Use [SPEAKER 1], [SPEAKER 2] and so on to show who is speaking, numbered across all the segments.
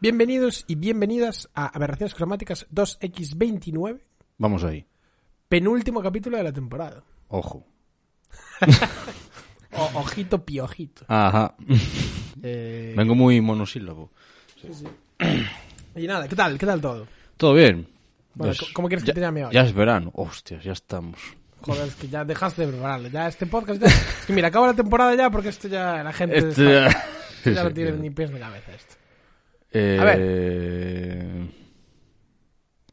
[SPEAKER 1] Bienvenidos y bienvenidas a Aberraciones Cromáticas 2X29,
[SPEAKER 2] Vamos ahí.
[SPEAKER 1] penúltimo capítulo de la temporada.
[SPEAKER 2] Ojo.
[SPEAKER 1] O- ojito piojito.
[SPEAKER 2] Ajá.
[SPEAKER 1] Eh,
[SPEAKER 2] Vengo muy monosílabo.
[SPEAKER 1] y nada, ¿qué tal? ¿Qué tal todo?
[SPEAKER 2] Todo bien.
[SPEAKER 1] Bueno,
[SPEAKER 2] Pues,
[SPEAKER 1] ¿cómo- ¿Cómo quieres
[SPEAKER 2] ya,
[SPEAKER 1] que te llame hoy?
[SPEAKER 2] ya es verano. Hostias, ya estamos.
[SPEAKER 1] Joder, es que ya dejaste de prepararlo. Ya este podcast ya... Es que mira, acaba la temporada ya porque esto ya la gente...
[SPEAKER 2] Este-
[SPEAKER 1] está-
[SPEAKER 2] Sí,
[SPEAKER 1] ya
[SPEAKER 2] sí,
[SPEAKER 1] no tiene
[SPEAKER 2] sí.
[SPEAKER 1] ni pies ni cabeza esto.
[SPEAKER 2] Eh,
[SPEAKER 1] A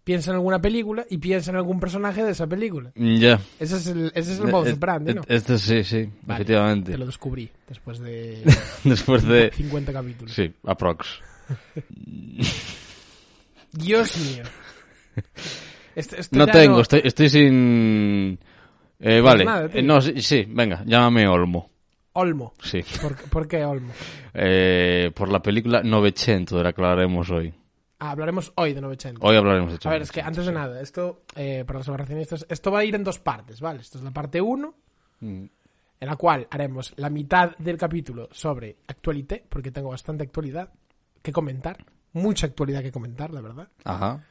[SPEAKER 1] Piensa en alguna película y piensa en algún personaje de esa película.
[SPEAKER 2] mm, Ya.
[SPEAKER 1] Ese es el, ese es el modus
[SPEAKER 2] Eh,
[SPEAKER 1] operandi, ¿no?
[SPEAKER 2] eh, Este sí, sí,
[SPEAKER 1] Vale,
[SPEAKER 2] efectivamente.
[SPEAKER 1] Te lo descubrí después de
[SPEAKER 2] Después de...
[SPEAKER 1] 50 capítulos.
[SPEAKER 2] Sí, aprox.
[SPEAKER 1] Dios mío. Este- este
[SPEAKER 2] No
[SPEAKER 1] ya
[SPEAKER 2] tengo, estoy, estoy sin... Eh, vale.
[SPEAKER 1] nada,
[SPEAKER 2] Eh,
[SPEAKER 1] tío.
[SPEAKER 2] no, sí, sí, venga, llámame Olmo.
[SPEAKER 1] Olmo.
[SPEAKER 2] Sí.
[SPEAKER 1] ¿Por, qué- por qué Olmo?
[SPEAKER 2] Eh, por la película 900 de la que hablaremos hoy.
[SPEAKER 1] Ah, hablaremos hoy de 900.
[SPEAKER 2] Hoy hablaremos de
[SPEAKER 1] A ver, es
[SPEAKER 2] 900,
[SPEAKER 1] que antes de
[SPEAKER 2] sí.
[SPEAKER 1] nada, esto, eh, para los aberracionistas, esto va a ir en dos partes, ¿vale? Esto es la parte 1,
[SPEAKER 2] Mm.
[SPEAKER 1] en la cual haremos la mitad del capítulo sobre actualité, porque tengo bastante actualidad que comentar, mucha actualidad que comentar, la verdad.
[SPEAKER 2] Ajá.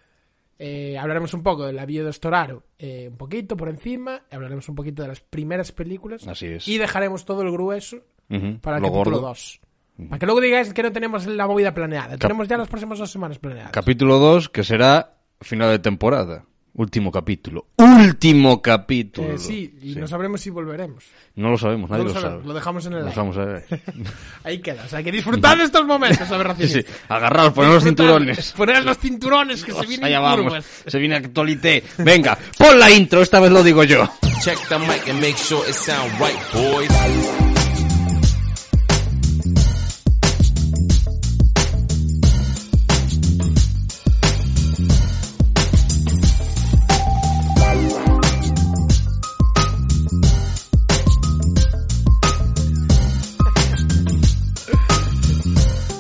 [SPEAKER 1] Eh, hablaremos un poco de la bio de Storaro, eh, un poquito por encima, hablaremos un poquito de las primeras películas
[SPEAKER 2] Así es.
[SPEAKER 1] y dejaremos todo el grueso
[SPEAKER 2] Ujú,
[SPEAKER 1] para el
[SPEAKER 2] lo
[SPEAKER 1] capítulo
[SPEAKER 2] gordo.
[SPEAKER 1] 2. Para que luego digáis que no tenemos la movida planeada. tenemos ya las próximas dos semanas planeadas.
[SPEAKER 2] Capítulo 2, que será final de temporada. Último capítulo. Último capítulo.
[SPEAKER 1] Eh, sí, y no sabremos si volveremos.
[SPEAKER 2] No lo sabemos,
[SPEAKER 1] No
[SPEAKER 2] nadie
[SPEAKER 1] lo
[SPEAKER 2] lo,
[SPEAKER 1] sabemos,
[SPEAKER 2] sabe.
[SPEAKER 1] lo dejamos en el
[SPEAKER 2] Lo
[SPEAKER 1] aire.
[SPEAKER 2] dejamos ahí.
[SPEAKER 1] Ahí queda. O sea, hay que disfrutar de estos momentos,
[SPEAKER 2] Sí, sí.
[SPEAKER 1] aberracionistas.
[SPEAKER 2] Agarraos, poned los
[SPEAKER 1] Disfrutar,
[SPEAKER 2] cinturones.
[SPEAKER 1] Poner los cinturones que se vienen
[SPEAKER 2] Allá vamos.
[SPEAKER 1] curvas.
[SPEAKER 2] Se viene actualité. Venga, pon la intro, esta vez lo digo yo.
[SPEAKER 3] Check the mic and make sure it sound right, boys.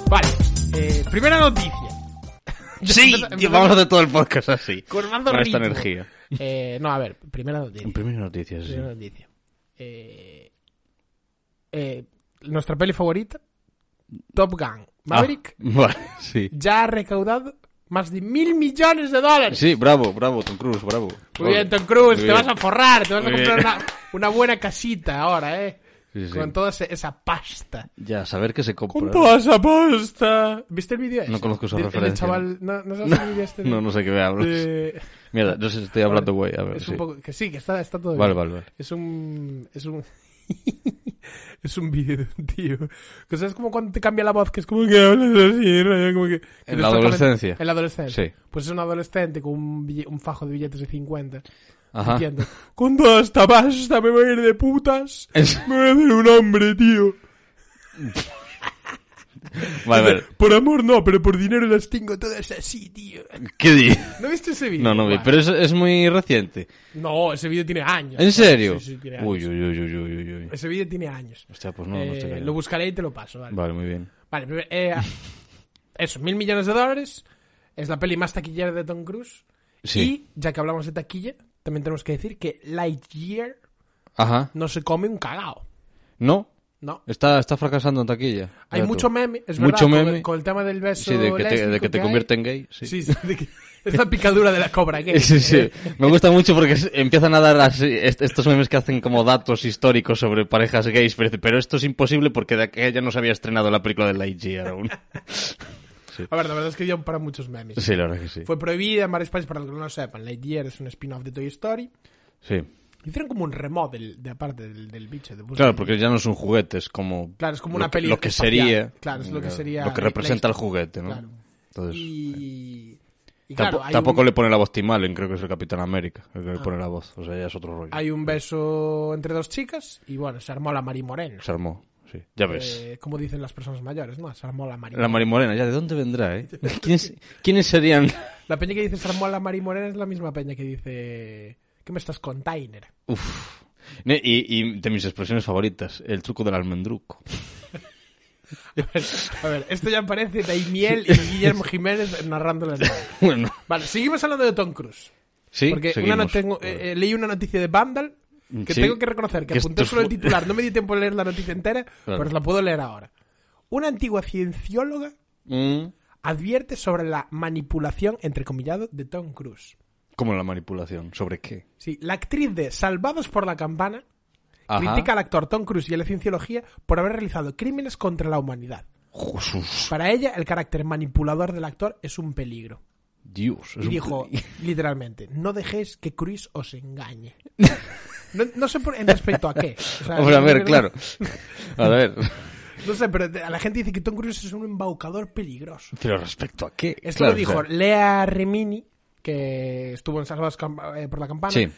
[SPEAKER 1] Vale. eh, primera noticia. Empeza-
[SPEAKER 2] Sí, tío,
[SPEAKER 1] empezamos-
[SPEAKER 2] vamos a hacer todo el podcast así.
[SPEAKER 1] Curvando
[SPEAKER 2] Con
[SPEAKER 1] ritmo.
[SPEAKER 2] esta energía.
[SPEAKER 1] Eh, no, a ver, primera noticia.
[SPEAKER 2] En primeras noticias, sí.
[SPEAKER 1] Primera noticia. Eh, eh, nuestra peli favorita, Top Gun Maverick,
[SPEAKER 2] Ah, vale, sí.
[SPEAKER 1] ya ha recaudado más de mil millones de dólares.
[SPEAKER 2] Sí, bravo, bravo, Tom Cruise, bravo.
[SPEAKER 1] Muy bien, Tom
[SPEAKER 2] Muy
[SPEAKER 1] Cruise, te
[SPEAKER 2] bien.
[SPEAKER 1] vas a forrar, te vas a
[SPEAKER 2] Muy
[SPEAKER 1] comprar
[SPEAKER 2] bien.
[SPEAKER 1] una, una buena casita ahora, ¿eh?
[SPEAKER 2] Sí, sí.
[SPEAKER 1] Con toda ese- esa pasta.
[SPEAKER 2] Ya, saber que se compra.
[SPEAKER 1] Con toda esa pasta. ¿Viste el vídeo ese?
[SPEAKER 2] No conozco esa
[SPEAKER 1] Del- el
[SPEAKER 2] referencia.
[SPEAKER 1] chaval, ¿no, no sabes el vídeo este?
[SPEAKER 2] No, no sé qué me hablas.
[SPEAKER 1] Eh,
[SPEAKER 2] Mira, no sé si estoy hablando, güey. A ver,
[SPEAKER 1] es
[SPEAKER 2] sí.
[SPEAKER 1] un poco... Que sí, que está, está todo
[SPEAKER 2] Vale,
[SPEAKER 1] bien.
[SPEAKER 2] vale, vale.
[SPEAKER 1] Es un... Es un... es un vídeo de un tío. Que sabes como cuando te cambia la voz, que es como que hablas así, rollo, como que... que
[SPEAKER 2] En
[SPEAKER 1] no
[SPEAKER 2] la
[SPEAKER 1] está tan-
[SPEAKER 2] adolescencia.
[SPEAKER 1] En la adolescencia.
[SPEAKER 2] Sí.
[SPEAKER 1] Pues es un adolescente con un, bille- un fajo de billetes de 50.
[SPEAKER 2] Ajá.
[SPEAKER 1] Diciendo, con toda esta pasta me voy a ir de putas.
[SPEAKER 2] Es-
[SPEAKER 1] Me voy a hacer un hombre, tío.
[SPEAKER 2] Vale, vale.
[SPEAKER 1] Por amor no, pero por dinero las tengo todas así, tío.
[SPEAKER 2] ¿Qué di?
[SPEAKER 1] ¿No viste ese vídeo?
[SPEAKER 2] No, no vi.
[SPEAKER 1] Vale.
[SPEAKER 2] Pero es, es muy reciente.
[SPEAKER 1] No, ese vídeo tiene años.
[SPEAKER 2] ¿En serio?
[SPEAKER 1] Sí, sí, tiene años.
[SPEAKER 2] Uy, uy, uy, uy, uy, uy, uy.
[SPEAKER 1] Ese vídeo tiene años.
[SPEAKER 2] Hostia, pues no, no
[SPEAKER 1] Eh,
[SPEAKER 2] sé.
[SPEAKER 1] lo buscaré y te lo paso, vale.
[SPEAKER 2] Vale, muy bien.
[SPEAKER 1] Vale, primer- eh, eso, mil millones de dólares. Es la peli más taquillera de Tom Cruise.
[SPEAKER 2] Sí.
[SPEAKER 1] Y ya que hablamos de taquilla, también tenemos que decir que Lightyear
[SPEAKER 2] Ajá.
[SPEAKER 1] no se come un cagao.
[SPEAKER 2] ¿No?
[SPEAKER 1] No.
[SPEAKER 2] Está, está fracasando en taquilla.
[SPEAKER 1] Hay
[SPEAKER 2] Mira tú.
[SPEAKER 1] mucho meme, es
[SPEAKER 2] Mucho
[SPEAKER 1] verdad, con-
[SPEAKER 2] meme.
[SPEAKER 1] Con, el tema del beso
[SPEAKER 2] Sí, de que te, de
[SPEAKER 1] lésbico
[SPEAKER 2] que te
[SPEAKER 1] hay.
[SPEAKER 2] convierte en gay.
[SPEAKER 1] Sí, sí, de que- es la picadura de la cobra Eh, gay.
[SPEAKER 2] Sí, sí. Me gusta mucho porque es- empiezan a dar así, est- estos memes que hacen como datos históricos sobre parejas gays, pero, dice, pero esto es imposible porque de aquella no se había estrenado la película de Lightyear aún.
[SPEAKER 1] A ver, la verdad es que dio para muchos memes.
[SPEAKER 2] Sí, la verdad que sí.
[SPEAKER 1] Fue prohibida en varios países, para los que no lo sepan. Lightyear es un spin-off de Toy Story.
[SPEAKER 2] Sí.
[SPEAKER 1] Hicieron como un remodel de aparte del, del bicho. de Buzz
[SPEAKER 2] Claro,
[SPEAKER 1] Lightyear.
[SPEAKER 2] porque ya no es un juguete, es como...
[SPEAKER 1] Claro, es como
[SPEAKER 2] lo
[SPEAKER 1] una
[SPEAKER 2] que-
[SPEAKER 1] peli
[SPEAKER 2] Lo que
[SPEAKER 1] espacial.
[SPEAKER 2] sería... eh,
[SPEAKER 1] Claro, es lo que sería
[SPEAKER 2] Lo que
[SPEAKER 1] la-
[SPEAKER 2] representa
[SPEAKER 1] la-
[SPEAKER 2] el juguete, ¿no?
[SPEAKER 1] Claro.
[SPEAKER 2] Entonces...
[SPEAKER 1] Y, y
[SPEAKER 2] eh, tampo-
[SPEAKER 1] claro,
[SPEAKER 2] tampoco
[SPEAKER 1] hay, un, Ah.
[SPEAKER 2] le pone la voz Tim Allen, creo que es el Capitán América, el que le pone la voz. O sea, ya es otro rollo.
[SPEAKER 1] hay un beso entre dos chicas y bueno, se armó la Mari Morena.
[SPEAKER 2] Se armó, sí. Ya ves.
[SPEAKER 1] Eh, como dicen las personas mayores, ¿no? Se armó la Mari
[SPEAKER 2] La Marimorena, ya, ¿de dónde vendrá, eh? ¿Quiénes, ¿quiénes serían...?
[SPEAKER 1] La peña que dice se armó la Mari Morena es la misma peña que dice... ¿Qué me estás container?
[SPEAKER 2] Uf. Ne- Y, y de mis expresiones favoritas, el truco del almendruco.
[SPEAKER 1] A ver, esto ya parece Daimiel y Guillermo Jiménez narrándolo. en radio.
[SPEAKER 2] Bueno,
[SPEAKER 1] Vale, seguimos hablando de Tom Cruise.
[SPEAKER 2] sí,
[SPEAKER 1] porque una
[SPEAKER 2] seguimos.
[SPEAKER 1] no tengo, eh, eh, leí una noticia de Vandal que
[SPEAKER 2] Sí.
[SPEAKER 1] tengo que reconocer que
[SPEAKER 2] Que
[SPEAKER 1] apunté
[SPEAKER 2] esto es
[SPEAKER 1] solo el
[SPEAKER 2] fu-
[SPEAKER 1] titular. No me dio tiempo a leer la noticia entera,
[SPEAKER 2] Claro.
[SPEAKER 1] pero os la puedo leer ahora. Una antigua ciencióloga
[SPEAKER 2] Mm,
[SPEAKER 1] advierte sobre la manipulación, entre comillado, de Tom Cruise.
[SPEAKER 2] Como la manipulación. ¿Sobre qué?
[SPEAKER 1] Sí, la actriz de Salvados por la Campana
[SPEAKER 2] Ajá.
[SPEAKER 1] critica al actor Tom Cruise y a la cienciología por haber realizado crímenes contra la humanidad.
[SPEAKER 2] Jesús.
[SPEAKER 1] Para ella, el carácter manipulador del actor es un peligro.
[SPEAKER 2] Dios. es
[SPEAKER 1] Y
[SPEAKER 2] un-
[SPEAKER 1] dijo, literalmente, no dejéis que Cruise os engañe. No, no sé por- en respecto a qué. O sea,
[SPEAKER 2] Hombre, a
[SPEAKER 1] no-
[SPEAKER 2] ver,
[SPEAKER 1] no-
[SPEAKER 2] claro. A ver.
[SPEAKER 1] No sé, pero la gente dice que Tom Cruise es un embaucador peligroso.
[SPEAKER 2] Pero respecto a qué.
[SPEAKER 1] Esto
[SPEAKER 2] Claro,
[SPEAKER 1] lo dijo
[SPEAKER 2] o sea,
[SPEAKER 1] Lea Remini, que estuvo en Salvados Camp- eh, por la Campana,
[SPEAKER 2] Sí.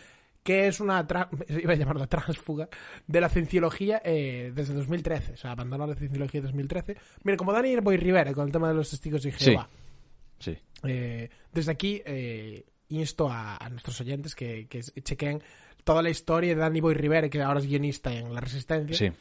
[SPEAKER 1] que es una, tra- iba a llamarla tránsfuga, de la cienciología eh, desde 2013. O sea, abandonó la cienciología en 2013. Mira, como Daniel Boy Rivera con el tema de los testigos de
[SPEAKER 2] Sí.
[SPEAKER 1] Jehová.
[SPEAKER 2] Sí.
[SPEAKER 1] Eh, desde aquí eh, insto a, a nuestros oyentes que, que chequen toda la historia de Danny Boy Rivera, que ahora es guionista en La Resistencia.
[SPEAKER 2] Sí.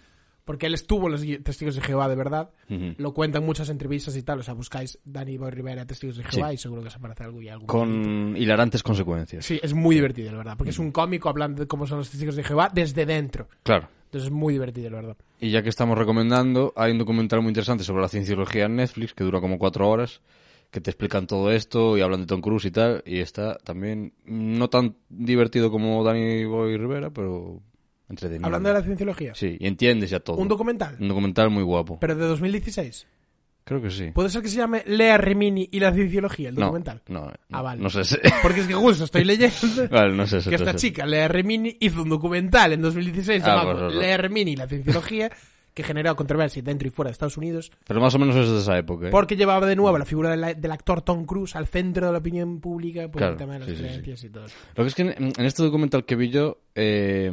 [SPEAKER 1] Porque él estuvo en los gui- Testigos de Jehová de verdad.
[SPEAKER 2] Ujú.
[SPEAKER 1] Lo cuenta en muchas entrevistas y tal. O sea, buscáis Danny Boy Rivera, Testigos de Jehová y seguro que os aparece algo y algo.
[SPEAKER 2] Con hilarantes consecuencias.
[SPEAKER 1] Sí, es muy divertido, la verdad. Porque es un cómico hablando de cómo son los Testigos de Jehová desde dentro.
[SPEAKER 2] Claro.
[SPEAKER 1] Entonces es muy divertido, la verdad.
[SPEAKER 2] Y ya que estamos recomendando, hay un documental muy interesante sobre la cienciología en Netflix que dura como cuatro horas, que te explican todo esto y hablan de Tom Cruise y tal. Y está también no tan divertido como Danny Boy Rivera, pero entretenido.
[SPEAKER 1] Hablando de la cienciología.
[SPEAKER 2] Sí, y entiendes ya todo. Mm.
[SPEAKER 1] Un documental.
[SPEAKER 2] Un documental muy guapo.
[SPEAKER 1] Pero de 2016.
[SPEAKER 2] Creo que sí.
[SPEAKER 1] ¿Puede ser que se llame Lea Remini y la cienciología, el
[SPEAKER 2] No,
[SPEAKER 1] documental?
[SPEAKER 2] No,
[SPEAKER 1] Ah, vale.
[SPEAKER 2] no sé. si-
[SPEAKER 1] Porque es que justo estoy leyendo
[SPEAKER 2] vale, no sé. si-
[SPEAKER 1] que
[SPEAKER 2] no
[SPEAKER 1] esta
[SPEAKER 2] sé.
[SPEAKER 1] chica, Lea Remini, hizo un documental en 2016
[SPEAKER 2] Ah,
[SPEAKER 1] llamado
[SPEAKER 2] pues, pues, pues.
[SPEAKER 1] Lea Remini y la cienciología que generó controversia dentro y fuera de Estados Unidos
[SPEAKER 2] Pero más o menos es de esa época. ¿eh?
[SPEAKER 1] porque llevaba de nuevo la figura del, del actor Tom Cruise al centro de la opinión pública por
[SPEAKER 2] Claro,
[SPEAKER 1] el tema de las
[SPEAKER 2] sí, sí, sí.
[SPEAKER 1] creencias y todo.
[SPEAKER 2] Lo que es que en, en este documental que vi yo eh,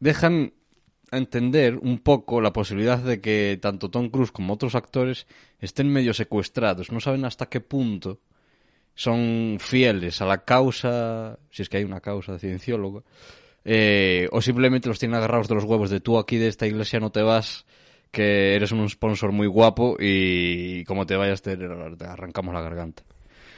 [SPEAKER 2] dejan a entender un poco la posibilidad de que tanto Tom Cruise como otros actores estén medio secuestrados. No saben hasta qué punto son fieles a la causa, si es que hay una causa ciencióloga, eh, o simplemente los tienen agarrados de los huevos de tú aquí de esta iglesia no te vas, que eres un sponsor muy guapo y como te vayas te, te arrancamos la garganta.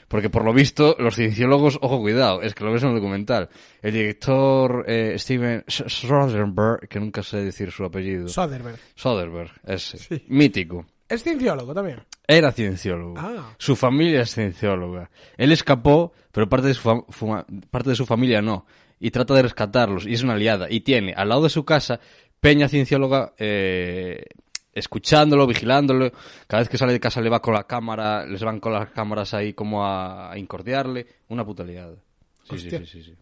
[SPEAKER 2] Porque por lo visto, los cienciólogos, ojo, cuidado, es que lo ves en el documental. El director eh, Steven S- Soderbergh, que nunca sé decir su apellido.
[SPEAKER 1] Soderbergh.
[SPEAKER 2] Soderbergh, ese.
[SPEAKER 1] Sí.
[SPEAKER 2] Mítico.
[SPEAKER 1] Es cienciólogo también.
[SPEAKER 2] Era cienciólogo.
[SPEAKER 1] Ah.
[SPEAKER 2] Su familia es ciencióloga. Él escapó, pero parte de, su fam- fuma- parte de su familia no. Y trata de rescatarlos. Y es una aliada. Y tiene al lado de su casa Peña ciencióloga eh, escuchándolo, vigilándolo. Cada vez que sale de casa le va con la cámara, les van con las cámaras ahí como a, a incordiarle. Una puta aliada. Sí, sí,
[SPEAKER 1] Hostia.
[SPEAKER 2] sí, sí, sí.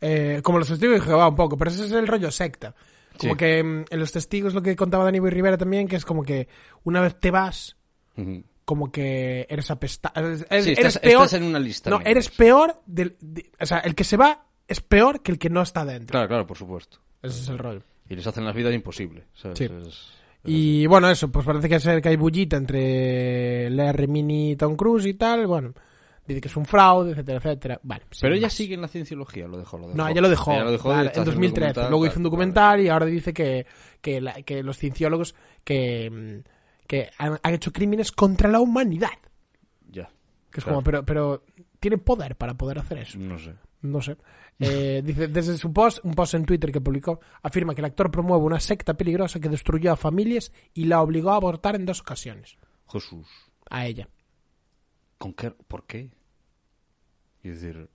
[SPEAKER 1] Eh, como los testigos de Jehová un poco, pero ese es el rollo secta. Como
[SPEAKER 2] Sí.
[SPEAKER 1] que mm, en los testigos lo que contaba Dani Boy Rivera también, que es como que una vez te vas,
[SPEAKER 2] Ujú.
[SPEAKER 1] como que eres apestado. Eres, eres
[SPEAKER 2] Sí, estás-
[SPEAKER 1] peor.
[SPEAKER 2] estás en una lista
[SPEAKER 1] No,
[SPEAKER 2] negra,
[SPEAKER 1] eres
[SPEAKER 2] sí.
[SPEAKER 1] peor. del- de- o sea, el que se va es peor que el que no está dentro.
[SPEAKER 2] Claro, claro, por supuesto.
[SPEAKER 1] Ese es el rol.
[SPEAKER 2] Y les hacen las vidas imposibles. ¿sabes?
[SPEAKER 1] Sí.
[SPEAKER 2] Es-
[SPEAKER 1] Y bueno, eso, pues parece que, ser que hay bullita entre Lea Remini y Tom Cruise y tal. Bueno, dice que es un fraude, etcétera, etcietera. Vale. sin
[SPEAKER 2] Pero ella
[SPEAKER 1] más.
[SPEAKER 2] sigue en la cienciología, lo dejó, lo dejó.
[SPEAKER 1] No, ella lo dejó.
[SPEAKER 2] Ella lo dejó
[SPEAKER 1] claro,
[SPEAKER 2] y está
[SPEAKER 1] en
[SPEAKER 2] haciendo
[SPEAKER 1] 2013.
[SPEAKER 2] documental,
[SPEAKER 1] Luego hizo un
[SPEAKER 2] tal,
[SPEAKER 1] documental y ahora dice que, que, la- que los cienciólogos que, mm, que han, han hecho crímenes contra la humanidad.
[SPEAKER 2] vale. Ya,
[SPEAKER 1] Que es
[SPEAKER 2] Claro.
[SPEAKER 1] como, pero, pero tiene poder para poder hacer eso.
[SPEAKER 2] pues no sé.
[SPEAKER 1] No sé. Eh, dice, desde su post, un post en Twitter que publicó, afirma que el actor promueve una secta peligrosa que destruyó a familias y la obligó a abortar en dos ocasiones.
[SPEAKER 2] Jesús,
[SPEAKER 1] A ella.
[SPEAKER 2] ¿con qué? ¿Por qué? Es decir,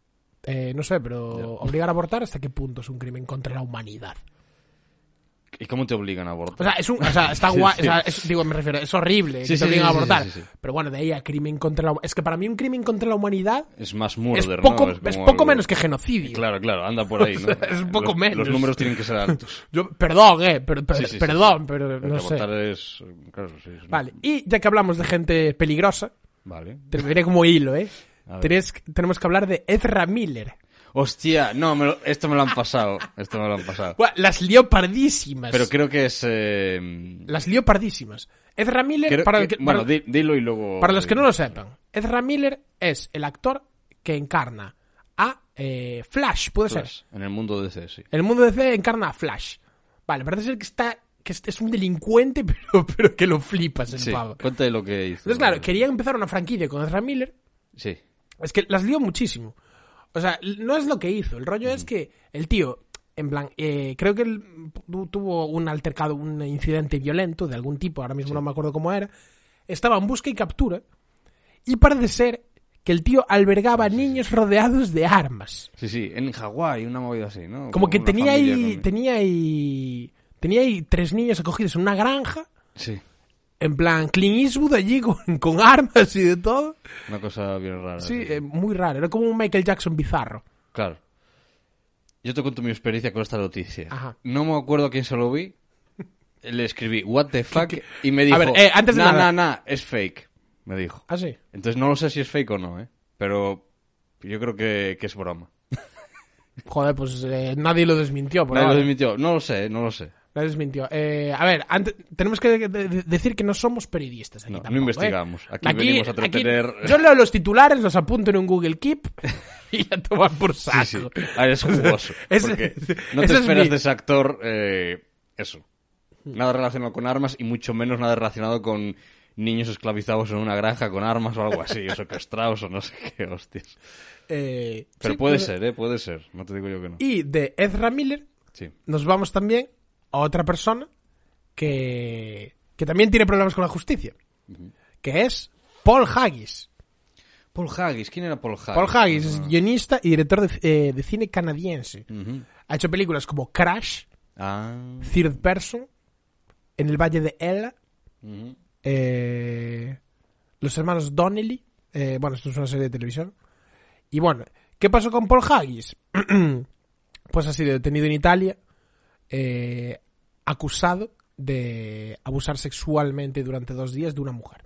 [SPEAKER 1] Eh, no sé, pero
[SPEAKER 2] Ya.
[SPEAKER 1] obligar a abortar hasta qué punto es un crimen contra la humanidad.
[SPEAKER 2] ¿y cómo te obligan a
[SPEAKER 1] O
[SPEAKER 2] abortar?
[SPEAKER 1] sea, es un, o sea está
[SPEAKER 2] Sí,
[SPEAKER 1] guay,
[SPEAKER 2] sí.
[SPEAKER 1] o sea, es- digo, me refiero, es horrible
[SPEAKER 2] Sí,
[SPEAKER 1] que
[SPEAKER 2] sí,
[SPEAKER 1] te obliguen a
[SPEAKER 2] sí, sí,
[SPEAKER 1] abortar.
[SPEAKER 2] sí, sí, sí.
[SPEAKER 1] Pero bueno, de ahí a crimen contra la humanidad. Es que para mí un crimen contra la humanidad
[SPEAKER 2] es más
[SPEAKER 1] es
[SPEAKER 2] murder,
[SPEAKER 1] poco,
[SPEAKER 2] ¿no?
[SPEAKER 1] es
[SPEAKER 2] como
[SPEAKER 1] poco
[SPEAKER 2] algo-
[SPEAKER 1] menos que genocidio.
[SPEAKER 2] Claro, claro, anda por ahí, ¿no?
[SPEAKER 1] es un poco
[SPEAKER 2] Los-
[SPEAKER 1] menos.
[SPEAKER 2] Los números tienen que ser altos.
[SPEAKER 1] Yo, perdón, eh, pero, pero-
[SPEAKER 2] Sí, sí, sí,
[SPEAKER 1] perdón,
[SPEAKER 2] sí.
[SPEAKER 1] pero
[SPEAKER 2] Porque
[SPEAKER 1] no sé.
[SPEAKER 2] abortar es... Claro, sí. es-
[SPEAKER 1] Vale, y ya que hablamos de gente peligrosa,
[SPEAKER 2] Vale.
[SPEAKER 1] te lo diré como hilo, ¿eh?
[SPEAKER 2] A ver.
[SPEAKER 1] Tenés- tenemos que hablar de Ezra Miller.
[SPEAKER 2] Hostia, no, me lo- esto me lo han pasado. Esto me lo han pasado.
[SPEAKER 1] Buah, las leopardísimas.
[SPEAKER 2] Pero creo que es... eh,
[SPEAKER 1] Las leopardísimas. Ezra Miller,
[SPEAKER 2] creo
[SPEAKER 1] para, el
[SPEAKER 2] que-
[SPEAKER 1] que-
[SPEAKER 2] Bueno, eh,
[SPEAKER 1] para-
[SPEAKER 2] di- dilo y luego...
[SPEAKER 1] Para los que no lo sepan, Ezra Miller es el actor que encarna a eh, Flash, puede ser.
[SPEAKER 2] En el mundo de DC, sí.
[SPEAKER 1] En el mundo de DC encarna a Flash. Vale, parece ser que está que es- es un delincuente, pero, pero que lo flipas el
[SPEAKER 2] Sí, pues, eh,
[SPEAKER 1] pavo.
[SPEAKER 2] cuéntale lo que hizo.
[SPEAKER 1] Entonces, claro, quería empezar una franquicia con Ezra Miller.
[SPEAKER 2] Sí.
[SPEAKER 1] Es que las lió muchísimo. O sea, l- no es lo que hizo. El rollo es que el tío, en plan, eh, creo que él mm, tu- tuvo un altercado, un incidente violento de algún tipo, ahora mismo no me acuerdo cómo era. estaba en busca y captura y parece ser que el tío albergaba niños rodeados de armas.
[SPEAKER 2] Sí, sí, en Hawái, una movida así, ¿no?
[SPEAKER 1] Como que
[SPEAKER 2] una
[SPEAKER 1] tenía
[SPEAKER 2] familia
[SPEAKER 1] ahí,
[SPEAKER 2] con-
[SPEAKER 1] tenía ahí, tenía ahí tres niños acogidos en una granja,
[SPEAKER 2] Sí,
[SPEAKER 1] en plan Clint Eastwood allí con, con armas y de todo.
[SPEAKER 2] una cosa bien rara.
[SPEAKER 1] Sí, eh, muy raro, era como un Michael Jackson bizarro.
[SPEAKER 2] Claro. Yo te cuento mi experiencia con esta noticia.
[SPEAKER 1] Ajá.
[SPEAKER 2] No me acuerdo a quién se lo vi. Le escribí, what the fuck, y me dijo,
[SPEAKER 1] A ver, eh, antes de
[SPEAKER 2] nah,
[SPEAKER 1] nada-
[SPEAKER 2] nah, nah, es fake, me dijo.
[SPEAKER 1] Ah, sí.
[SPEAKER 2] Entonces no lo sé si es fake o no, ¿eh? Pero yo creo que, que es broma.
[SPEAKER 1] Joder, pues eh, nadie lo desmintió. Por
[SPEAKER 2] Nadie lo
[SPEAKER 1] ahora.
[SPEAKER 2] desmintió. No lo sé, no lo sé.
[SPEAKER 1] Nadie desmintió. Eh, a ver, antes- tenemos que de- de- decir que no somos periodistas aquí
[SPEAKER 2] No, no
[SPEAKER 1] tampoco,
[SPEAKER 2] investigamos.
[SPEAKER 1] ¿eh?
[SPEAKER 2] Aquí venimos a entretener.
[SPEAKER 1] yo leo los titulares, los apunto en un Google Keep y a tomar por saco.
[SPEAKER 2] Sí, sí. Ah, es jugoso.
[SPEAKER 1] Es-
[SPEAKER 2] porque no te
[SPEAKER 1] ese es
[SPEAKER 2] esperas
[SPEAKER 1] mi-
[SPEAKER 2] de ese actor eh, eso. Nada relacionado con armas y mucho menos nada relacionado con niños esclavizados en una granja con armas o algo así, o secuestrados o no sé qué, hostias.
[SPEAKER 1] Eh,
[SPEAKER 2] Pero
[SPEAKER 1] sí,
[SPEAKER 2] puede ser, ¿eh? Puede ser. No te digo yo que no.
[SPEAKER 1] Y de Ezra Miller
[SPEAKER 2] Sí.
[SPEAKER 1] nos vamos también a otra persona que, que también tiene problemas con la justicia, que es Paul Haggis.
[SPEAKER 2] Paul Haggis. ¿Quién era Paul Haggis?
[SPEAKER 1] Paul Haggis
[SPEAKER 2] Ah.
[SPEAKER 1] es guionista y director de, eh, de cine canadiense. Ha hecho películas como Crash,
[SPEAKER 2] Ah.
[SPEAKER 1] Third Person, En el Valle de Ella,
[SPEAKER 2] ujú.
[SPEAKER 1] eh, Los Hermanos Donnelly, eh, bueno, esto es una serie de televisión. Y bueno, ¿qué pasó con Paul Haggis? pues ha sido detenido en Italia, eh, acusado de abusar sexualmente durante dos días de una mujer.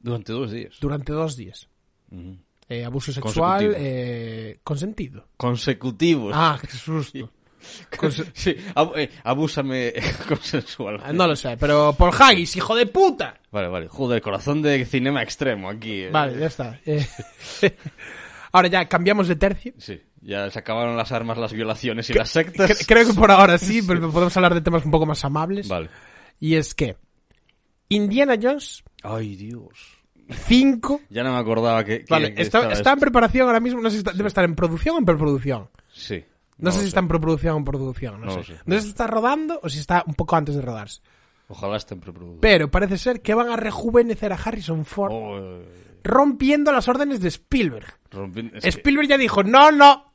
[SPEAKER 2] Durante dos días.
[SPEAKER 1] Durante dos días.
[SPEAKER 2] Ujú.
[SPEAKER 1] Eh, abuso sexual
[SPEAKER 2] Consecutivo.
[SPEAKER 1] eh, consentido.
[SPEAKER 2] Consecutivos.
[SPEAKER 1] Ah, qué susto. Conse-
[SPEAKER 2] Sí, ab- eh, abúsame consensual.
[SPEAKER 1] Ah, no lo sé, pero Paul Haggis, hijo de puta.
[SPEAKER 2] Vale, vale. Joder, corazón de cinema extremo aquí. eh.
[SPEAKER 1] Vale, ya está. Eh, ahora ya cambiamos de tercio.
[SPEAKER 2] Sí, ya se acabaron las armas, las violaciones y las sectas.
[SPEAKER 1] Cre- Creo que por ahora sí, pero podemos hablar de temas un poco más amables.
[SPEAKER 2] Vale.
[SPEAKER 1] Y es que Indiana Jones
[SPEAKER 2] Ay, Dios.
[SPEAKER 1] 5.
[SPEAKER 2] Ya no me acordaba que. que-
[SPEAKER 1] Vale,
[SPEAKER 2] que
[SPEAKER 1] está,
[SPEAKER 2] estaba
[SPEAKER 1] está en
[SPEAKER 2] esto.
[SPEAKER 1] preparación ahora mismo. No sé si está- debe estar en producción o en preproducción.
[SPEAKER 2] Sí.
[SPEAKER 1] No, sé
[SPEAKER 2] lo
[SPEAKER 1] si está en preproducción o en producción. No,
[SPEAKER 2] No lo
[SPEAKER 1] sé.
[SPEAKER 2] sé.
[SPEAKER 1] No sé si está rodando o si está un poco antes de rodarse.
[SPEAKER 2] Ojalá esté en preproducción.
[SPEAKER 1] Pero parece ser que van a rejuvenecer a Harrison Ford
[SPEAKER 2] Oh, eh,
[SPEAKER 1] rompiendo las órdenes de Spielberg.
[SPEAKER 2] rompiendo- es que-
[SPEAKER 1] Spielberg ya dijo, no, no,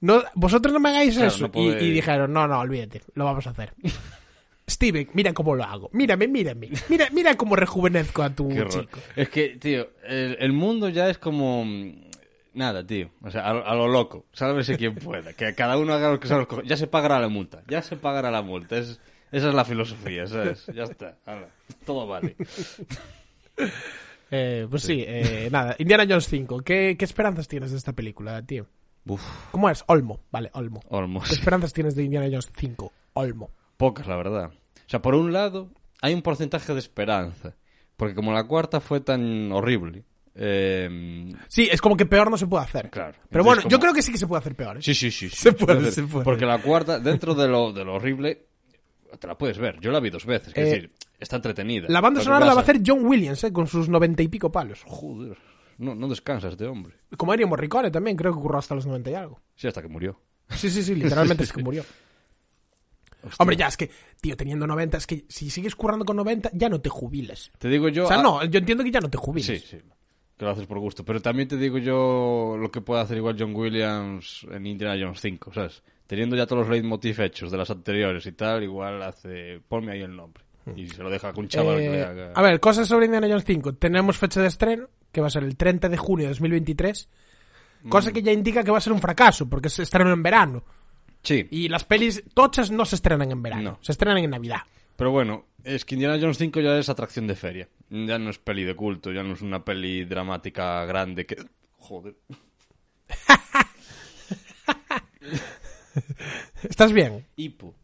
[SPEAKER 1] no vosotros no me hagáis
[SPEAKER 2] Claro,
[SPEAKER 1] eso.
[SPEAKER 2] no puede-
[SPEAKER 1] y, y dijeron, no, no, olvídate, lo vamos a hacer. Steven, mira cómo lo hago. Mírame, mírame. Mira, mira cómo rejuvenezco a tu
[SPEAKER 2] qué horror.
[SPEAKER 1] chico.
[SPEAKER 2] Es que, tío, el, el mundo ya es como. mm, Nada, tío. O sea, a, lo- a lo loco. Sálvese quien pueda. Que cada uno haga lo que se lo co- Ya se pagará la multa. Ya se pagará la multa. Es- esa es la filosofía, ¿sabes? Ya está. Hala. Todo vale.
[SPEAKER 1] Eh, pues sí, eh, nada. Indiana Jones 5. ¿Qué, ¿Qué esperanzas tienes de esta película, tío?
[SPEAKER 2] Uf,
[SPEAKER 1] ¿Cómo es? Olmo. Vale, Olmo.
[SPEAKER 2] Olmos.
[SPEAKER 1] ¿Qué esperanzas tienes de Indiana Jones 5? Olmo.
[SPEAKER 2] Pocas, la verdad. O sea, por un lado, hay un porcentaje de esperanza. Porque como la cuarta fue tan horrible. eh,
[SPEAKER 1] Sí, es como que peor no se puede hacer.
[SPEAKER 2] Claro.
[SPEAKER 1] Pero
[SPEAKER 2] Entonces,
[SPEAKER 1] bueno, yo
[SPEAKER 2] como-
[SPEAKER 1] creo que sí que se puede hacer peor. ¿eh?
[SPEAKER 2] sí, sí, sí, sí.
[SPEAKER 1] Se puede,
[SPEAKER 2] Quiero decir,
[SPEAKER 1] se puede.
[SPEAKER 2] Porque la cuarta, dentro de lo, de lo horrible, te la puedes ver. Yo la vi dos veces. Es
[SPEAKER 1] Eh,
[SPEAKER 2] decir, está entretenida.
[SPEAKER 1] La banda
[SPEAKER 2] Lo que
[SPEAKER 1] sonora la va a
[SPEAKER 2] pasa-
[SPEAKER 1] hacer John Williams, ¿eh? con sus noventa y pico palos.
[SPEAKER 2] Joder. No, no descansa este hombre.
[SPEAKER 1] Como Ennio Morricone también, creo que curró hasta los 90 y algo.
[SPEAKER 2] Sí, hasta que murió.
[SPEAKER 1] Sí, sí, sí, literalmente es que murió.
[SPEAKER 2] Hostia.
[SPEAKER 1] Hombre, ya, es que, tío, teniendo 90, es que si sigues currando con 90, ya no te jubilas.
[SPEAKER 2] Te digo yo.
[SPEAKER 1] O sea,
[SPEAKER 2] ah,
[SPEAKER 1] no, yo entiendo que ya no te jubilas.
[SPEAKER 2] Sí, sí. Que lo haces por gusto. Pero también te digo yo lo que puede hacer igual John Williams en Indiana Jones 5, ¿sabes? Teniendo ya todos los leitmotiv hechos de las anteriores y tal, igual hace... Ponme ahí el nombre. Y se lo deja con un chaval que
[SPEAKER 1] Hmm. Eh,
[SPEAKER 2] le haga...
[SPEAKER 1] A ver, cosas sobre Indiana Jones 5. Tenemos fecha de estreno, que va a ser el 30 de junio de 2023. Cosa
[SPEAKER 2] Mm.
[SPEAKER 1] que ya indica que va a ser un fracaso, porque se estrenó en verano.
[SPEAKER 2] Sí.
[SPEAKER 1] Y las pelis tochas no se estrenan en verano,
[SPEAKER 2] No.
[SPEAKER 1] se estrenan en Navidad.
[SPEAKER 2] Pero bueno, es que Indiana Jones 5 ya es atracción de feria. Ya no es peli de culto, ya no es una peli dramática grande que... Joder.
[SPEAKER 1] ¿Estás bien?
[SPEAKER 2] Hipo.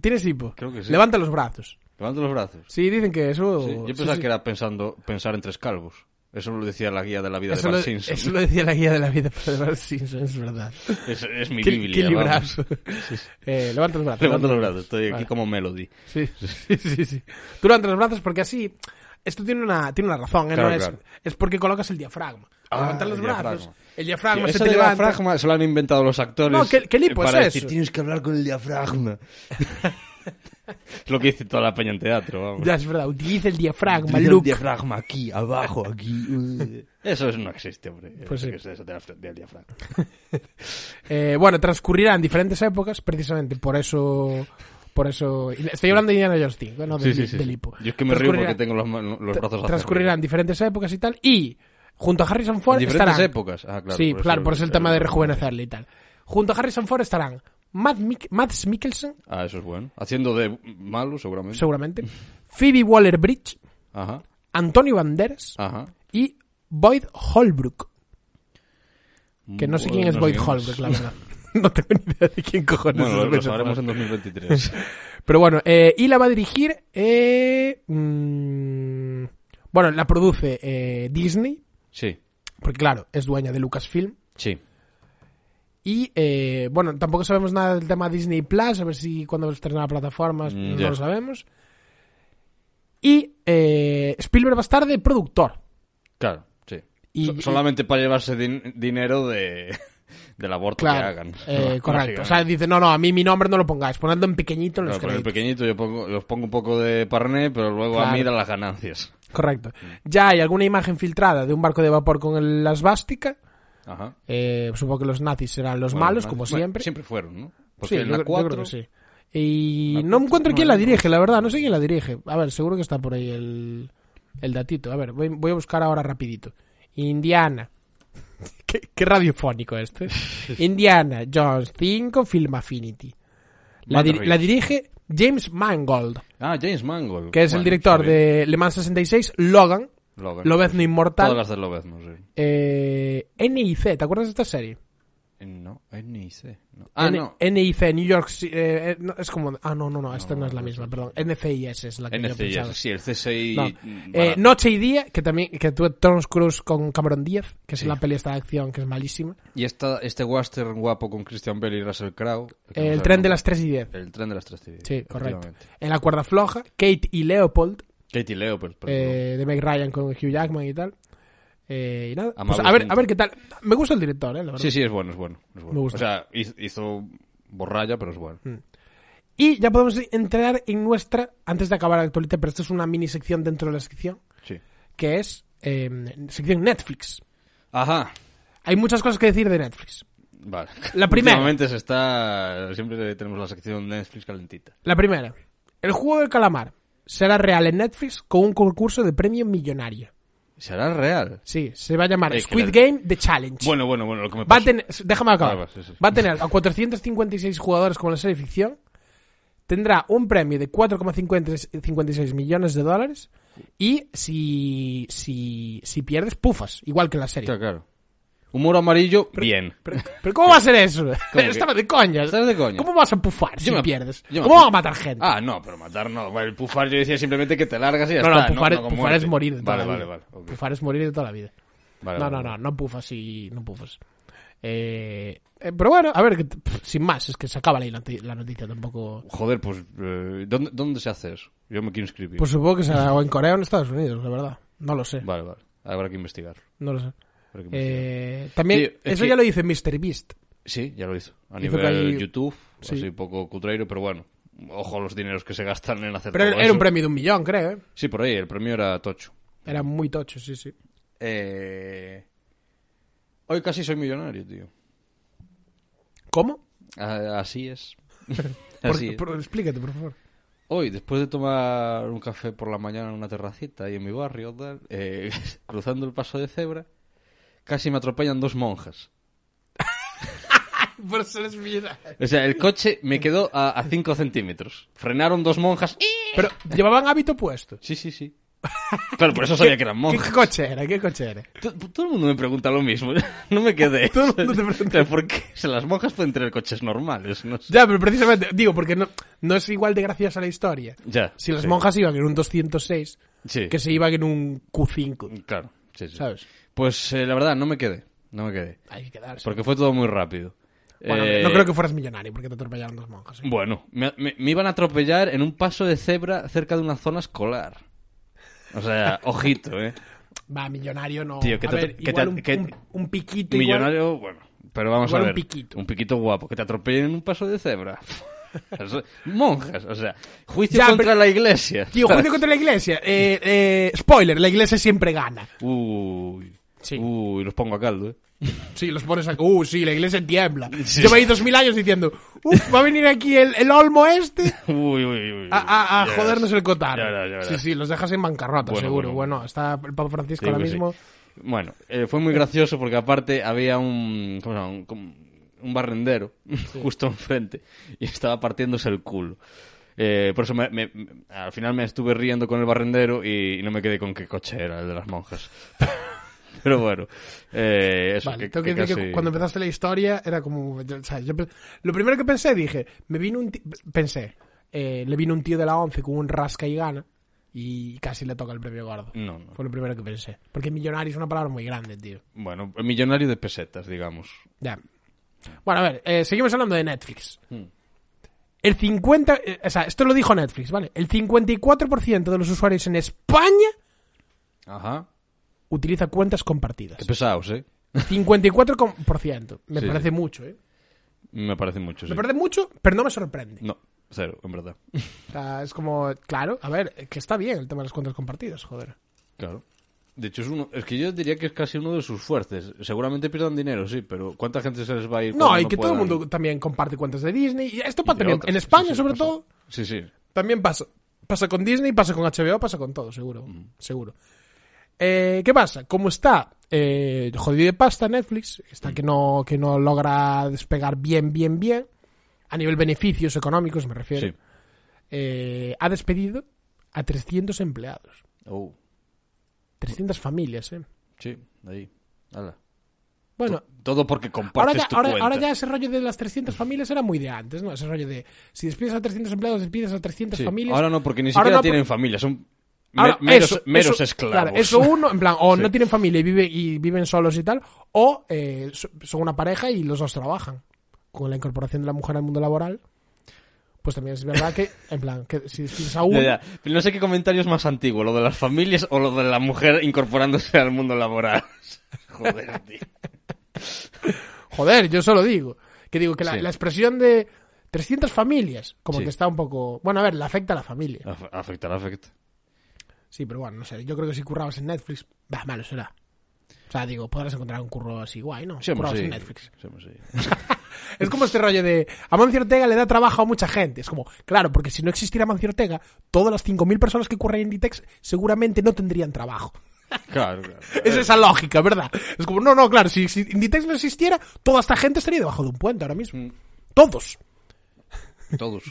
[SPEAKER 1] ¿Tienes hipo?
[SPEAKER 2] Creo que sí.
[SPEAKER 1] Levanta los brazos.
[SPEAKER 2] Levanta los brazos.
[SPEAKER 1] Sí, dicen que eso...
[SPEAKER 2] Sí, Yo
[SPEAKER 1] Oh, sí,
[SPEAKER 2] pensaba
[SPEAKER 1] sí.
[SPEAKER 2] que era pensando pensar en tres calvos. Eso lo decía la guía de la vida
[SPEAKER 1] Eso
[SPEAKER 2] de
[SPEAKER 1] lo,
[SPEAKER 2] Bart Simpson.
[SPEAKER 1] eso lo decía la guía de la vida de Bart Simpson, es verdad.
[SPEAKER 2] Es, es mi
[SPEAKER 1] Qué,
[SPEAKER 2] biblia,
[SPEAKER 1] qué
[SPEAKER 2] vamos.
[SPEAKER 1] librazo. Eh, levanta los brazos.
[SPEAKER 2] Levanto los brazos, estoy aquí
[SPEAKER 1] Vale.
[SPEAKER 2] como Melody.
[SPEAKER 1] Sí, sí, sí, sí. Tú levantas los brazos porque así... Esto tiene una, tiene una razón, ¿eh?
[SPEAKER 2] Claro,
[SPEAKER 1] no es,
[SPEAKER 2] claro.
[SPEAKER 1] es porque colocas el diafragma. Al
[SPEAKER 2] Ah,
[SPEAKER 1] levantar los
[SPEAKER 2] el
[SPEAKER 1] brazos,
[SPEAKER 2] diafragma.
[SPEAKER 1] el diafragma
[SPEAKER 2] Ese
[SPEAKER 1] se te levanta.
[SPEAKER 2] diafragma se lo han inventado los actores.
[SPEAKER 1] No, que- que lipo
[SPEAKER 2] eh, para
[SPEAKER 1] es
[SPEAKER 2] decir,
[SPEAKER 1] eso.
[SPEAKER 2] tienes que hablar con el diafragma. Es lo que dice toda la peña en teatro, vamos.
[SPEAKER 1] Ya es verdad, utiliza el diafragma,
[SPEAKER 2] Utiliza el
[SPEAKER 1] Luke.
[SPEAKER 2] diafragma aquí, abajo, aquí. uy. Eso es- no existe, hombre.
[SPEAKER 1] Pues sí.
[SPEAKER 2] Que es eso del fra- del diafragma.
[SPEAKER 1] Eh, bueno, transcurrirá en diferentes épocas, precisamente por eso. Por eso. Estoy hablando de Indiana Jones 5, no del, del hipo.
[SPEAKER 2] Yo es que me río
[SPEAKER 1] Transcurrirá-
[SPEAKER 2] porque tengo los, man- los brazos hacia
[SPEAKER 1] Transcurrirá en
[SPEAKER 2] arriba.
[SPEAKER 1] diferentes épocas y tal. Y junto a Harrison
[SPEAKER 2] En
[SPEAKER 1] Ford
[SPEAKER 2] diferentes
[SPEAKER 1] estarán.
[SPEAKER 2] épocas. Ah, claro.
[SPEAKER 1] sí, claro, por eso
[SPEAKER 2] eso
[SPEAKER 1] el tema de rejuvenecerle y tal. Junto a Harrison Ford estarán Matt Mik- Mads Mikkelsen,
[SPEAKER 2] Ah, eso es bueno. Haciendo de malo, seguramente.
[SPEAKER 1] seguramente, Phoebe Waller Bridge,
[SPEAKER 2] Ajá,
[SPEAKER 1] Antonio Banderas
[SPEAKER 2] ajá.
[SPEAKER 1] y Boyd Holbrook. Que no sé quién es Boyd
[SPEAKER 2] quién
[SPEAKER 1] Holbrook, la verdad. No tengo ni idea de quién cojones
[SPEAKER 2] Bueno,
[SPEAKER 1] es
[SPEAKER 2] lo, lo
[SPEAKER 1] Boyd
[SPEAKER 2] sabremos
[SPEAKER 1] Holbrook.
[SPEAKER 2] en 2023.
[SPEAKER 1] Pero bueno, eh, y la va a dirigir. eh, mm, bueno, la produce eh, Disney,
[SPEAKER 2] sí,
[SPEAKER 1] porque claro, es dueña de Lucasfilm.
[SPEAKER 2] sí.
[SPEAKER 1] Y eh, bueno, tampoco sabemos nada del tema Disney Plus, a ver si cuando va a estrenar plataformas,
[SPEAKER 2] Mm,
[SPEAKER 1] no
[SPEAKER 2] ya.
[SPEAKER 1] lo sabemos. Y eh, Spielberg va a estar de productor.
[SPEAKER 2] Claro, sí.
[SPEAKER 1] Y-
[SPEAKER 2] So- solamente para llevarse din- dinero de del aborto que
[SPEAKER 1] Claro,
[SPEAKER 2] hagan.
[SPEAKER 1] eh, correcto. O sea,
[SPEAKER 2] Básicamente.
[SPEAKER 1] dice, no, no, a mí mi nombre no lo pongáis, ponedlo en pequeñito en los
[SPEAKER 2] Claro, con el
[SPEAKER 1] créditos.
[SPEAKER 2] pequeñito yo pongo, los pongo un poco de parné, pero luego a
[SPEAKER 1] Claro.
[SPEAKER 2] mí dan las ganancias.
[SPEAKER 1] Correcto. Ya hay alguna imagen filtrada de un barco de vapor con el- la esvástica.
[SPEAKER 2] Ajá.
[SPEAKER 1] Eh, supongo que los nazis serán los
[SPEAKER 2] Bueno,
[SPEAKER 1] malos,
[SPEAKER 2] nazis-
[SPEAKER 1] como
[SPEAKER 2] bueno,
[SPEAKER 1] siempre.
[SPEAKER 2] siempre fueron, ¿no? Porque
[SPEAKER 1] Sí,
[SPEAKER 2] en
[SPEAKER 1] yo,
[SPEAKER 2] la
[SPEAKER 1] yo creo
[SPEAKER 2] 4
[SPEAKER 1] que sí. Y no
[SPEAKER 2] La cuatro,
[SPEAKER 1] encuentro
[SPEAKER 2] no,
[SPEAKER 1] quién la
[SPEAKER 2] no.
[SPEAKER 1] dirige, la verdad, no sé quién la dirige. A ver, seguro que está por ahí el, el datito. A ver, voy, voy a buscar ahora rapidito. Indiana. qué, qué radiofónico este. Indiana Jones 5 Film Affinity. La,
[SPEAKER 2] Manda
[SPEAKER 1] dir-
[SPEAKER 2] Reeves.
[SPEAKER 1] la dirige James Mangold,
[SPEAKER 2] Ah, James Mangold.
[SPEAKER 1] que es
[SPEAKER 2] Bueno,
[SPEAKER 1] el director
[SPEAKER 2] está bien.
[SPEAKER 1] de Le Mans 66, Logan,
[SPEAKER 2] Logan.
[SPEAKER 1] Lobezno
[SPEAKER 2] pues, Todas
[SPEAKER 1] Inmortal,
[SPEAKER 2] las de Lobezno, sí.
[SPEAKER 1] eh, NIC, ¿te acuerdas de esta serie?
[SPEAKER 2] Eh, No, NIC. No. Ah,
[SPEAKER 1] N-
[SPEAKER 2] no.
[SPEAKER 1] NIC, New York Ci- eh, eh, no, es como... Ah, no, no, no, esta no,
[SPEAKER 2] No,
[SPEAKER 1] es la
[SPEAKER 2] no,
[SPEAKER 1] misma,
[SPEAKER 2] no.
[SPEAKER 1] perdón. NCIS es la que yo pensaba.
[SPEAKER 2] NCIS, sí, el CSI.
[SPEAKER 1] No.
[SPEAKER 2] mm,
[SPEAKER 1] Eh,
[SPEAKER 2] barato.
[SPEAKER 1] Noche y Día, que también que tuve Tom Cruise con Cameron Díaz, que es
[SPEAKER 2] Sí.
[SPEAKER 1] la peli esta de acción que es malísima.
[SPEAKER 2] Y esta, este western guapo con Christian Bale y Russell Crowe. que no
[SPEAKER 1] Eh,
[SPEAKER 2] sé
[SPEAKER 1] el
[SPEAKER 2] el
[SPEAKER 1] tren de
[SPEAKER 2] nombre.
[SPEAKER 1] las 3 y 10.
[SPEAKER 2] El tren de las tres teorías,
[SPEAKER 1] Sí, correcto.
[SPEAKER 2] efectivamente.
[SPEAKER 1] En la cuerda floja, Kate y Leopold,
[SPEAKER 2] Katie Leo, pues, pero, pero
[SPEAKER 1] eh, de Meg Ryan con Hugh Jackman y tal. Eh, y nada.
[SPEAKER 2] Amable
[SPEAKER 1] Pues a, ver,
[SPEAKER 2] gente.
[SPEAKER 1] a ver qué tal. Me gusta el director, eh, la verdad.
[SPEAKER 2] Sí, sí, es bueno, es bueno. es bueno.
[SPEAKER 1] Me gusta. Mm.
[SPEAKER 2] O sea, hiz- hizo borralla, pero es bueno.
[SPEAKER 1] Y ya podemos entrar en nuestra, antes de acabar la actualidad, pero esto es una mini sección dentro de la sección,
[SPEAKER 2] Sí.
[SPEAKER 1] que es eh, sección Netflix.
[SPEAKER 2] Ajá.
[SPEAKER 1] Hay muchas cosas que decir de Netflix.
[SPEAKER 2] Vale.
[SPEAKER 1] La primera.
[SPEAKER 2] Últimamente se está... Siempre tenemos la sección Netflix calentita.
[SPEAKER 1] La primera, el juego del calamar será real en Netflix con un concurso de premio millonario.
[SPEAKER 2] ¿Será real?
[SPEAKER 1] Sí, se va a llamar
[SPEAKER 2] Eh, que
[SPEAKER 1] Squid
[SPEAKER 2] la-
[SPEAKER 1] Game The Challenge.
[SPEAKER 2] Bueno, bueno, bueno, lo que me
[SPEAKER 1] va a
[SPEAKER 2] pasó.
[SPEAKER 1] tener, déjame acabar.
[SPEAKER 2] Ah, va, sí, sí.
[SPEAKER 1] Va a tener a 456 jugadores como la serie de ficción. Tendrá un premio de 4,56 millones de dólares. Y si, si, si pierdes, pufas, igual que en la serie.
[SPEAKER 2] Claro, claro. Humor amarillo, bien.
[SPEAKER 1] Pero, pero ¿cómo va a ser eso?
[SPEAKER 2] que-
[SPEAKER 1] Estaba de coña.
[SPEAKER 2] Estás de coña.
[SPEAKER 1] ¿Cómo vas a pufar si
[SPEAKER 2] Yo me-
[SPEAKER 1] pierdes?
[SPEAKER 2] yo me
[SPEAKER 1] ¿Cómo vas a
[SPEAKER 2] pufo.
[SPEAKER 1] matar gente?
[SPEAKER 2] Ah, no, pero matar no. Bueno, El pufar yo decía simplemente que te largas y ya
[SPEAKER 1] no, no,
[SPEAKER 2] está.
[SPEAKER 1] pufar,
[SPEAKER 2] con
[SPEAKER 1] pufar
[SPEAKER 2] muerte.
[SPEAKER 1] es morir de toda
[SPEAKER 2] Vale,
[SPEAKER 1] la
[SPEAKER 2] vale,
[SPEAKER 1] vida.
[SPEAKER 2] vale. ok.
[SPEAKER 1] Pufar es morir de toda la vida.
[SPEAKER 2] Vale,
[SPEAKER 1] No,
[SPEAKER 2] vale,
[SPEAKER 1] no,
[SPEAKER 2] vale.
[SPEAKER 1] no, no pufas y no pufas. Eh, eh, pero bueno, a ver, que t- pf, sin más, es que se acaba la, noti- la noticia tampoco.
[SPEAKER 2] Joder, pues, eh, ¿dónde, ¿dónde se hace eso? Yo me quiero inscribir.
[SPEAKER 1] Pues supongo que será o en Corea o en Estados Unidos, la verdad. No lo sé,
[SPEAKER 2] Vale, vale. Habrá que investigar.
[SPEAKER 1] no lo sé.
[SPEAKER 2] Habrá que investigar.
[SPEAKER 1] Eh, también,
[SPEAKER 2] Tío, es
[SPEAKER 1] eso
[SPEAKER 2] que-
[SPEAKER 1] ya lo dice Mr. Beast.
[SPEAKER 2] Sí, ya lo hizo. A
[SPEAKER 1] Hizo
[SPEAKER 2] nivel
[SPEAKER 1] que hay-
[SPEAKER 2] YouTube,
[SPEAKER 1] Sí.
[SPEAKER 2] así poco cutreiro, pero bueno. Ojo a los dineros que se gastan en hacer
[SPEAKER 1] Pero
[SPEAKER 2] todo
[SPEAKER 1] era
[SPEAKER 2] eso.
[SPEAKER 1] un premio de un millón, creo, ¿eh?
[SPEAKER 2] Sí, por ahí, el premio era tocho.
[SPEAKER 1] Era muy tocho, sí, sí.
[SPEAKER 2] Eh, Hoy casi soy millonario, tío.
[SPEAKER 1] ¿Cómo?
[SPEAKER 2] A- Así es.
[SPEAKER 1] Por-
[SPEAKER 2] Así es.
[SPEAKER 1] por- explícate, por favor.
[SPEAKER 2] Hoy, después de tomar un café por la mañana en una terracita ahí en mi barrio, tal, eh, cruzando el paso de cebra, casi me atropellan dos monjas.
[SPEAKER 1] Por eso les mira.
[SPEAKER 2] O sea, el coche me quedó a 5 centímetros. Frenaron dos monjas.
[SPEAKER 1] Pero llevaban hábito puesto.
[SPEAKER 2] Sí, sí, sí. Claro, por eso sabía que eran
[SPEAKER 1] ¿Qué,
[SPEAKER 2] monjas.
[SPEAKER 1] qué coche era? ¿Qué coche era?
[SPEAKER 2] To- Todo el mundo me pregunta lo mismo. No me quedé.
[SPEAKER 1] Todo el mundo te pregunta.
[SPEAKER 2] Claro, ¿Por qué? O sea, las monjas pueden tener coches normales, no sé.
[SPEAKER 1] Ya, pero precisamente, digo, porque no, no es igual de graciosa la historia.
[SPEAKER 2] Ya.
[SPEAKER 1] Si las
[SPEAKER 2] sí.
[SPEAKER 1] monjas iban en un 206,
[SPEAKER 2] Sí.
[SPEAKER 1] que se iban en un Q5,
[SPEAKER 2] Claro. sí, sí.
[SPEAKER 1] ¿sabes?
[SPEAKER 2] Pues eh, la verdad, no me quedé. No me quedé.
[SPEAKER 1] Hay que quedarse.
[SPEAKER 2] Porque fue todo muy rápido.
[SPEAKER 1] Bueno,
[SPEAKER 2] Eh,
[SPEAKER 1] no creo que fueras millonario porque te atropellaron dos monjas. ¿eh?
[SPEAKER 2] Bueno, me, me- me iban a atropellar en un paso de cebra cerca de una zona escolar. O sea, ojito, ¿eh?
[SPEAKER 1] Va, millonario no.
[SPEAKER 2] Tío, que
[SPEAKER 1] a
[SPEAKER 2] te-
[SPEAKER 1] ver,
[SPEAKER 2] que te-
[SPEAKER 1] igual un,
[SPEAKER 2] que-
[SPEAKER 1] un- un piquito igual-
[SPEAKER 2] Millonario, bueno. Pero vamos
[SPEAKER 1] igual
[SPEAKER 2] a
[SPEAKER 1] un
[SPEAKER 2] ver.
[SPEAKER 1] piquito.
[SPEAKER 2] Un piquito guapo. Que te atropellen en un paso de cebra. Monjas, o sea, juicio
[SPEAKER 1] Ya,
[SPEAKER 2] contra
[SPEAKER 1] pero-
[SPEAKER 2] la iglesia.
[SPEAKER 1] Tío, juicio contra la iglesia. Eh, eh, spoiler, la iglesia siempre gana.
[SPEAKER 2] Uy,
[SPEAKER 1] Sí.
[SPEAKER 2] uy, los pongo a caldo, ¿eh?
[SPEAKER 1] Sí, los pones a... Uh, sí, la iglesia tiembla. Lleva ahí dos mil años diciendo, uff, va a venir aquí el, el olmo este
[SPEAKER 2] Uy, uy, uy.
[SPEAKER 1] a, a- a
[SPEAKER 2] Ya
[SPEAKER 1] jodernos
[SPEAKER 2] verás.
[SPEAKER 1] el cotar.
[SPEAKER 2] Ya verás, ya verás.
[SPEAKER 1] Sí, sí, los dejas en bancarrota,
[SPEAKER 2] Bueno,
[SPEAKER 1] seguro.
[SPEAKER 2] bueno.
[SPEAKER 1] Bueno. está el Papa Francisco
[SPEAKER 2] Te digo
[SPEAKER 1] ahora
[SPEAKER 2] que sí.
[SPEAKER 1] mismo.
[SPEAKER 2] Bueno, eh, fue muy gracioso porque aparte había un, ¿cómo se llama? un, como un barrendero justo enfrente y estaba partiéndose el culo. Eh, por eso me- me- me- al final me estuve riendo con el barrendero y, no me quedé con qué coche era el de las monjas. Pero bueno, eh, eso
[SPEAKER 1] Vale,
[SPEAKER 2] que,
[SPEAKER 1] tengo
[SPEAKER 2] que
[SPEAKER 1] que, decir que
[SPEAKER 2] casi-
[SPEAKER 1] cuando empezaste la historia era como... yo- o sea, yo pe- lo primero que pensé, dije, me vino un... ti- Pensé, eh, le vino un tío de la once con un rasca y gana y casi le toca el premio gordo.
[SPEAKER 2] No, no.
[SPEAKER 1] Fue lo primero que pensé. Porque millonario es una palabra muy grande, tío.
[SPEAKER 2] Bueno, millonario de pesetas, digamos.
[SPEAKER 1] Ya. Bueno, a ver, eh, seguimos hablando de Netflix.
[SPEAKER 2] Mm.
[SPEAKER 1] El 50, eh, o sea, esto lo dijo Netflix, ¿vale? El 54% de los usuarios en España
[SPEAKER 2] Ajá.
[SPEAKER 1] utiliza cuentas compartidas.
[SPEAKER 2] Qué pesados, ¿eh?
[SPEAKER 1] 54%. Me
[SPEAKER 2] Sí,
[SPEAKER 1] parece
[SPEAKER 2] sí.
[SPEAKER 1] mucho, ¿eh?
[SPEAKER 2] Me parece mucho, sí.
[SPEAKER 1] Me parece mucho, pero no me sorprende.
[SPEAKER 2] No, cero, en verdad.
[SPEAKER 1] O sea, es como, claro, a ver, eh, que está bien el tema de las cuentas compartidas, joder.
[SPEAKER 2] Claro. De hecho, es uno. Es que yo diría que es casi uno de sus fuertes. Seguramente pierdan dinero, sí, pero ¿cuánta gente se les va a ir?
[SPEAKER 1] No,
[SPEAKER 2] cuando
[SPEAKER 1] y que todo el
[SPEAKER 2] puedan?
[SPEAKER 1] mundo también comparte cuentas de Disney. Y esto
[SPEAKER 2] Y de
[SPEAKER 1] pasa también.
[SPEAKER 2] otras.
[SPEAKER 1] En
[SPEAKER 2] Sí,
[SPEAKER 1] España,
[SPEAKER 2] sí,
[SPEAKER 1] sobre
[SPEAKER 2] pasa.
[SPEAKER 1] todo,
[SPEAKER 2] Sí, sí.
[SPEAKER 1] También pasa. Pasa con Disney, pasa con HBO, pasa con todo, seguro.
[SPEAKER 2] Mm.
[SPEAKER 1] Seguro. Eh, ¿Qué pasa? Como está eh, jodido de pasta Netflix, está
[SPEAKER 2] Mm.
[SPEAKER 1] que, no, que no logra despegar bien, bien, bien, a nivel beneficios económicos me refiero,
[SPEAKER 2] Sí.
[SPEAKER 1] eh, ha despedido a 300 empleados.
[SPEAKER 2] Oh,
[SPEAKER 1] 300 familias, ¿eh?
[SPEAKER 2] sí, ahí. Hala.
[SPEAKER 1] Bueno,
[SPEAKER 2] To- Todo porque
[SPEAKER 1] ahora
[SPEAKER 2] compartes
[SPEAKER 1] ya,
[SPEAKER 2] tu
[SPEAKER 1] ahora-
[SPEAKER 2] cuenta. Mm.
[SPEAKER 1] ahora ya ese rollo de las 300 familias era muy de antes, ¿no? Ese rollo de si despides a 300 empleados, despides a 300
[SPEAKER 2] Sí,
[SPEAKER 1] familias.
[SPEAKER 2] Ahora no, porque ni
[SPEAKER 1] Ahora
[SPEAKER 2] siquiera
[SPEAKER 1] no,
[SPEAKER 2] tienen familia, son me-
[SPEAKER 1] Ahora,
[SPEAKER 2] meros,
[SPEAKER 1] eso-
[SPEAKER 2] meros
[SPEAKER 1] eso-
[SPEAKER 2] esclavos.
[SPEAKER 1] Claro, eso uno, en plan, o
[SPEAKER 2] Sí.
[SPEAKER 1] no tienen familia y, vive, y viven solos y tal, o eh, so- son una pareja y los dos trabajan. Con la incorporación de la mujer al mundo laboral, pues también es verdad que, en plan, que si despides a uno,
[SPEAKER 2] Ya, ya. Pero no sé qué comentario es más antiguo, lo de las familias o lo de la mujer incorporándose al mundo laboral. Joder, tío.
[SPEAKER 1] joder, yo solo digo, que digo que la,
[SPEAKER 2] Sí.
[SPEAKER 1] la expresión de 300 familias, como
[SPEAKER 2] Sí.
[SPEAKER 1] que está un poco, bueno, a ver, le afecta a la familia.
[SPEAKER 2] Af- Afectará, afecta.
[SPEAKER 1] Sí, pero bueno, no sé, yo creo que si currabas en Netflix, bah, malo será. O sea, digo, podrás encontrar un curro así guay, ¿no?
[SPEAKER 2] Sí, hombre,
[SPEAKER 1] Currabas
[SPEAKER 2] sí.
[SPEAKER 1] en Netflix.
[SPEAKER 2] Sí, hombre, sí.
[SPEAKER 1] Es como este rollo de Amancio Ortega le da trabajo a mucha gente. Es como, claro, porque si no existiera Amancio Ortega, todas las 5.000 personas que curran en Inditex seguramente no tendrían trabajo.
[SPEAKER 2] Claro, claro.
[SPEAKER 1] Es esa lógica, ¿verdad? Es como, no, no, claro, si, si Inditex no existiera, toda esta gente estaría debajo de un puente ahora mismo.
[SPEAKER 2] Mm.
[SPEAKER 1] Todos.
[SPEAKER 2] Todos.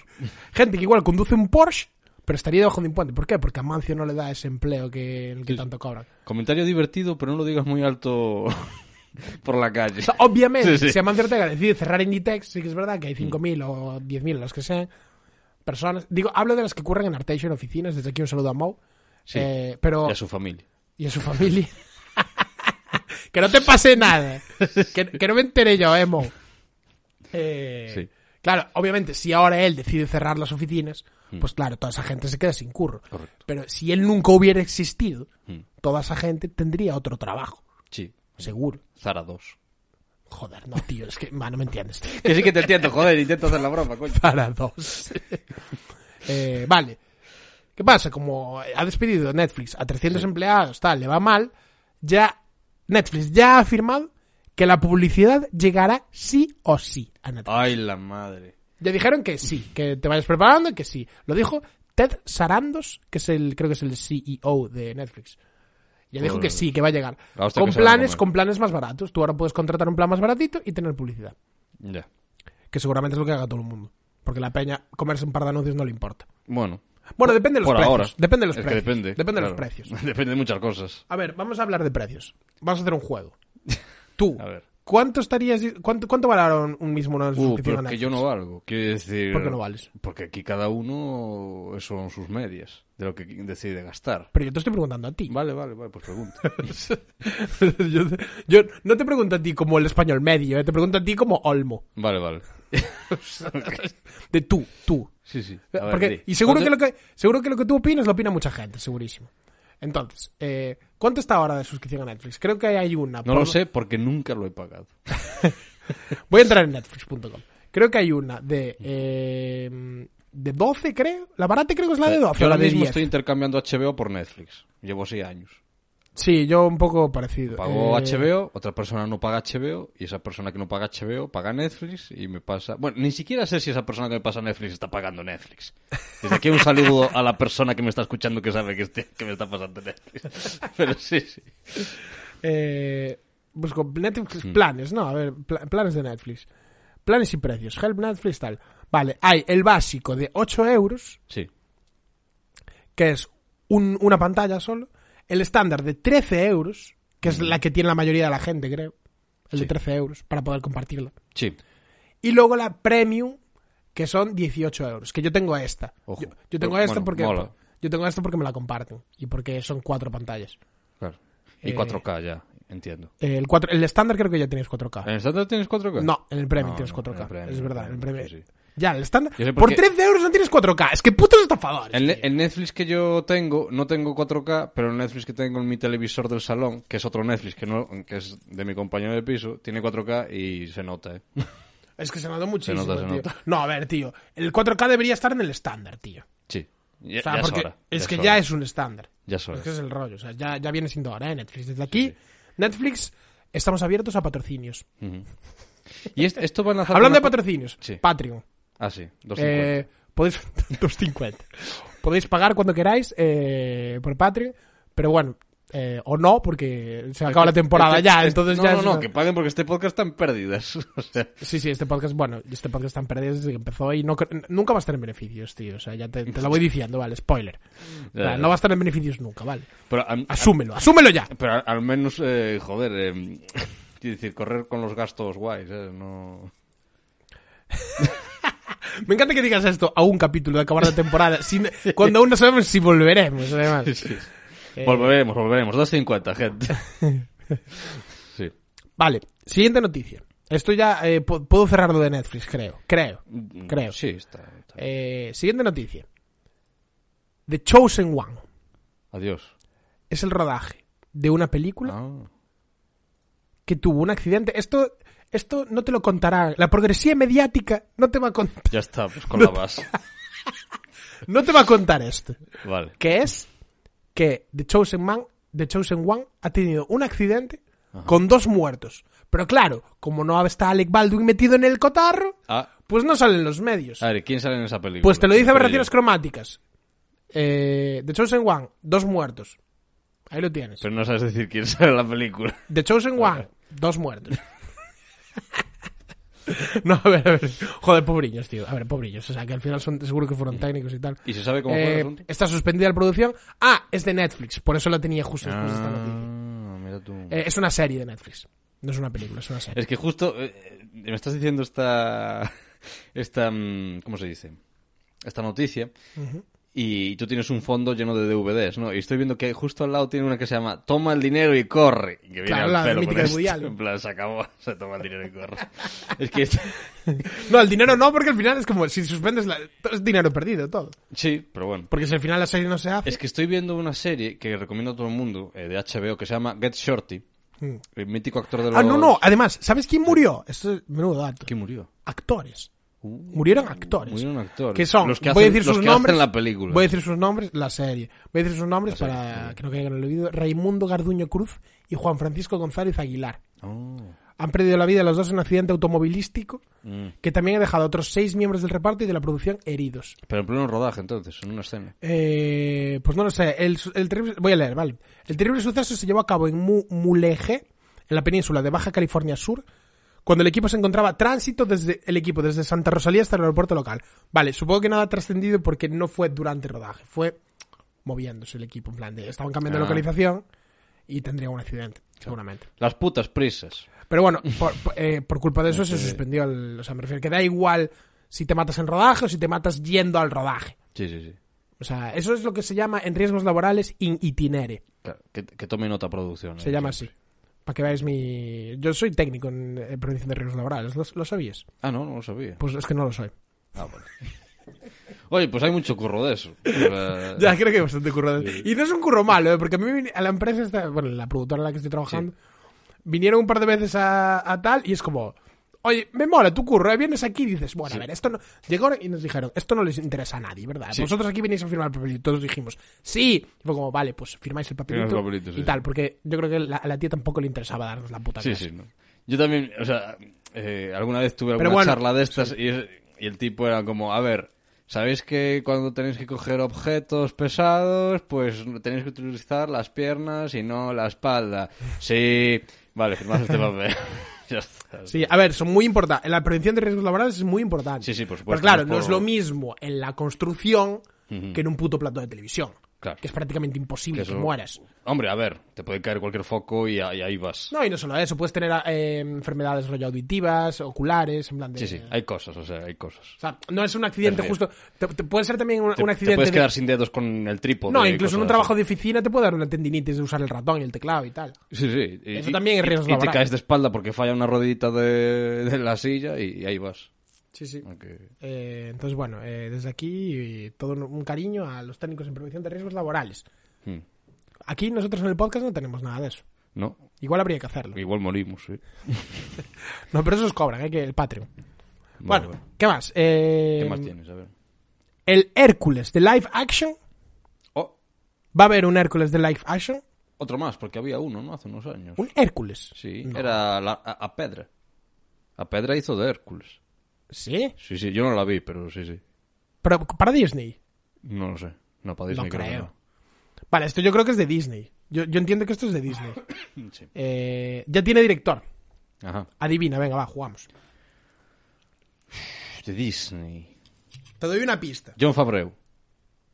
[SPEAKER 1] Gente que igual conduce un Porsche, pero estaría debajo de un puente. ¿Por qué? Porque Amancio no le da ese empleo que, el que
[SPEAKER 2] Sí.
[SPEAKER 1] tanto cobran.
[SPEAKER 2] Comentario divertido, pero no lo digas muy alto por la calle.
[SPEAKER 1] O sea, obviamente,
[SPEAKER 2] Sí, sí.
[SPEAKER 1] si Amancio Ortega decide cerrar Inditex, sí que es verdad que hay 5.000 o 10.000, las que sean, personas. Digo, hablo de las que curran en Artation Oficinas. Desde aquí un saludo a Mau.
[SPEAKER 2] Sí.
[SPEAKER 1] Eh, pero,
[SPEAKER 2] Y a su familia.
[SPEAKER 1] y a su familia. que no te pase nada. Que, que no me enteré yo, eh, Mau. Eh,
[SPEAKER 2] Sí.
[SPEAKER 1] Claro, obviamente, si ahora él decide cerrar las oficinas, pues claro, toda esa gente se queda sin curro.
[SPEAKER 2] Mm. Correcto.
[SPEAKER 1] Pero si él nunca hubiera existido,
[SPEAKER 2] Mm.
[SPEAKER 1] toda esa gente tendría otro trabajo,
[SPEAKER 2] Sí.
[SPEAKER 1] seguro.
[SPEAKER 2] Zara 2.
[SPEAKER 1] Joder, no, tío, es que, man, no me entiendes.
[SPEAKER 2] Que sí que te entiendo, joder, intento hacer la broma, coño.
[SPEAKER 1] para dos. Eh, vale. ¿Qué pasa? Como ha despedido Netflix a 300 empleados, tal, le va mal, ya Netflix ya ha afirmado que la publicidad llegará sí o sí a Netflix.
[SPEAKER 2] Ay, la madre.
[SPEAKER 1] Ya dijeron que sí, que te vayas preparando y que sí. Lo dijo Ted Sarandos, que es el, creo que es el CEO de Netflix. Ya dijo que
[SPEAKER 2] Pues,
[SPEAKER 1] sí, que va a llegar.
[SPEAKER 2] la hostia
[SPEAKER 1] Con
[SPEAKER 2] que se van a
[SPEAKER 1] planes,
[SPEAKER 2] comer.
[SPEAKER 1] con planes más baratos. Tú ahora puedes contratar un plan más baratito y tener publicidad
[SPEAKER 2] Ya.
[SPEAKER 1] que seguramente es lo que haga todo el mundo. Porque la peña comerse un par de anuncios no le importa.
[SPEAKER 2] Bueno.
[SPEAKER 1] Bueno, depende de los
[SPEAKER 2] por
[SPEAKER 1] precios.
[SPEAKER 2] ahora.
[SPEAKER 1] Depende de los
[SPEAKER 2] Es que
[SPEAKER 1] precios.
[SPEAKER 2] depende.
[SPEAKER 1] de los
[SPEAKER 2] claro.
[SPEAKER 1] precios.
[SPEAKER 2] Depende de muchas cosas.
[SPEAKER 1] A ver, vamos a hablar de precios. Vamos a hacer un juego. Tú,
[SPEAKER 2] A ver.
[SPEAKER 1] ¿cuánto estarías cuánto, cuánto valoraron un mismo una
[SPEAKER 2] Uh,
[SPEAKER 1] suscripción
[SPEAKER 2] pero
[SPEAKER 1] a
[SPEAKER 2] es que
[SPEAKER 1] Netflix?
[SPEAKER 2] yo no valgo. Quiero decir.
[SPEAKER 1] ¿Por qué no vales?
[SPEAKER 2] Porque aquí cada uno son sus medias de lo que decide gastar.
[SPEAKER 1] Pero yo te estoy preguntando a ti.
[SPEAKER 2] Vale, vale, vale, pues pregunta.
[SPEAKER 1] yo, yo no te pregunto a ti como el español medio, eh, te pregunto a ti como Olmo.
[SPEAKER 2] Vale, vale.
[SPEAKER 1] De tú, tú.
[SPEAKER 2] Sí, sí. A ver,
[SPEAKER 1] Porque,
[SPEAKER 2] di.
[SPEAKER 1] y seguro
[SPEAKER 2] ¿Cuánto-
[SPEAKER 1] que, lo que, seguro que lo que tú opinas lo opina mucha gente, segurísimo. Entonces, eh, ¿cuánto está ahora de suscripción a Netflix? Creo que hay una.
[SPEAKER 2] No lo
[SPEAKER 1] por-
[SPEAKER 2] sé porque nunca lo he pagado.
[SPEAKER 1] Voy a entrar en netflix.com. Creo que hay una de. eh, de 12, creo. La barata creo que es la Ah, de 12.
[SPEAKER 2] Eh, Yo
[SPEAKER 1] o la
[SPEAKER 2] ahora
[SPEAKER 1] de
[SPEAKER 2] mismo
[SPEAKER 1] 10.
[SPEAKER 2] estoy intercambiando HBO por Netflix. Llevo seis años.
[SPEAKER 1] Sí, yo un poco parecido.
[SPEAKER 2] Pago
[SPEAKER 1] Eh,
[SPEAKER 2] HBO, otra persona no paga HBO y esa persona que no paga HBO paga Netflix y me pasa... Bueno, ni siquiera sé si esa persona que me pasa Netflix está pagando Netflix. Desde aquí un saludo a la persona que me está escuchando que sabe que, este- que me está pasando Netflix. Pero sí, sí.
[SPEAKER 1] Eh, busco Netflix
[SPEAKER 2] Mm.
[SPEAKER 1] planes, ¿no? A ver, pla- planes de Netflix. Planes y precios. Help Netflix, tal. Vale, hay el básico de 8 euros,
[SPEAKER 2] Sí.
[SPEAKER 1] que es un- una pantalla solo. El estándar de 13 euros, que es la que tiene la mayoría de la gente, creo. El de
[SPEAKER 2] Sí.
[SPEAKER 1] 13 euros, para poder compartirla.
[SPEAKER 2] Sí.
[SPEAKER 1] Y luego la premium, que son 18 euros. Que yo tengo esta.
[SPEAKER 2] Ojo.
[SPEAKER 1] Yo, yo tengo
[SPEAKER 2] Bueno,
[SPEAKER 1] esta porque.
[SPEAKER 2] mola.
[SPEAKER 1] Yo tengo esta porque me la comparten. Y porque son cuatro pantallas.
[SPEAKER 2] Claro. Y
[SPEAKER 1] Eh,
[SPEAKER 2] 4K ya, entiendo.
[SPEAKER 1] El, cuatro, el estándar creo que ya tienes 4K.
[SPEAKER 2] ¿En el estándar tienes 4K?
[SPEAKER 1] No, en el premium
[SPEAKER 2] No,
[SPEAKER 1] tienes
[SPEAKER 2] no,
[SPEAKER 1] 4K.
[SPEAKER 2] en el Premium,
[SPEAKER 1] es verdad, en el
[SPEAKER 2] Premium,
[SPEAKER 1] premium.
[SPEAKER 2] sí, sí.
[SPEAKER 1] Ya, el estándar.
[SPEAKER 2] Yo sé
[SPEAKER 1] Por,
[SPEAKER 2] por qué-
[SPEAKER 1] 13 euros no tienes 4K. Es que putos estafadores.
[SPEAKER 2] En, ne-
[SPEAKER 1] tío.
[SPEAKER 2] en Netflix que yo tengo, no tengo 4K, pero el Netflix que tengo en mi televisor del salón, que es otro Netflix, que no que es de mi compañero de piso, tiene 4K y se nota, ¿eh?
[SPEAKER 1] Es que se nota muchísimo,
[SPEAKER 2] nota, se
[SPEAKER 1] tío.
[SPEAKER 2] nota.
[SPEAKER 1] No, a ver, tío. El 4K debería estar en el estándar, tío.
[SPEAKER 2] Sí. Ya,
[SPEAKER 1] O sea,
[SPEAKER 2] ya es
[SPEAKER 1] porque
[SPEAKER 2] hora,
[SPEAKER 1] es que
[SPEAKER 2] hora, Pues
[SPEAKER 1] ya es un estándar.
[SPEAKER 2] Ya es hora.
[SPEAKER 1] Es que es el rollo. O sea, ya, ya viene siendo ahora, ¿eh? Netflix. Desde aquí, Netflix, estamos abiertos a patrocinios.
[SPEAKER 2] Ujú. Y est- esto van a lanzar...
[SPEAKER 1] Hablando de
[SPEAKER 2] una co-
[SPEAKER 1] patrocinios,
[SPEAKER 2] Sí.
[SPEAKER 1] Patreon.
[SPEAKER 2] Ah, sí, 250.
[SPEAKER 1] Eh, podéis 250. podéis pagar cuando queráis eh, por Patreon, pero bueno, eh, o no porque se acaba la temporada
[SPEAKER 2] Este-
[SPEAKER 1] ya,
[SPEAKER 2] este-
[SPEAKER 1] entonces
[SPEAKER 2] no,
[SPEAKER 1] ya
[SPEAKER 2] No,
[SPEAKER 1] es
[SPEAKER 2] no,
[SPEAKER 1] una-
[SPEAKER 2] que paguen porque este podcast está en pérdidas. O sea,
[SPEAKER 1] Sí, sí, este podcast, bueno, este podcast está en pérdidas desde que empezó y no cre- nunca va a estar en beneficios, tío, o sea, ya te, te lo voy diciendo, vale, spoiler. O sea,
[SPEAKER 2] ya.
[SPEAKER 1] no va a estar en beneficios nunca, vale.
[SPEAKER 2] pero a- a-
[SPEAKER 1] Asúmelo, asúmelo ya.
[SPEAKER 2] Pero al- al menos, eh, joder, eh, quiero decir, correr con los gastos guays, ¿eh? No...
[SPEAKER 1] Me encanta que digas esto a un capítulo de acabar la temporada, sin- cuando aún no sabemos si volveremos, además. Eh,
[SPEAKER 2] Volveremos, volveremos. 2.50, gente. sí.
[SPEAKER 1] Vale, siguiente noticia. Esto ya eh, po- puedo cerrarlo de Netflix, creo. Creo, creo.
[SPEAKER 2] Sí, está. está.
[SPEAKER 1] Eh, siguiente noticia. The Chosen One
[SPEAKER 2] Adiós.
[SPEAKER 1] es el rodaje de una película
[SPEAKER 2] Ah,
[SPEAKER 1] que tuvo un accidente. Esto, esto no te lo contará. La progresía mediática no te va a, cont-
[SPEAKER 2] ya está, pues con la base.
[SPEAKER 1] no te va a contar esto.
[SPEAKER 2] Vale.
[SPEAKER 1] Que es que The Chosen Man, The Chosen One ha tenido un accidente con dos muertos. Pero claro, como no está Alec Baldwin metido en el cotarro,
[SPEAKER 2] Ah,
[SPEAKER 1] pues no salen los medios.
[SPEAKER 2] a ver, ¿quién sale en esa película?
[SPEAKER 1] Pues te lo dice
[SPEAKER 2] Siempre
[SPEAKER 1] Aberraciones
[SPEAKER 2] yo.
[SPEAKER 1] Cromáticas. Eh, The Chosen One, dos muertos. Ahí lo tienes.
[SPEAKER 2] Pero no sabes decir quién sale en la película.
[SPEAKER 1] The Chosen One, dos muertos. no, a ver, a ver. Joder, pobrillos, tío. A ver, pobrillos. O sea, que al final son, seguro que fueron técnicos y tal.
[SPEAKER 2] ¿Y se sabe cómo fue el
[SPEAKER 1] Eh,
[SPEAKER 2] asunto?
[SPEAKER 1] está suspendida la producción. Ah, es de Netflix. Por eso la tenía justo después de esta noticia.
[SPEAKER 2] Ah, mira tú.
[SPEAKER 1] Eh, es una serie de Netflix. No es una película, es una serie.
[SPEAKER 2] Es que justo eh, eh, me estás diciendo esta. Esta. mm, ¿Cómo se dice? Esta noticia. Y tú tienes un fondo lleno de DVDs, ¿no? Y estoy viendo que justo al lado tiene una que se llama Toma el dinero y corre. Que viene
[SPEAKER 1] Claro,
[SPEAKER 2] al
[SPEAKER 1] la
[SPEAKER 2] pelo
[SPEAKER 1] mítica
[SPEAKER 2] con
[SPEAKER 1] de
[SPEAKER 2] esto.
[SPEAKER 1] Woody Allen.
[SPEAKER 2] En plan, se acabó, se toma el dinero y corre. es que. este,
[SPEAKER 1] No, el dinero no, porque al final es como si suspendes la. Es dinero perdido, todo.
[SPEAKER 2] Sí, pero bueno.
[SPEAKER 1] Porque si al final la serie no se hace.
[SPEAKER 2] Es que estoy viendo una serie que recomiendo a todo el mundo, eh, de HBO, que se llama Get Shorty.
[SPEAKER 1] Mm.
[SPEAKER 2] El mítico actor de los...
[SPEAKER 1] Ah, no, no. Además, ¿sabes quién murió? Esto es menudo dato.
[SPEAKER 2] ¿Quién murió?
[SPEAKER 1] Actores.
[SPEAKER 2] Uh,
[SPEAKER 1] Murieron actores.
[SPEAKER 2] murieron actores.
[SPEAKER 1] Que son,
[SPEAKER 2] Los que
[SPEAKER 1] voy a
[SPEAKER 2] hacen-
[SPEAKER 1] decir
[SPEAKER 2] los
[SPEAKER 1] sus
[SPEAKER 2] que hacen
[SPEAKER 1] nombres.
[SPEAKER 2] la película.
[SPEAKER 1] Voy a decir sus nombres, la serie. Voy a decir sus nombres
[SPEAKER 2] La serie,
[SPEAKER 1] para
[SPEAKER 2] sí.
[SPEAKER 1] que no caigan en el olvido. Raimundo Garduño Cruz y Juan Francisco González Aguilar.
[SPEAKER 2] Oh.
[SPEAKER 1] Han perdido la vida los dos en un accidente automovilístico
[SPEAKER 2] Mm.
[SPEAKER 1] que también ha dejado a otros seis miembros del reparto y de la producción heridos.
[SPEAKER 2] Pero en pleno rodaje, entonces, en una escena.
[SPEAKER 1] Eh, pues no lo sé. El, su- el terrible, voy a leer, vale. El terrible suceso se llevó a cabo en Mu- Mulegé, en la península de Baja California Sur, cuando el equipo se encontraba tránsito desde el equipo desde Santa Rosalía hasta el aeropuerto local. Vale, supongo que nada ha trascendido porque no fue durante el rodaje, fue moviéndose el equipo. En plan, de, estaban cambiando de
[SPEAKER 2] Ah.
[SPEAKER 1] localización y tendría un accidente, seguramente.
[SPEAKER 2] Las putas prisas.
[SPEAKER 1] Pero bueno, por, por- eh, por culpa de eso se suspendió el. O sea, me refiero que da igual si te matas en rodaje o si te matas yendo al rodaje.
[SPEAKER 2] Sí, sí, sí.
[SPEAKER 1] O sea, eso es lo que se llama en riesgos laborales in itinere.
[SPEAKER 2] Claro, que, que tome nota producción. eh,
[SPEAKER 1] Se llama así. Para que veáis mi... Yo soy técnico en eh, prevención de riesgos laborales. ¿Lo, lo sabías?
[SPEAKER 2] Ah, no, no lo sabía.
[SPEAKER 1] Pues es que no lo soy.
[SPEAKER 2] Ah, vale. Oye, pues hay mucho curro de eso. Eh,
[SPEAKER 1] Ya, creo que es bastante curro. Y no es un curro malo, ¿eh? porque a mí vin- a la empresa, esta, bueno, la productora en la que estoy trabajando, vinieron un par de veces a, a tal y es como... Oye, me mola tu curro, ¿eh? vienes aquí y dices, bueno, a ver, esto no. Llegaron y nos dijeron, esto no les interesa a nadie, ¿verdad?
[SPEAKER 2] Sí.
[SPEAKER 1] Vosotros aquí venís a firmar el papelito. Todos dijimos, sí. Y fue como, vale, pues firmáis el papelito.
[SPEAKER 2] Firmáis el papelito, sí.
[SPEAKER 1] y tal, porque yo creo que la- a la tía tampoco le interesaba darnos la puta
[SPEAKER 2] Sí,
[SPEAKER 1] clase.
[SPEAKER 2] sí. no. Yo también, o sea, eh, alguna vez tuve
[SPEAKER 1] Pero
[SPEAKER 2] alguna
[SPEAKER 1] bueno,
[SPEAKER 2] charla de estas y, es- y el tipo era como, a ver, ¿sabéis que cuando tenéis que coger objetos pesados, pues tenéis que utilizar las piernas y no la espalda? Sí, vale, firmad este papel. Ya está.
[SPEAKER 1] Sí, a ver, son muy importantes. La prevención de riesgos laborales es muy importante.
[SPEAKER 2] Sí, sí, por
[SPEAKER 1] Pero
[SPEAKER 2] supuesto,
[SPEAKER 1] claro,
[SPEAKER 2] no
[SPEAKER 1] no
[SPEAKER 2] por-
[SPEAKER 1] es lo mismo en la construcción
[SPEAKER 2] Ujú.
[SPEAKER 1] que en un puto plato de televisión.
[SPEAKER 2] Claro.
[SPEAKER 1] Que es prácticamente imposible que,
[SPEAKER 2] eso-
[SPEAKER 1] mueras.
[SPEAKER 2] Hombre, a ver, te puede caer cualquier foco y, a- y ahí vas.
[SPEAKER 1] No, y no solo eso, puedes tener eh, enfermedades rollo auditivas, oculares, en plan de...
[SPEAKER 2] Sí, sí, hay cosas, o sea, hay cosas.
[SPEAKER 1] O sea, no es un accidente
[SPEAKER 2] Es
[SPEAKER 1] justo... Te, te puede ser también un,
[SPEAKER 2] Te,
[SPEAKER 1] un
[SPEAKER 2] te
[SPEAKER 1] accidente...
[SPEAKER 2] puedes
[SPEAKER 1] de-
[SPEAKER 2] quedar sin dedos con el trípode.
[SPEAKER 1] No,
[SPEAKER 2] y
[SPEAKER 1] incluso en un
[SPEAKER 2] cosas
[SPEAKER 1] trabajo
[SPEAKER 2] así.
[SPEAKER 1] de oficina te puede dar una tendinitis de usar el ratón y el teclado y tal.
[SPEAKER 2] Sí, sí. y-
[SPEAKER 1] Eso
[SPEAKER 2] y-
[SPEAKER 1] también es
[SPEAKER 2] y-
[SPEAKER 1] riesgo
[SPEAKER 2] Y, te
[SPEAKER 1] laboral.
[SPEAKER 2] caes de espalda porque falla una rodita de, de la silla y, y ahí vas.
[SPEAKER 1] Sí, sí.
[SPEAKER 2] Aunque-
[SPEAKER 1] Eh, entonces, bueno, eh, desde aquí eh, todo un cariño a los técnicos en prevención de riesgos laborales.
[SPEAKER 2] hmm,
[SPEAKER 1] Aquí nosotros en el podcast no tenemos nada de eso.
[SPEAKER 2] No,
[SPEAKER 1] Igual habría que hacerlo.
[SPEAKER 2] igual morimos, sí.
[SPEAKER 1] No, pero esos cobran, hay que el Patreon.
[SPEAKER 2] Vale,
[SPEAKER 1] Bueno,
[SPEAKER 2] vale.
[SPEAKER 1] ¿qué más? Eh,
[SPEAKER 2] ¿qué más tienes? A ver.
[SPEAKER 1] El Hércules de live action.
[SPEAKER 2] Oh,
[SPEAKER 1] Va a haber un Hércules de live action.
[SPEAKER 2] otro más, porque había uno, ¿no? Hace unos años.
[SPEAKER 1] Un Hércules.
[SPEAKER 2] Sí,
[SPEAKER 1] No.
[SPEAKER 2] era la- a, a Pedra. A Pedra hizo de Hércules.
[SPEAKER 1] Sí,
[SPEAKER 2] Sí, sí, yo no la vi, pero sí, sí.
[SPEAKER 1] pero para Disney.
[SPEAKER 2] No lo sé. No, para
[SPEAKER 1] No
[SPEAKER 2] Disney que
[SPEAKER 1] creo. Vale, esto yo creo que es de Disney. Yo, yo entiendo que esto es de Disney.
[SPEAKER 2] no. Sí.
[SPEAKER 1] Eh, ya tiene director.
[SPEAKER 2] Ajá.
[SPEAKER 1] Adivina, venga, va, jugamos.
[SPEAKER 2] De Disney.
[SPEAKER 1] Te doy una pista.
[SPEAKER 2] John Fabreu.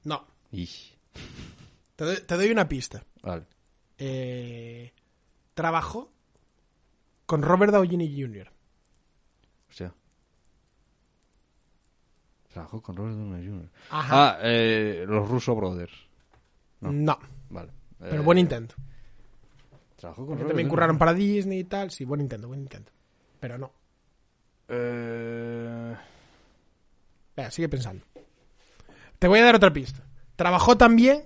[SPEAKER 1] No,
[SPEAKER 2] Ih,
[SPEAKER 1] te doy, te doy una pista.
[SPEAKER 2] vale.
[SPEAKER 1] Eh, trabajó con Robert Downey Jr.
[SPEAKER 2] Hostia. Trabajó con Robert Downey Jr.
[SPEAKER 1] Ajá.
[SPEAKER 2] Ah, eh, los Russo Brothers. No.
[SPEAKER 1] No,
[SPEAKER 2] Vale.
[SPEAKER 1] pero
[SPEAKER 2] Ah, Eh,
[SPEAKER 1] buen intento.
[SPEAKER 2] Trabajó con
[SPEAKER 1] Porque
[SPEAKER 2] Robert
[SPEAKER 1] también
[SPEAKER 2] Downey
[SPEAKER 1] curraron para Disney y tal. Sí, buen intento, buen intento. Pero no.
[SPEAKER 2] Eh,
[SPEAKER 1] Venga, sigue pensando. Te voy a dar otra pista. Trabajó también.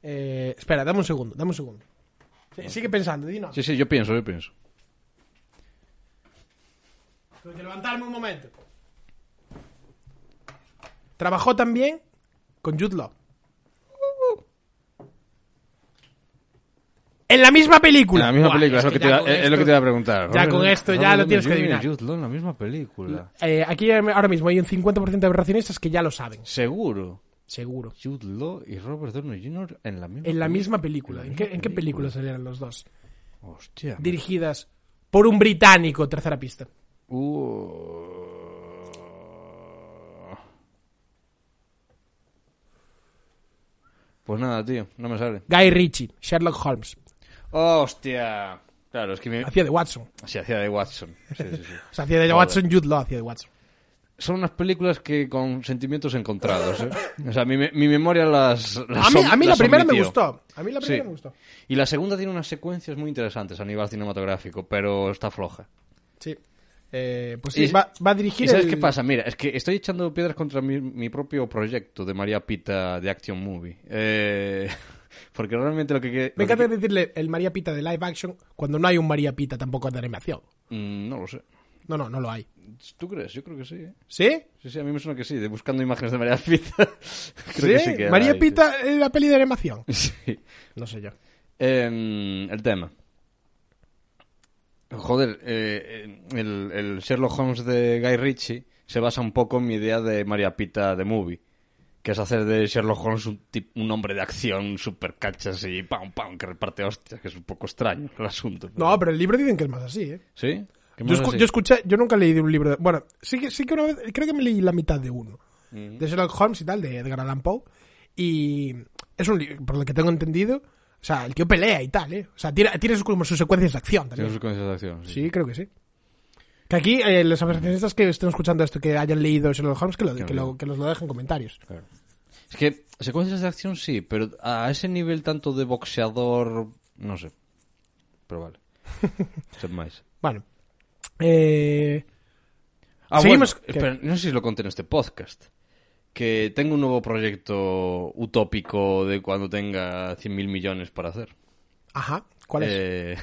[SPEAKER 1] eh, espera, dame un segundo, dame un segundo. Sí, sigue pensando, Dino.
[SPEAKER 2] Sí, sí, yo pienso, yo pienso.
[SPEAKER 1] Tengo que levantarme un momento. Trabajó también con Jude Law. En la misma
[SPEAKER 2] En
[SPEAKER 1] película.
[SPEAKER 2] la misma
[SPEAKER 1] Buah,
[SPEAKER 2] película, es, lo
[SPEAKER 1] que
[SPEAKER 2] que te
[SPEAKER 1] ya
[SPEAKER 2] iba-
[SPEAKER 1] con
[SPEAKER 2] es- es lo que
[SPEAKER 1] esto-
[SPEAKER 2] te iba a preguntar.
[SPEAKER 1] ya
[SPEAKER 2] Robert
[SPEAKER 1] con
[SPEAKER 2] Downey-
[SPEAKER 1] esto ya
[SPEAKER 2] Robert
[SPEAKER 1] lo
[SPEAKER 2] Downey
[SPEAKER 1] tienes que
[SPEAKER 2] Jr. y
[SPEAKER 1] adivinar.
[SPEAKER 2] Jude Law en la misma película.
[SPEAKER 1] Eh, aquí eh, ahora mismo hay un 50% de racionistas que ya lo saben,
[SPEAKER 2] Seguro.
[SPEAKER 1] seguro.
[SPEAKER 2] Jude Law y Robert Downey Jr. en la misma
[SPEAKER 1] En la
[SPEAKER 2] peli-
[SPEAKER 1] misma película.
[SPEAKER 2] la
[SPEAKER 1] ¿En qué,
[SPEAKER 2] misma
[SPEAKER 1] en qué película
[SPEAKER 2] película.
[SPEAKER 1] salieron los dos?
[SPEAKER 2] Hostia. me-
[SPEAKER 1] Dirigidas por un británico, tercera pista.
[SPEAKER 2] Uh. Pues nada, tío, no me sale.
[SPEAKER 1] Guy Ritchie, Sherlock Holmes.
[SPEAKER 2] ¡Hostia! Ah. Claro, es que me...
[SPEAKER 1] Hacía de Watson.
[SPEAKER 2] se hacía de Watson. Sí, sí, sí.
[SPEAKER 1] O sea, hacía de
[SPEAKER 2] Joder.
[SPEAKER 1] Watson, Jude Law hacía de Watson.
[SPEAKER 2] Son unas películas que con sentimientos encontrados. ¿eh? O sea, mi, me- mi memoria las. las
[SPEAKER 1] A mí,
[SPEAKER 2] om-
[SPEAKER 1] a mí la
[SPEAKER 2] las
[SPEAKER 1] primera me
[SPEAKER 2] omitió.
[SPEAKER 1] gustó. A mí la primera
[SPEAKER 2] Sí.
[SPEAKER 1] me gustó.
[SPEAKER 2] Y la segunda tiene unas secuencias muy interesantes a nivel cinematográfico, pero está floja.
[SPEAKER 1] Sí. Eh, pues sí,
[SPEAKER 2] Y-
[SPEAKER 1] va, va a dirigir.
[SPEAKER 2] ¿Y sabes
[SPEAKER 1] el-
[SPEAKER 2] qué pasa? Mira, es que estoy echando piedras contra mi, mi propio proyecto de María Pita de Action Movie. Eh, porque realmente lo que... que-
[SPEAKER 1] Me
[SPEAKER 2] lo que-
[SPEAKER 1] encanta decirle el María Pita de live action cuando no hay un María Pita tampoco de animación.
[SPEAKER 2] Mm, no lo sé.
[SPEAKER 1] No, no, no lo hay.
[SPEAKER 2] ¿Tú crees? Yo creo que sí. ¿eh?
[SPEAKER 1] ¿Sí?
[SPEAKER 2] Sí, sí, a mí me suena que sí. De buscando imágenes de María Pita. creo que
[SPEAKER 1] ¿Sí?
[SPEAKER 2] sí que
[SPEAKER 1] María
[SPEAKER 2] hay, sí.
[SPEAKER 1] Pita eh, la peli de animación.
[SPEAKER 2] Sí.
[SPEAKER 1] No sé yo.
[SPEAKER 2] Em, el tema. Joder, eh, eh, el, el Sherlock Holmes de Guy Ritchie se basa un poco en mi idea de María Pita de Movie, que es hacer de Sherlock Holmes un, tip- un hombre de acción, super cachas y pam, pam, que reparte hostias, que es un poco extraño el asunto.
[SPEAKER 1] No, pero el libro dicen que es más así, ¿eh?
[SPEAKER 2] ¿Sí? ¿Qué
[SPEAKER 1] Yo,
[SPEAKER 2] más
[SPEAKER 1] escu-
[SPEAKER 2] así?
[SPEAKER 1] yo escuché, yo nunca leí de un libro. de- bueno, sí que, sí que una vez, creo que me leí la mitad de uno. De Sherlock Holmes y tal, de Edgar Allan Poe. Y es un libro, por lo que tengo entendido, o sea, el tío pelea y tal, ¿eh? O sea, tiene, tiene sus, como sus secuencias de acción
[SPEAKER 2] Tiene
[SPEAKER 1] también.
[SPEAKER 2] sus consecuencias de acción, sí.
[SPEAKER 1] Sí, creo que sí. Que aquí eh, los asociacionistas que estén escuchando esto, que hayan leído Sherlock Holmes, que, lo, que, lo- que nos lo dejen en comentarios.
[SPEAKER 2] Claro. Es que secuencias de acción sí, pero a ese nivel tanto de boxeador, no sé. Pero vale. Sin más.
[SPEAKER 1] Bueno. Eh,
[SPEAKER 2] Ah,
[SPEAKER 1] Seguimos-
[SPEAKER 2] bueno, espera, no sé si lo conté en este podcast. Que tengo un nuevo proyecto utópico de cuando tenga 100.000 millones para hacer.
[SPEAKER 1] ajá, ¿cuál es?
[SPEAKER 2] Eh,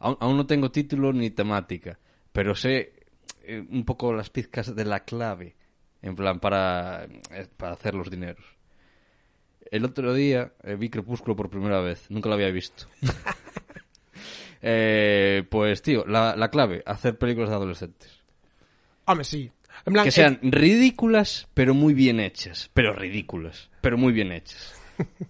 [SPEAKER 2] aún, aún no tengo título ni temática, pero sé eh, un poco las pizcas de la clave, en plan, para, eh, para hacer los dineros. El otro día eh, vi Crepúsculo por primera vez, nunca lo había visto. Eh, pues, tío, la, la clave, hacer películas de adolescentes.
[SPEAKER 1] Hombre, sí. En plan,
[SPEAKER 2] Que
[SPEAKER 1] eh,
[SPEAKER 2] sean ridículas, pero muy bien hechas. Pero ridículas, pero muy bien hechas.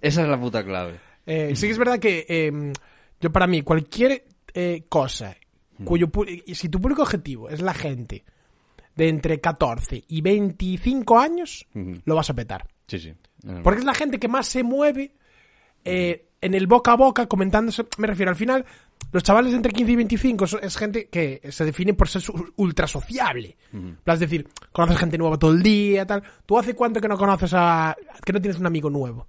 [SPEAKER 2] Esa es la puta clave.
[SPEAKER 1] Eh, sí que es verdad que eh, yo para mí cualquier eh, cosa cuyo pu- y si tu público objetivo es la gente de entre 14 y 25 años
[SPEAKER 2] Ujú.
[SPEAKER 1] lo vas a petar
[SPEAKER 2] Sí, sí. Eh,
[SPEAKER 1] porque es la gente que más se mueve eh, en el boca a boca comentándose me refiero al final los chavales de entre 15 y 25 so- es gente que se define por ser su- ultra sociable es decir conoces gente nueva todo el día tal tú hace cuánto que no conoces a que no tienes un amigo nuevo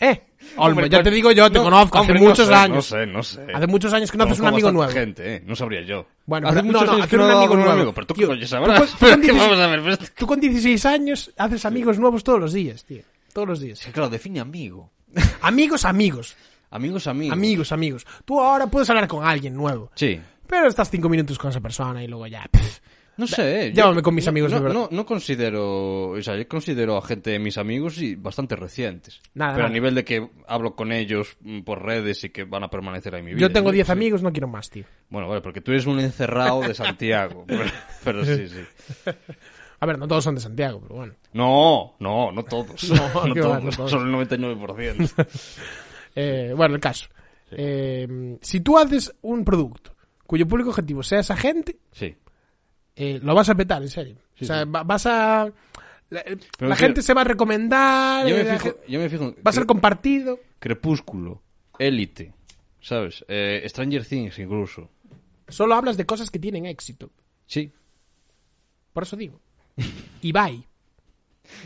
[SPEAKER 1] eh Olmo,
[SPEAKER 2] hombre,
[SPEAKER 1] ya
[SPEAKER 2] pues-
[SPEAKER 1] te digo yo te
[SPEAKER 2] no,
[SPEAKER 1] conozco
[SPEAKER 2] hombre,
[SPEAKER 1] hace
[SPEAKER 2] no
[SPEAKER 1] muchos
[SPEAKER 2] sé,
[SPEAKER 1] años
[SPEAKER 2] No sé, no sé.
[SPEAKER 1] hace muchos años que no haces un
[SPEAKER 2] Conozco
[SPEAKER 1] amigo
[SPEAKER 2] bastante
[SPEAKER 1] nueve
[SPEAKER 2] gente, eh, no sabría yo.
[SPEAKER 1] Bueno,
[SPEAKER 2] hace
[SPEAKER 1] pero-
[SPEAKER 2] muchos
[SPEAKER 1] no, no,
[SPEAKER 2] años
[SPEAKER 1] hacer
[SPEAKER 2] que
[SPEAKER 1] un
[SPEAKER 2] no
[SPEAKER 1] amigo
[SPEAKER 2] hago
[SPEAKER 1] nuevo.
[SPEAKER 2] pero tú
[SPEAKER 1] Tío, pues,
[SPEAKER 2] coño
[SPEAKER 1] tú
[SPEAKER 2] sabrás.
[SPEAKER 1] con-
[SPEAKER 2] Pero
[SPEAKER 1] tú
[SPEAKER 2] que
[SPEAKER 1] con
[SPEAKER 2] vamos a ver, pero esto-
[SPEAKER 1] Tú con 16 años haces amigos nuevos todos los días, tío. Todos los días.
[SPEAKER 2] Sí, claro, define amigo.
[SPEAKER 1] Amigos, amigos.
[SPEAKER 2] Amigos, amigos.
[SPEAKER 1] Amigos, amigos. Tú ahora puedes hablar con alguien nuevo.
[SPEAKER 2] Sí.
[SPEAKER 1] Pero estás cinco minutos con esa persona y luego ya. pff.
[SPEAKER 2] No sé. eh,
[SPEAKER 1] llámame con mis amigos
[SPEAKER 2] no,
[SPEAKER 1] de verdad.
[SPEAKER 2] No, no considero. O sea, yo considero a gente de mis amigos y bastante recientes.
[SPEAKER 1] Nada,
[SPEAKER 2] Pero
[SPEAKER 1] nada.
[SPEAKER 2] a nivel de que hablo con ellos mm, por redes y que van a permanecer ahí en mi vida.
[SPEAKER 1] Yo tengo
[SPEAKER 2] sí,
[SPEAKER 1] 10
[SPEAKER 2] sí.
[SPEAKER 1] amigos, no quiero más, tío.
[SPEAKER 2] Bueno, vale, porque tú eres un encerrado de Santiago. pero, pero sí, sí.
[SPEAKER 1] A ver, no todos son de Santiago, pero bueno.
[SPEAKER 2] No, no, no todos. No,
[SPEAKER 1] qué va, no
[SPEAKER 2] todos.
[SPEAKER 1] todos.
[SPEAKER 2] Solo el 99%.
[SPEAKER 1] Eh, bueno, el caso. Eh, si tú haces un producto cuyo público objetivo sea esa gente,
[SPEAKER 2] Sí.
[SPEAKER 1] eh, lo vas a petar, en serio.
[SPEAKER 2] Sí,
[SPEAKER 1] o sea,
[SPEAKER 2] sí.
[SPEAKER 1] va- vas a... La, eh, la
[SPEAKER 2] Pero
[SPEAKER 1] gente
[SPEAKER 2] quiero-
[SPEAKER 1] se va a recomendar, eh,
[SPEAKER 2] Yo me
[SPEAKER 1] la
[SPEAKER 2] fijo.
[SPEAKER 1] gen-
[SPEAKER 2] Yo me fijo en
[SPEAKER 1] va a ser
[SPEAKER 2] Cre-
[SPEAKER 1] compartido.
[SPEAKER 2] Crepúsculo. Élite. ¿Sabes? Eh, Stranger Things incluso.
[SPEAKER 1] Solo hablas de cosas que tienen éxito.
[SPEAKER 2] Sí.
[SPEAKER 1] Por eso digo. Ibai,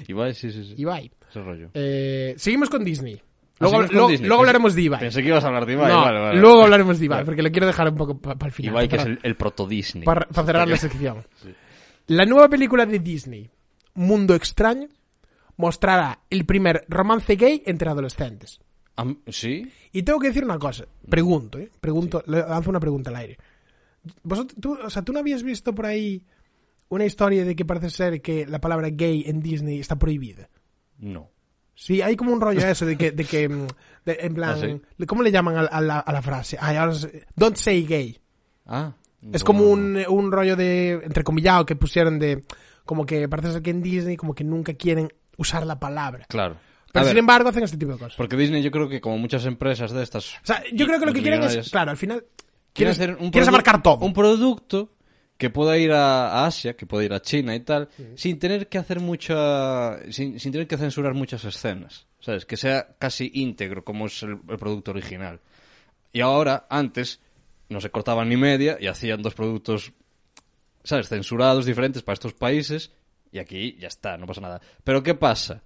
[SPEAKER 2] Y vale, sí, sí, sí.
[SPEAKER 1] Ibai.
[SPEAKER 2] Ese rollo.
[SPEAKER 1] Eh, seguimos con Disney.
[SPEAKER 2] Ah,
[SPEAKER 1] Luego,
[SPEAKER 2] seguimos con
[SPEAKER 1] luego-
[SPEAKER 2] Disney.
[SPEAKER 1] luego
[SPEAKER 2] Pensé-
[SPEAKER 1] hablaremos de Ibai.
[SPEAKER 2] Pensé que ibas a hablar de Ibai.
[SPEAKER 1] No,
[SPEAKER 2] vale, vale.
[SPEAKER 1] luego hablaremos de Ibai,
[SPEAKER 2] Vale.
[SPEAKER 1] porque lo quiero dejar un poco para el final.
[SPEAKER 2] Ibai, que es
[SPEAKER 1] para,
[SPEAKER 2] el, el proto-Disney.
[SPEAKER 1] para- para cerrar la sección. La nueva película de Disney, Mundo Extraño, mostrará el primer romance gay entre adolescentes.
[SPEAKER 2] Am- ¿Sí?
[SPEAKER 1] Y tengo que decir una cosa. Pregunto, ¿eh? Pregunto, le lanzo una pregunta al aire. Vosotros, tú, o sea, ¿tú no habías visto por ahí una historia de que parece ser que la palabra gay en Disney está prohibida?
[SPEAKER 2] No.
[SPEAKER 1] Sí, hay como un rollo eso de que, de que mm, de- en plan,
[SPEAKER 2] Ah, ¿sí?
[SPEAKER 1] le- ¿cómo le llaman a, la- a la, a la frase? Ay, ahora se- don't say gay.
[SPEAKER 2] Ah.
[SPEAKER 1] Es
[SPEAKER 2] no.
[SPEAKER 1] como un, un rollo de, entrecomillado, que pusieron de, como que parece ser que en Disney como que nunca quieren usar la palabra.
[SPEAKER 2] Claro.
[SPEAKER 1] Pero
[SPEAKER 2] A
[SPEAKER 1] sin
[SPEAKER 2] ver,
[SPEAKER 1] embargo hacen este tipo de cosas.
[SPEAKER 2] porque Disney yo creo que como muchas empresas de estas...
[SPEAKER 1] O sea, yo creo que lo que quieren es,
[SPEAKER 2] multimillonarias,
[SPEAKER 1] claro, al final,
[SPEAKER 2] quieren
[SPEAKER 1] quieres,
[SPEAKER 2] hacer un
[SPEAKER 1] quieres
[SPEAKER 2] produ-
[SPEAKER 1] abarcar todo.
[SPEAKER 2] Un producto que pueda ir a, a Asia, que pueda ir a China y tal, sin tener que hacer mucha... Sin, sin tener que censurar muchas escenas. ¿Sabes? Que sea casi íntegro como es el, el producto original. Y ahora, antes, no se cortaban ni media y hacían dos productos ¿sabes? Censurados diferentes para estos países. Y aquí ya está, no pasa nada. Pero ¿qué pasa?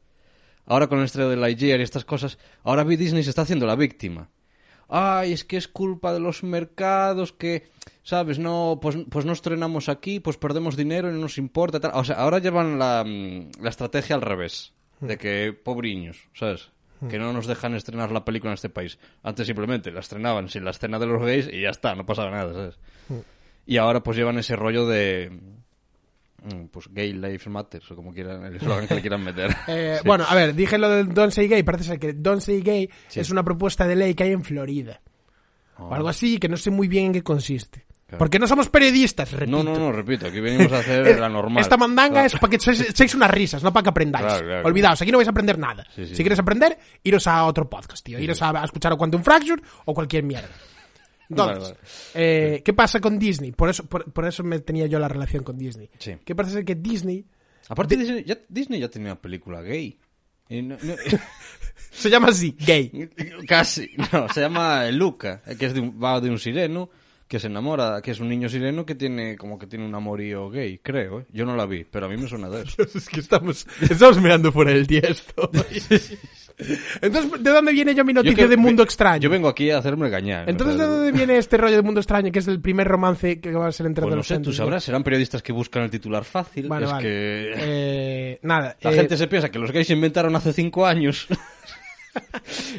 [SPEAKER 2] Ahora con el estreno de Lightyear y estas cosas, ahora Disney se está haciendo la víctima. Ay, es que es culpa de los mercados que, ¿sabes? No, pues, pues no estrenamos aquí, pues perdemos dinero, no nos importa, tal. O sea, ahora llevan la, mm, la estrategia al revés.
[SPEAKER 1] Hmm.
[SPEAKER 2] De que, pobriños, ¿sabes? Que no nos dejan estrenar la película en este país. Antes simplemente la estrenaban sin la escena de los gays y ya está, no pasaba nada, ¿sabes?
[SPEAKER 1] Hmm.
[SPEAKER 2] Y ahora pues llevan ese rollo de... mm, Pues gay lives matter, o como quieran, el eslogan que le quieran meter.
[SPEAKER 1] Eh, Bueno, a ver, dije lo del Don't Say Gay. Parece ser que Don't Say Gay
[SPEAKER 2] Sí.
[SPEAKER 1] es una propuesta de ley que hay en Florida.
[SPEAKER 2] Ah.
[SPEAKER 1] O algo así, que no sé muy bien en qué consiste. Porque no somos periodistas, repito.
[SPEAKER 2] No, no, no, repito, aquí venimos a hacer
[SPEAKER 1] Eh,
[SPEAKER 2] la normal.
[SPEAKER 1] Esta mandanga
[SPEAKER 2] Claro.
[SPEAKER 1] es para que se- echéis unas risas, no para que aprendáis.
[SPEAKER 2] Claro, claro,
[SPEAKER 1] Olvidaos, aquí no vais a aprender nada.
[SPEAKER 2] Sí, sí.
[SPEAKER 1] Si quieres aprender, iros a otro podcast, tío. Iros a, a escuchar o Quantum Fracture o cualquier mierda. Entonces,
[SPEAKER 2] Vale, vale.
[SPEAKER 1] eh, ¿qué pasa con Disney? Por eso, por, por eso me tenía yo la relación con Disney.
[SPEAKER 2] Sí.
[SPEAKER 1] Que parece ser que Disney
[SPEAKER 2] Aparte, Disney ya, Disney ya tenía una película gay. Y no- no-
[SPEAKER 1] se llama así, gay.
[SPEAKER 2] casi. No, se llama Luca, que es de un, va de un sireno que se enamora, que es un niño sireno que tiene como que tiene un amorío gay, creo. ¿eh? Yo no la vi, pero a mí me suena de eso.
[SPEAKER 1] es que estamos, estamos mirando fuera del tiesto. Entonces, ¿de dónde viene yo mi
[SPEAKER 2] Yo
[SPEAKER 1] noticia
[SPEAKER 2] que-
[SPEAKER 1] de Mundo
[SPEAKER 2] ve-
[SPEAKER 1] Extraño?
[SPEAKER 2] Yo vengo aquí a hacerme gañar.
[SPEAKER 1] Entonces, ¿de
[SPEAKER 2] ¿verdad?
[SPEAKER 1] dónde viene este rollo de Mundo Extraño, que es el primer romance que va a ser entre
[SPEAKER 2] Pues no sé,
[SPEAKER 1] adolescentes?
[SPEAKER 2] tú sabrás, serán periodistas que buscan el titular fácil.
[SPEAKER 1] Vale,
[SPEAKER 2] es
[SPEAKER 1] vale.
[SPEAKER 2] que
[SPEAKER 1] Eh, nada,
[SPEAKER 2] la
[SPEAKER 1] eh,
[SPEAKER 2] gente se piensa que los gays se inventaron hace cinco años.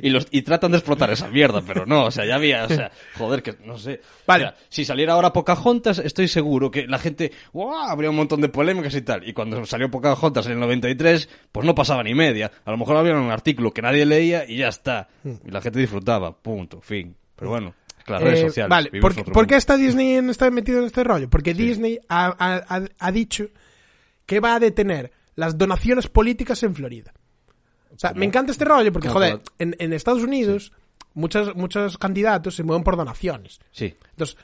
[SPEAKER 2] Y, los, y tratan de explotar esa mierda, pero no, o sea, ya había, o sea, joder, que no sé.
[SPEAKER 1] Vale.
[SPEAKER 2] O sea, si saliera ahora Pocahontas, estoy seguro que la gente, ¡guau! Habría un montón de polémicas y tal. Y cuando salió Pocahontas en el 93, pues no pasaba ni media. A lo mejor había un artículo que nadie leía y ya está.
[SPEAKER 1] Hmm.
[SPEAKER 2] Y la gente disfrutaba, punto, fin. Pero bueno, las redes
[SPEAKER 1] Eh,
[SPEAKER 2] sociales.
[SPEAKER 1] vale,
[SPEAKER 2] vivimos
[SPEAKER 1] ¿por,
[SPEAKER 2] en otro
[SPEAKER 1] por qué
[SPEAKER 2] mundo.
[SPEAKER 1] está Disney en- está metido en este rollo? Porque Disney ha, ha- ha- ha dicho que va a detener las donaciones políticas en Florida. O sea,
[SPEAKER 2] ¿Cómo?
[SPEAKER 1] me encanta este rollo porque,
[SPEAKER 2] No,
[SPEAKER 1] joder,
[SPEAKER 2] pero-
[SPEAKER 1] en, en Estados Unidos muchos, muchos candidatos se mueven por donaciones.
[SPEAKER 2] Sí.
[SPEAKER 1] Entonces,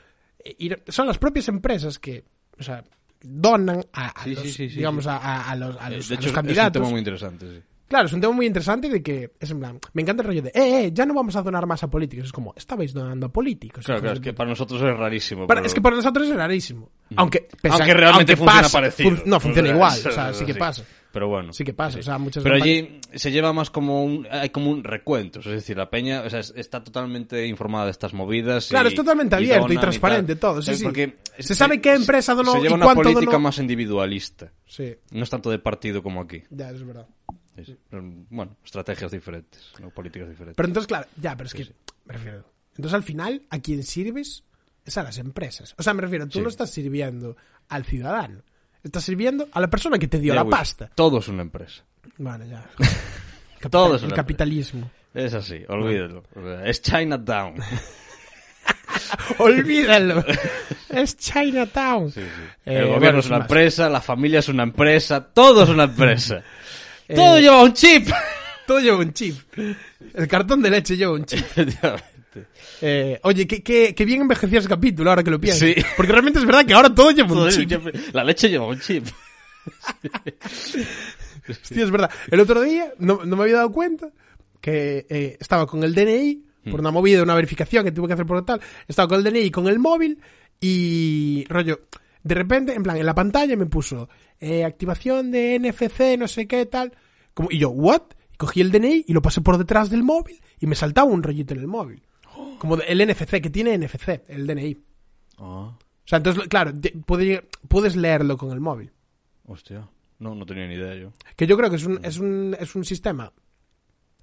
[SPEAKER 1] eh, ir- son las propias empresas que, o sea, donan a, a
[SPEAKER 2] Sí,
[SPEAKER 1] los,
[SPEAKER 2] sí, sí, sí,
[SPEAKER 1] digamos,
[SPEAKER 2] sí.
[SPEAKER 1] a- A, a los, a
[SPEAKER 2] Eh,
[SPEAKER 1] los-
[SPEAKER 2] de
[SPEAKER 1] a
[SPEAKER 2] hecho,
[SPEAKER 1] los
[SPEAKER 2] es- es un
[SPEAKER 1] candidatos.
[SPEAKER 2] tema muy interesante, sí.
[SPEAKER 1] Claro, es un tema muy interesante de que es en plan, me encanta el rollo de, eh, eh, ya no vamos a donar más a políticos. Es como, estabais donando a políticos.
[SPEAKER 2] Claro,
[SPEAKER 1] hijos de
[SPEAKER 2] claro, es que
[SPEAKER 1] puta.
[SPEAKER 2] para nosotros es rarísimo.
[SPEAKER 1] Para-
[SPEAKER 2] pero-
[SPEAKER 1] es que para nosotros es rarísimo. Aunque, pese a-
[SPEAKER 2] aunque realmente
[SPEAKER 1] aunque
[SPEAKER 2] funciona
[SPEAKER 1] pasa,
[SPEAKER 2] parecido.
[SPEAKER 1] fun- no, funciona
[SPEAKER 2] O sea,
[SPEAKER 1] igual.
[SPEAKER 2] es-
[SPEAKER 1] O sea, sí que pasa.
[SPEAKER 2] Pero bueno.
[SPEAKER 1] Sí que pasa, o sea, muchas
[SPEAKER 2] Pero
[SPEAKER 1] campañas-
[SPEAKER 2] allí se lleva más como un... Hay como un recuento. Es decir, la peña o sea, es- está totalmente informada de estas movidas. y-
[SPEAKER 1] Claro, es totalmente
[SPEAKER 2] y
[SPEAKER 1] abierto y
[SPEAKER 2] donan
[SPEAKER 1] transparente
[SPEAKER 2] tal.
[SPEAKER 1] todo, sí,
[SPEAKER 2] Eh,
[SPEAKER 1] sí.
[SPEAKER 2] porque
[SPEAKER 1] Se sabe qué empresa donó
[SPEAKER 2] Se
[SPEAKER 1] y
[SPEAKER 2] lleva una
[SPEAKER 1] cuánto
[SPEAKER 2] política
[SPEAKER 1] donó.
[SPEAKER 2] más individualista.
[SPEAKER 1] Sí,
[SPEAKER 2] No es tanto de partido como aquí.
[SPEAKER 1] ya, es verdad.
[SPEAKER 2] Es- bueno, estrategias diferentes, no políticas diferentes.
[SPEAKER 1] Pero entonces, claro, ya, pero es que, me refiero. Entonces, al final, a quien sirves es a las empresas. O sea, me refiero, tú
[SPEAKER 2] Sí.
[SPEAKER 1] no estás sirviendo al ciudadano. Estás sirviendo a la persona que te dio
[SPEAKER 2] Ya,
[SPEAKER 1] la
[SPEAKER 2] güey,
[SPEAKER 1] pasta.
[SPEAKER 2] Todo es una empresa.
[SPEAKER 1] Bueno, ya. Capital-
[SPEAKER 2] Todo es
[SPEAKER 1] el
[SPEAKER 2] una-
[SPEAKER 1] capitalismo.
[SPEAKER 2] Es así, olvídalo. O sea, Es Chinatown.
[SPEAKER 1] Olvídalo. es Chinatown. Eh,
[SPEAKER 2] el gobierno
[SPEAKER 1] bueno,
[SPEAKER 2] es una
[SPEAKER 1] sin más.
[SPEAKER 2] empresa, la familia es una empresa, todo es una empresa.
[SPEAKER 1] Eh,
[SPEAKER 2] todo lleva un chip.
[SPEAKER 1] Todo lleva un chip. El cartón de leche lleva un chip.
[SPEAKER 2] Efectivamente.
[SPEAKER 1] Eh, oye, qué, qué, qué bien envejeció ese capítulo ahora que lo pienso.
[SPEAKER 2] Sí.
[SPEAKER 1] Porque realmente es verdad que ahora todo lleva
[SPEAKER 2] Todo
[SPEAKER 1] un chip.
[SPEAKER 2] lleva- La leche lleva un chip.
[SPEAKER 1] Hostia, es verdad. El otro día no, no me había dado cuenta que eh, estaba con el DNI, por una movida, una verificación que tuve que hacer por tal. Estaba con el DNI y con el móvil y rollo. De repente, en plan, en la pantalla me puso eh, activación de NFC, no sé qué, tal. Como, y yo, ¿what? Y cogí el DNI y lo pasé por detrás del móvil y me saltaba un rollito en el móvil. Como de- el NFC, que tiene NFC, el DNI. O
[SPEAKER 2] Ah,
[SPEAKER 1] sea, entonces, claro, te- puede- puedes leerlo con el móvil.
[SPEAKER 2] hostia. No, no tenía ni idea yo.
[SPEAKER 1] Que yo creo que es
[SPEAKER 2] Mm.
[SPEAKER 1] un, es un, es un sistema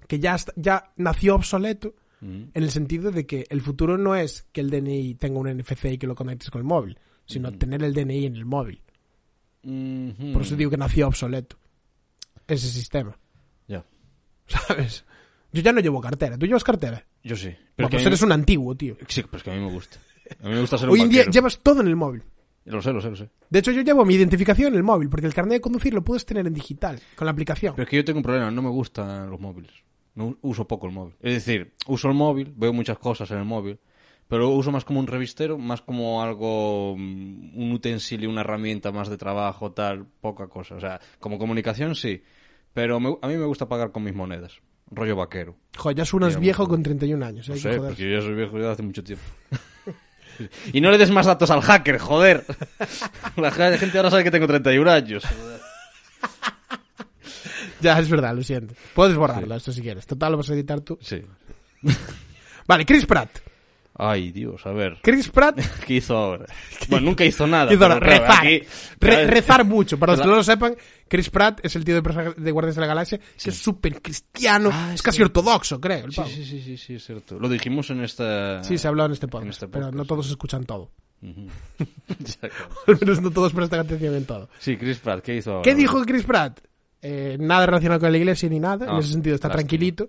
[SPEAKER 1] que ya, está- ya nació obsoleto
[SPEAKER 2] Mm.
[SPEAKER 1] en el sentido de que el futuro no es que el DNI tenga un NFC y que lo conectes con el móvil,
[SPEAKER 2] Mm.
[SPEAKER 1] sino tener el DNI en el móvil.
[SPEAKER 2] Mhm.
[SPEAKER 1] Por eso digo que nació obsoleto ese sistema,
[SPEAKER 2] Ya.
[SPEAKER 1] ¿sabes? Yo ya no llevo cartera. ¿Tú llevas cartera?
[SPEAKER 2] Yo sí.
[SPEAKER 1] Pero
[SPEAKER 2] Pero que a mí
[SPEAKER 1] pues eres
[SPEAKER 2] me-
[SPEAKER 1] un antiguo, tío.
[SPEAKER 2] Sí, pero es que a mí me gusta. A mí me gusta ser un
[SPEAKER 1] Hoy en día
[SPEAKER 2] vaquero.
[SPEAKER 1] llevas todo en el móvil.
[SPEAKER 2] Lo sé, lo sé, lo sé.
[SPEAKER 1] De hecho, yo llevo mi identificación en el móvil, porque el carnet de conducir lo puedes tener en digital, con la aplicación.
[SPEAKER 2] Pero es que yo tengo un problema, no me gustan los móviles. No uso poco el móvil. Es decir, uso el móvil, veo muchas cosas en el móvil, pero lo uso más como un revistero, más como algo, mm, un utensilio, una herramienta más de trabajo, tal, poca cosa. O sea, como comunicación sí, pero me- a mí me gusta pagar con mis monedas. Rollo vaquero.
[SPEAKER 1] Joder, ya suenas
[SPEAKER 2] Mira,
[SPEAKER 1] viejo
[SPEAKER 2] bueno.
[SPEAKER 1] con 31 años. ¿eh?
[SPEAKER 2] No
[SPEAKER 1] hay que
[SPEAKER 2] sé,
[SPEAKER 1] joderse.
[SPEAKER 2] porque yo ya soy viejo ya hace mucho tiempo. y no le des más datos al hacker, joder. La gente ahora sabe que tengo 31 años.
[SPEAKER 1] Ya, es verdad, lo siento. Puedes borrarlo, esto si quieres. Total, lo vas a editar tú.
[SPEAKER 2] Sí.
[SPEAKER 1] Vale, Chris Pratt.
[SPEAKER 2] Ay, Dios, a ver.
[SPEAKER 1] Chris Pratt
[SPEAKER 2] ¿Qué hizo ahora? Bueno, nunca hizo nada.
[SPEAKER 1] hizo
[SPEAKER 2] pero claro,
[SPEAKER 1] rezar.
[SPEAKER 2] aquí-
[SPEAKER 1] Re-
[SPEAKER 2] claro,
[SPEAKER 1] rezar mucho. Para los que
[SPEAKER 2] Claro.
[SPEAKER 1] no lo sepan, Chris Pratt es el tío de, Persa- de Guardias de la Galaxia que es súper cristiano.
[SPEAKER 2] Ah,
[SPEAKER 1] es
[SPEAKER 2] sí.
[SPEAKER 1] casi ortodoxo, creo. El
[SPEAKER 2] Sí,
[SPEAKER 1] pavo. sí,
[SPEAKER 2] sí, sí, sí, sí, es cierto. Lo dijimos en esta...
[SPEAKER 1] se ha hablado en este podcast,
[SPEAKER 2] En este
[SPEAKER 1] pero
[SPEAKER 2] podcast.
[SPEAKER 1] no todos escuchan todo.
[SPEAKER 2] Exacto.
[SPEAKER 1] Al menos no todos prestan atención en todo.
[SPEAKER 2] Sí, Chris Pratt, ¿qué hizo ahora?
[SPEAKER 1] ¿Qué dijo Chris Pratt? Eh, nada relacionado con la iglesia ni nada, en
[SPEAKER 2] Ah,
[SPEAKER 1] ese sentido está
[SPEAKER 2] lástima.
[SPEAKER 1] tranquilito.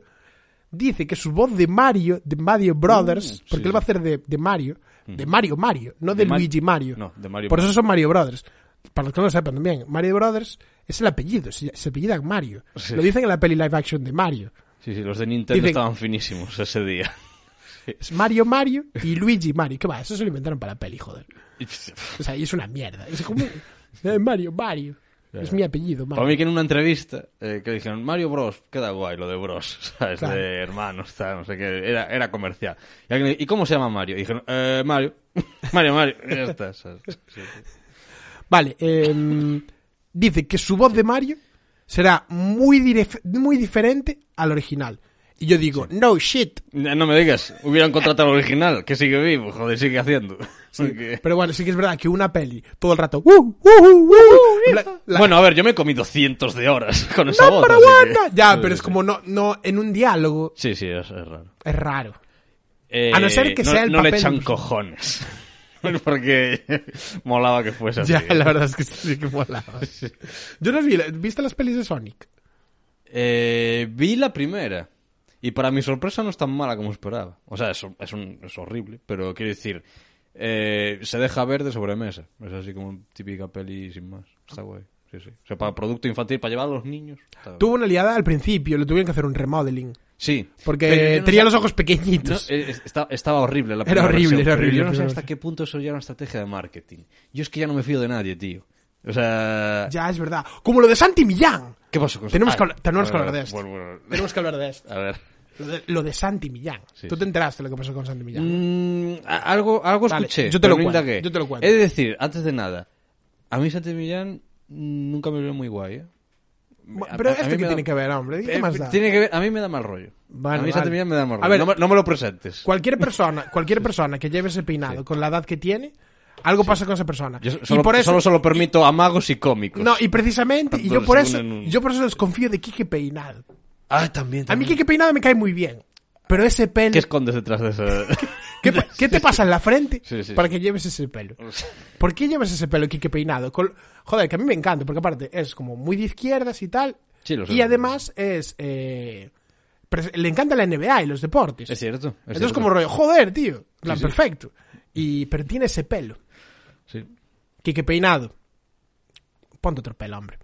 [SPEAKER 1] Dice que su voz de Mario, de Mario Brothers,
[SPEAKER 2] Mm,
[SPEAKER 1] porque
[SPEAKER 2] sí. Mm.
[SPEAKER 1] él va a hacer de, de Mario, de Mario Mario, no de,
[SPEAKER 2] De Mar-
[SPEAKER 1] Luigi Mario.
[SPEAKER 2] No, de Mario
[SPEAKER 1] Por
[SPEAKER 2] Bros.
[SPEAKER 1] eso son Mario Brothers. Para los que no lo sepan también, Mario Brothers es el apellido, se, se apellida Mario.
[SPEAKER 2] Sí.
[SPEAKER 1] Lo dicen en la peli live action de Mario.
[SPEAKER 2] Sí, sí, los de Nintendo
[SPEAKER 1] Dice-
[SPEAKER 2] estaban finísimos ese día.
[SPEAKER 1] Es Mario Mario y Luigi Mario. ¿Qué va? Eso se lo inventaron para la peli, joder.
[SPEAKER 2] Para
[SPEAKER 1] O sea, y es una mierda. Es como eh, Mario Mario. Es mi apellido, Mario.
[SPEAKER 2] mí que en una entrevista eh, que dijeron Mario Bros, queda guay lo de Bros, ¿sabes?
[SPEAKER 1] Claro.
[SPEAKER 2] De hermanos, tal, no sé qué, era, era comercial. Y, alguien, ¿Y cómo se llama Mario? Y dijeron, eh, Mario, Mario, Mario, y ya está, ¿sabes? Sí, sí.
[SPEAKER 1] Vale, em, dice que su voz de Mario será muy, diref- muy diferente al original. Y yo digo, no shit.
[SPEAKER 2] Ya No me digas, hubieran contratado al original, que sigue vivo, joder, sigue haciendo. Así que-
[SPEAKER 1] Pero bueno, sí que es verdad que una peli, todo el rato, "Uh, uh, uh, uh", en plan, la-
[SPEAKER 2] Bueno, a ver, yo me he comido cientos de horas con uh, esa voz.
[SPEAKER 1] Number
[SPEAKER 2] así que-
[SPEAKER 1] one. Ya,
[SPEAKER 2] Sí,
[SPEAKER 1] pero es
[SPEAKER 2] sí.
[SPEAKER 1] como no, no, en un diálogo
[SPEAKER 2] Sí, sí, es, es raro.
[SPEAKER 1] es raro.
[SPEAKER 2] Eh,
[SPEAKER 1] A no ser que sea el
[SPEAKER 2] no le
[SPEAKER 1] papel-
[SPEAKER 2] echan cojones. Porque molaba que fuese así. ¿eh?
[SPEAKER 1] Ya, la verdad es que sí que molaba. Yo no vi, la- ¿viste las pelis de Sonic?
[SPEAKER 2] Eh, vi la primera. Y para mi sorpresa no es tan mala como esperaba. O sea, es, es un- es horrible, pero quiero decir, eh, se deja ver de sobremesa. Es así como típica peli sin más. Está guay. Sí, sí. O sea, para producto infantil, para llevar a los niños. está
[SPEAKER 1] Tuvo una liada al principio, le tuvieron que hacer un remodeling.
[SPEAKER 2] Sí. Pero
[SPEAKER 1] Porque
[SPEAKER 2] yo no
[SPEAKER 1] tenía
[SPEAKER 2] sé-
[SPEAKER 1] los ojos
[SPEAKER 2] no,
[SPEAKER 1] pequeñitos.
[SPEAKER 2] eh, es- está- estaba horrible la
[SPEAKER 1] Era
[SPEAKER 2] primera
[SPEAKER 1] horrible,
[SPEAKER 2] versión,
[SPEAKER 1] era
[SPEAKER 2] pero
[SPEAKER 1] horrible
[SPEAKER 2] Yo
[SPEAKER 1] la
[SPEAKER 2] no sé
[SPEAKER 1] primera
[SPEAKER 2] hasta qué punto eso ya era una estrategia de marketing. Yo es que ya no me fío de nadie, tío. O sea,
[SPEAKER 1] Ya, es verdad. Como lo de Santi Millán.
[SPEAKER 2] ¿qué pasó con Ah,
[SPEAKER 1] Tenemos
[SPEAKER 2] Ay,
[SPEAKER 1] que hablar- tenemos que
[SPEAKER 2] bueno,
[SPEAKER 1] hablar de esto.
[SPEAKER 2] bueno, bueno.
[SPEAKER 1] Tenemos que hablar de esto.
[SPEAKER 2] A ver.
[SPEAKER 1] Lo de, lo de Santi Millán.
[SPEAKER 2] Sí,
[SPEAKER 1] Tú te enteraste de lo que pasó con Santi Millán.
[SPEAKER 2] Mm, a- algo algo
[SPEAKER 1] Vale,
[SPEAKER 2] escuché.
[SPEAKER 1] yo te
[SPEAKER 2] pero
[SPEAKER 1] lo
[SPEAKER 2] no
[SPEAKER 1] cuento,
[SPEAKER 2] indagué.
[SPEAKER 1] yo te lo cuento.
[SPEAKER 2] He de decir, antes de nada, a mí Santi Millán mm, nunca me vio muy guay. ¿eh?
[SPEAKER 1] Bueno,
[SPEAKER 2] a-
[SPEAKER 1] Pero
[SPEAKER 2] a- a
[SPEAKER 1] esto
[SPEAKER 2] mí
[SPEAKER 1] que
[SPEAKER 2] me da-
[SPEAKER 1] tiene que ver, hombre. ¿Qué
[SPEAKER 2] Eh,
[SPEAKER 1] más da?
[SPEAKER 2] Tiene que ver, a mí me da mal rollo.
[SPEAKER 1] Vale,
[SPEAKER 2] a mí
[SPEAKER 1] vale.
[SPEAKER 2] Santi Millán me da mal rollo.
[SPEAKER 1] A ver,
[SPEAKER 2] no, me, no me lo presentes.
[SPEAKER 1] Cualquier persona, cualquier persona que lleve ese peinado con la edad que tiene, algo pasa con esa persona.
[SPEAKER 2] Yo solo,
[SPEAKER 1] y por eso,
[SPEAKER 2] solo, solo permito amagos y cómicos.
[SPEAKER 1] no, y precisamente, y yo
[SPEAKER 2] Entonces,
[SPEAKER 1] por
[SPEAKER 2] se
[SPEAKER 1] eso,
[SPEAKER 2] unen un-
[SPEAKER 1] yo por eso desconfío de Quique Peinado.
[SPEAKER 2] Ah,
[SPEAKER 1] A
[SPEAKER 2] también.
[SPEAKER 1] mí
[SPEAKER 2] también.
[SPEAKER 1] Quique Peinado me cae muy bien, pero ese pelo,
[SPEAKER 2] ¿Qué escondes detrás de esa?
[SPEAKER 1] ¿qué, pa- qué te pasa en la frente
[SPEAKER 2] Sí, sí,
[SPEAKER 1] para
[SPEAKER 2] sí.
[SPEAKER 1] que lleves ese pelo? ¿Por qué llevas ese pelo Quique Peinado? Col- Joder, que a mí me encanta, porque aparte es como muy de izquierdas y tal,
[SPEAKER 2] Sí, lo sé.
[SPEAKER 1] y además es, eh, pres- le encanta la NBA y los deportes.
[SPEAKER 2] Es cierto. es
[SPEAKER 1] Entonces
[SPEAKER 2] cierto.
[SPEAKER 1] como rollo, joder, tío, plan,
[SPEAKER 2] sí.
[SPEAKER 1] perfecto. Y, pero tiene ese pelo.
[SPEAKER 2] Sí.
[SPEAKER 1] Quique Peinado. Ponte otro pelo, hombre.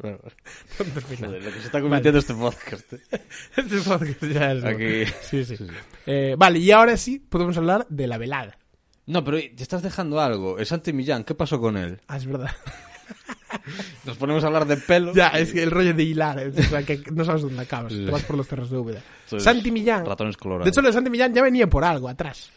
[SPEAKER 2] Bueno, bueno.
[SPEAKER 1] Ponte otro pelo.
[SPEAKER 2] Joder, lo que se está convirtiendo este podcast. eh.
[SPEAKER 1] Este podcast ya es-
[SPEAKER 2] Aquí.
[SPEAKER 1] Sí, sí.
[SPEAKER 2] Sí, sí.
[SPEAKER 1] Eh, vale, y ahora sí podemos hablar de la velada.
[SPEAKER 2] No, pero te estás dejando algo. El Santi Millán, ¿qué pasó con él?
[SPEAKER 1] Ah, es verdad.
[SPEAKER 2] Nos ponemos a hablar de pelo.
[SPEAKER 1] ya, es que el rollo de hilar. es- o sea, que no sabes dónde acabas.
[SPEAKER 2] Sí.
[SPEAKER 1] Te vas por los cerros de Úbeda.
[SPEAKER 2] Entonces,
[SPEAKER 1] Santi Millán.
[SPEAKER 2] Ratones colorados.
[SPEAKER 1] De hecho, lo de Santi Millán ya venía por algo atrás.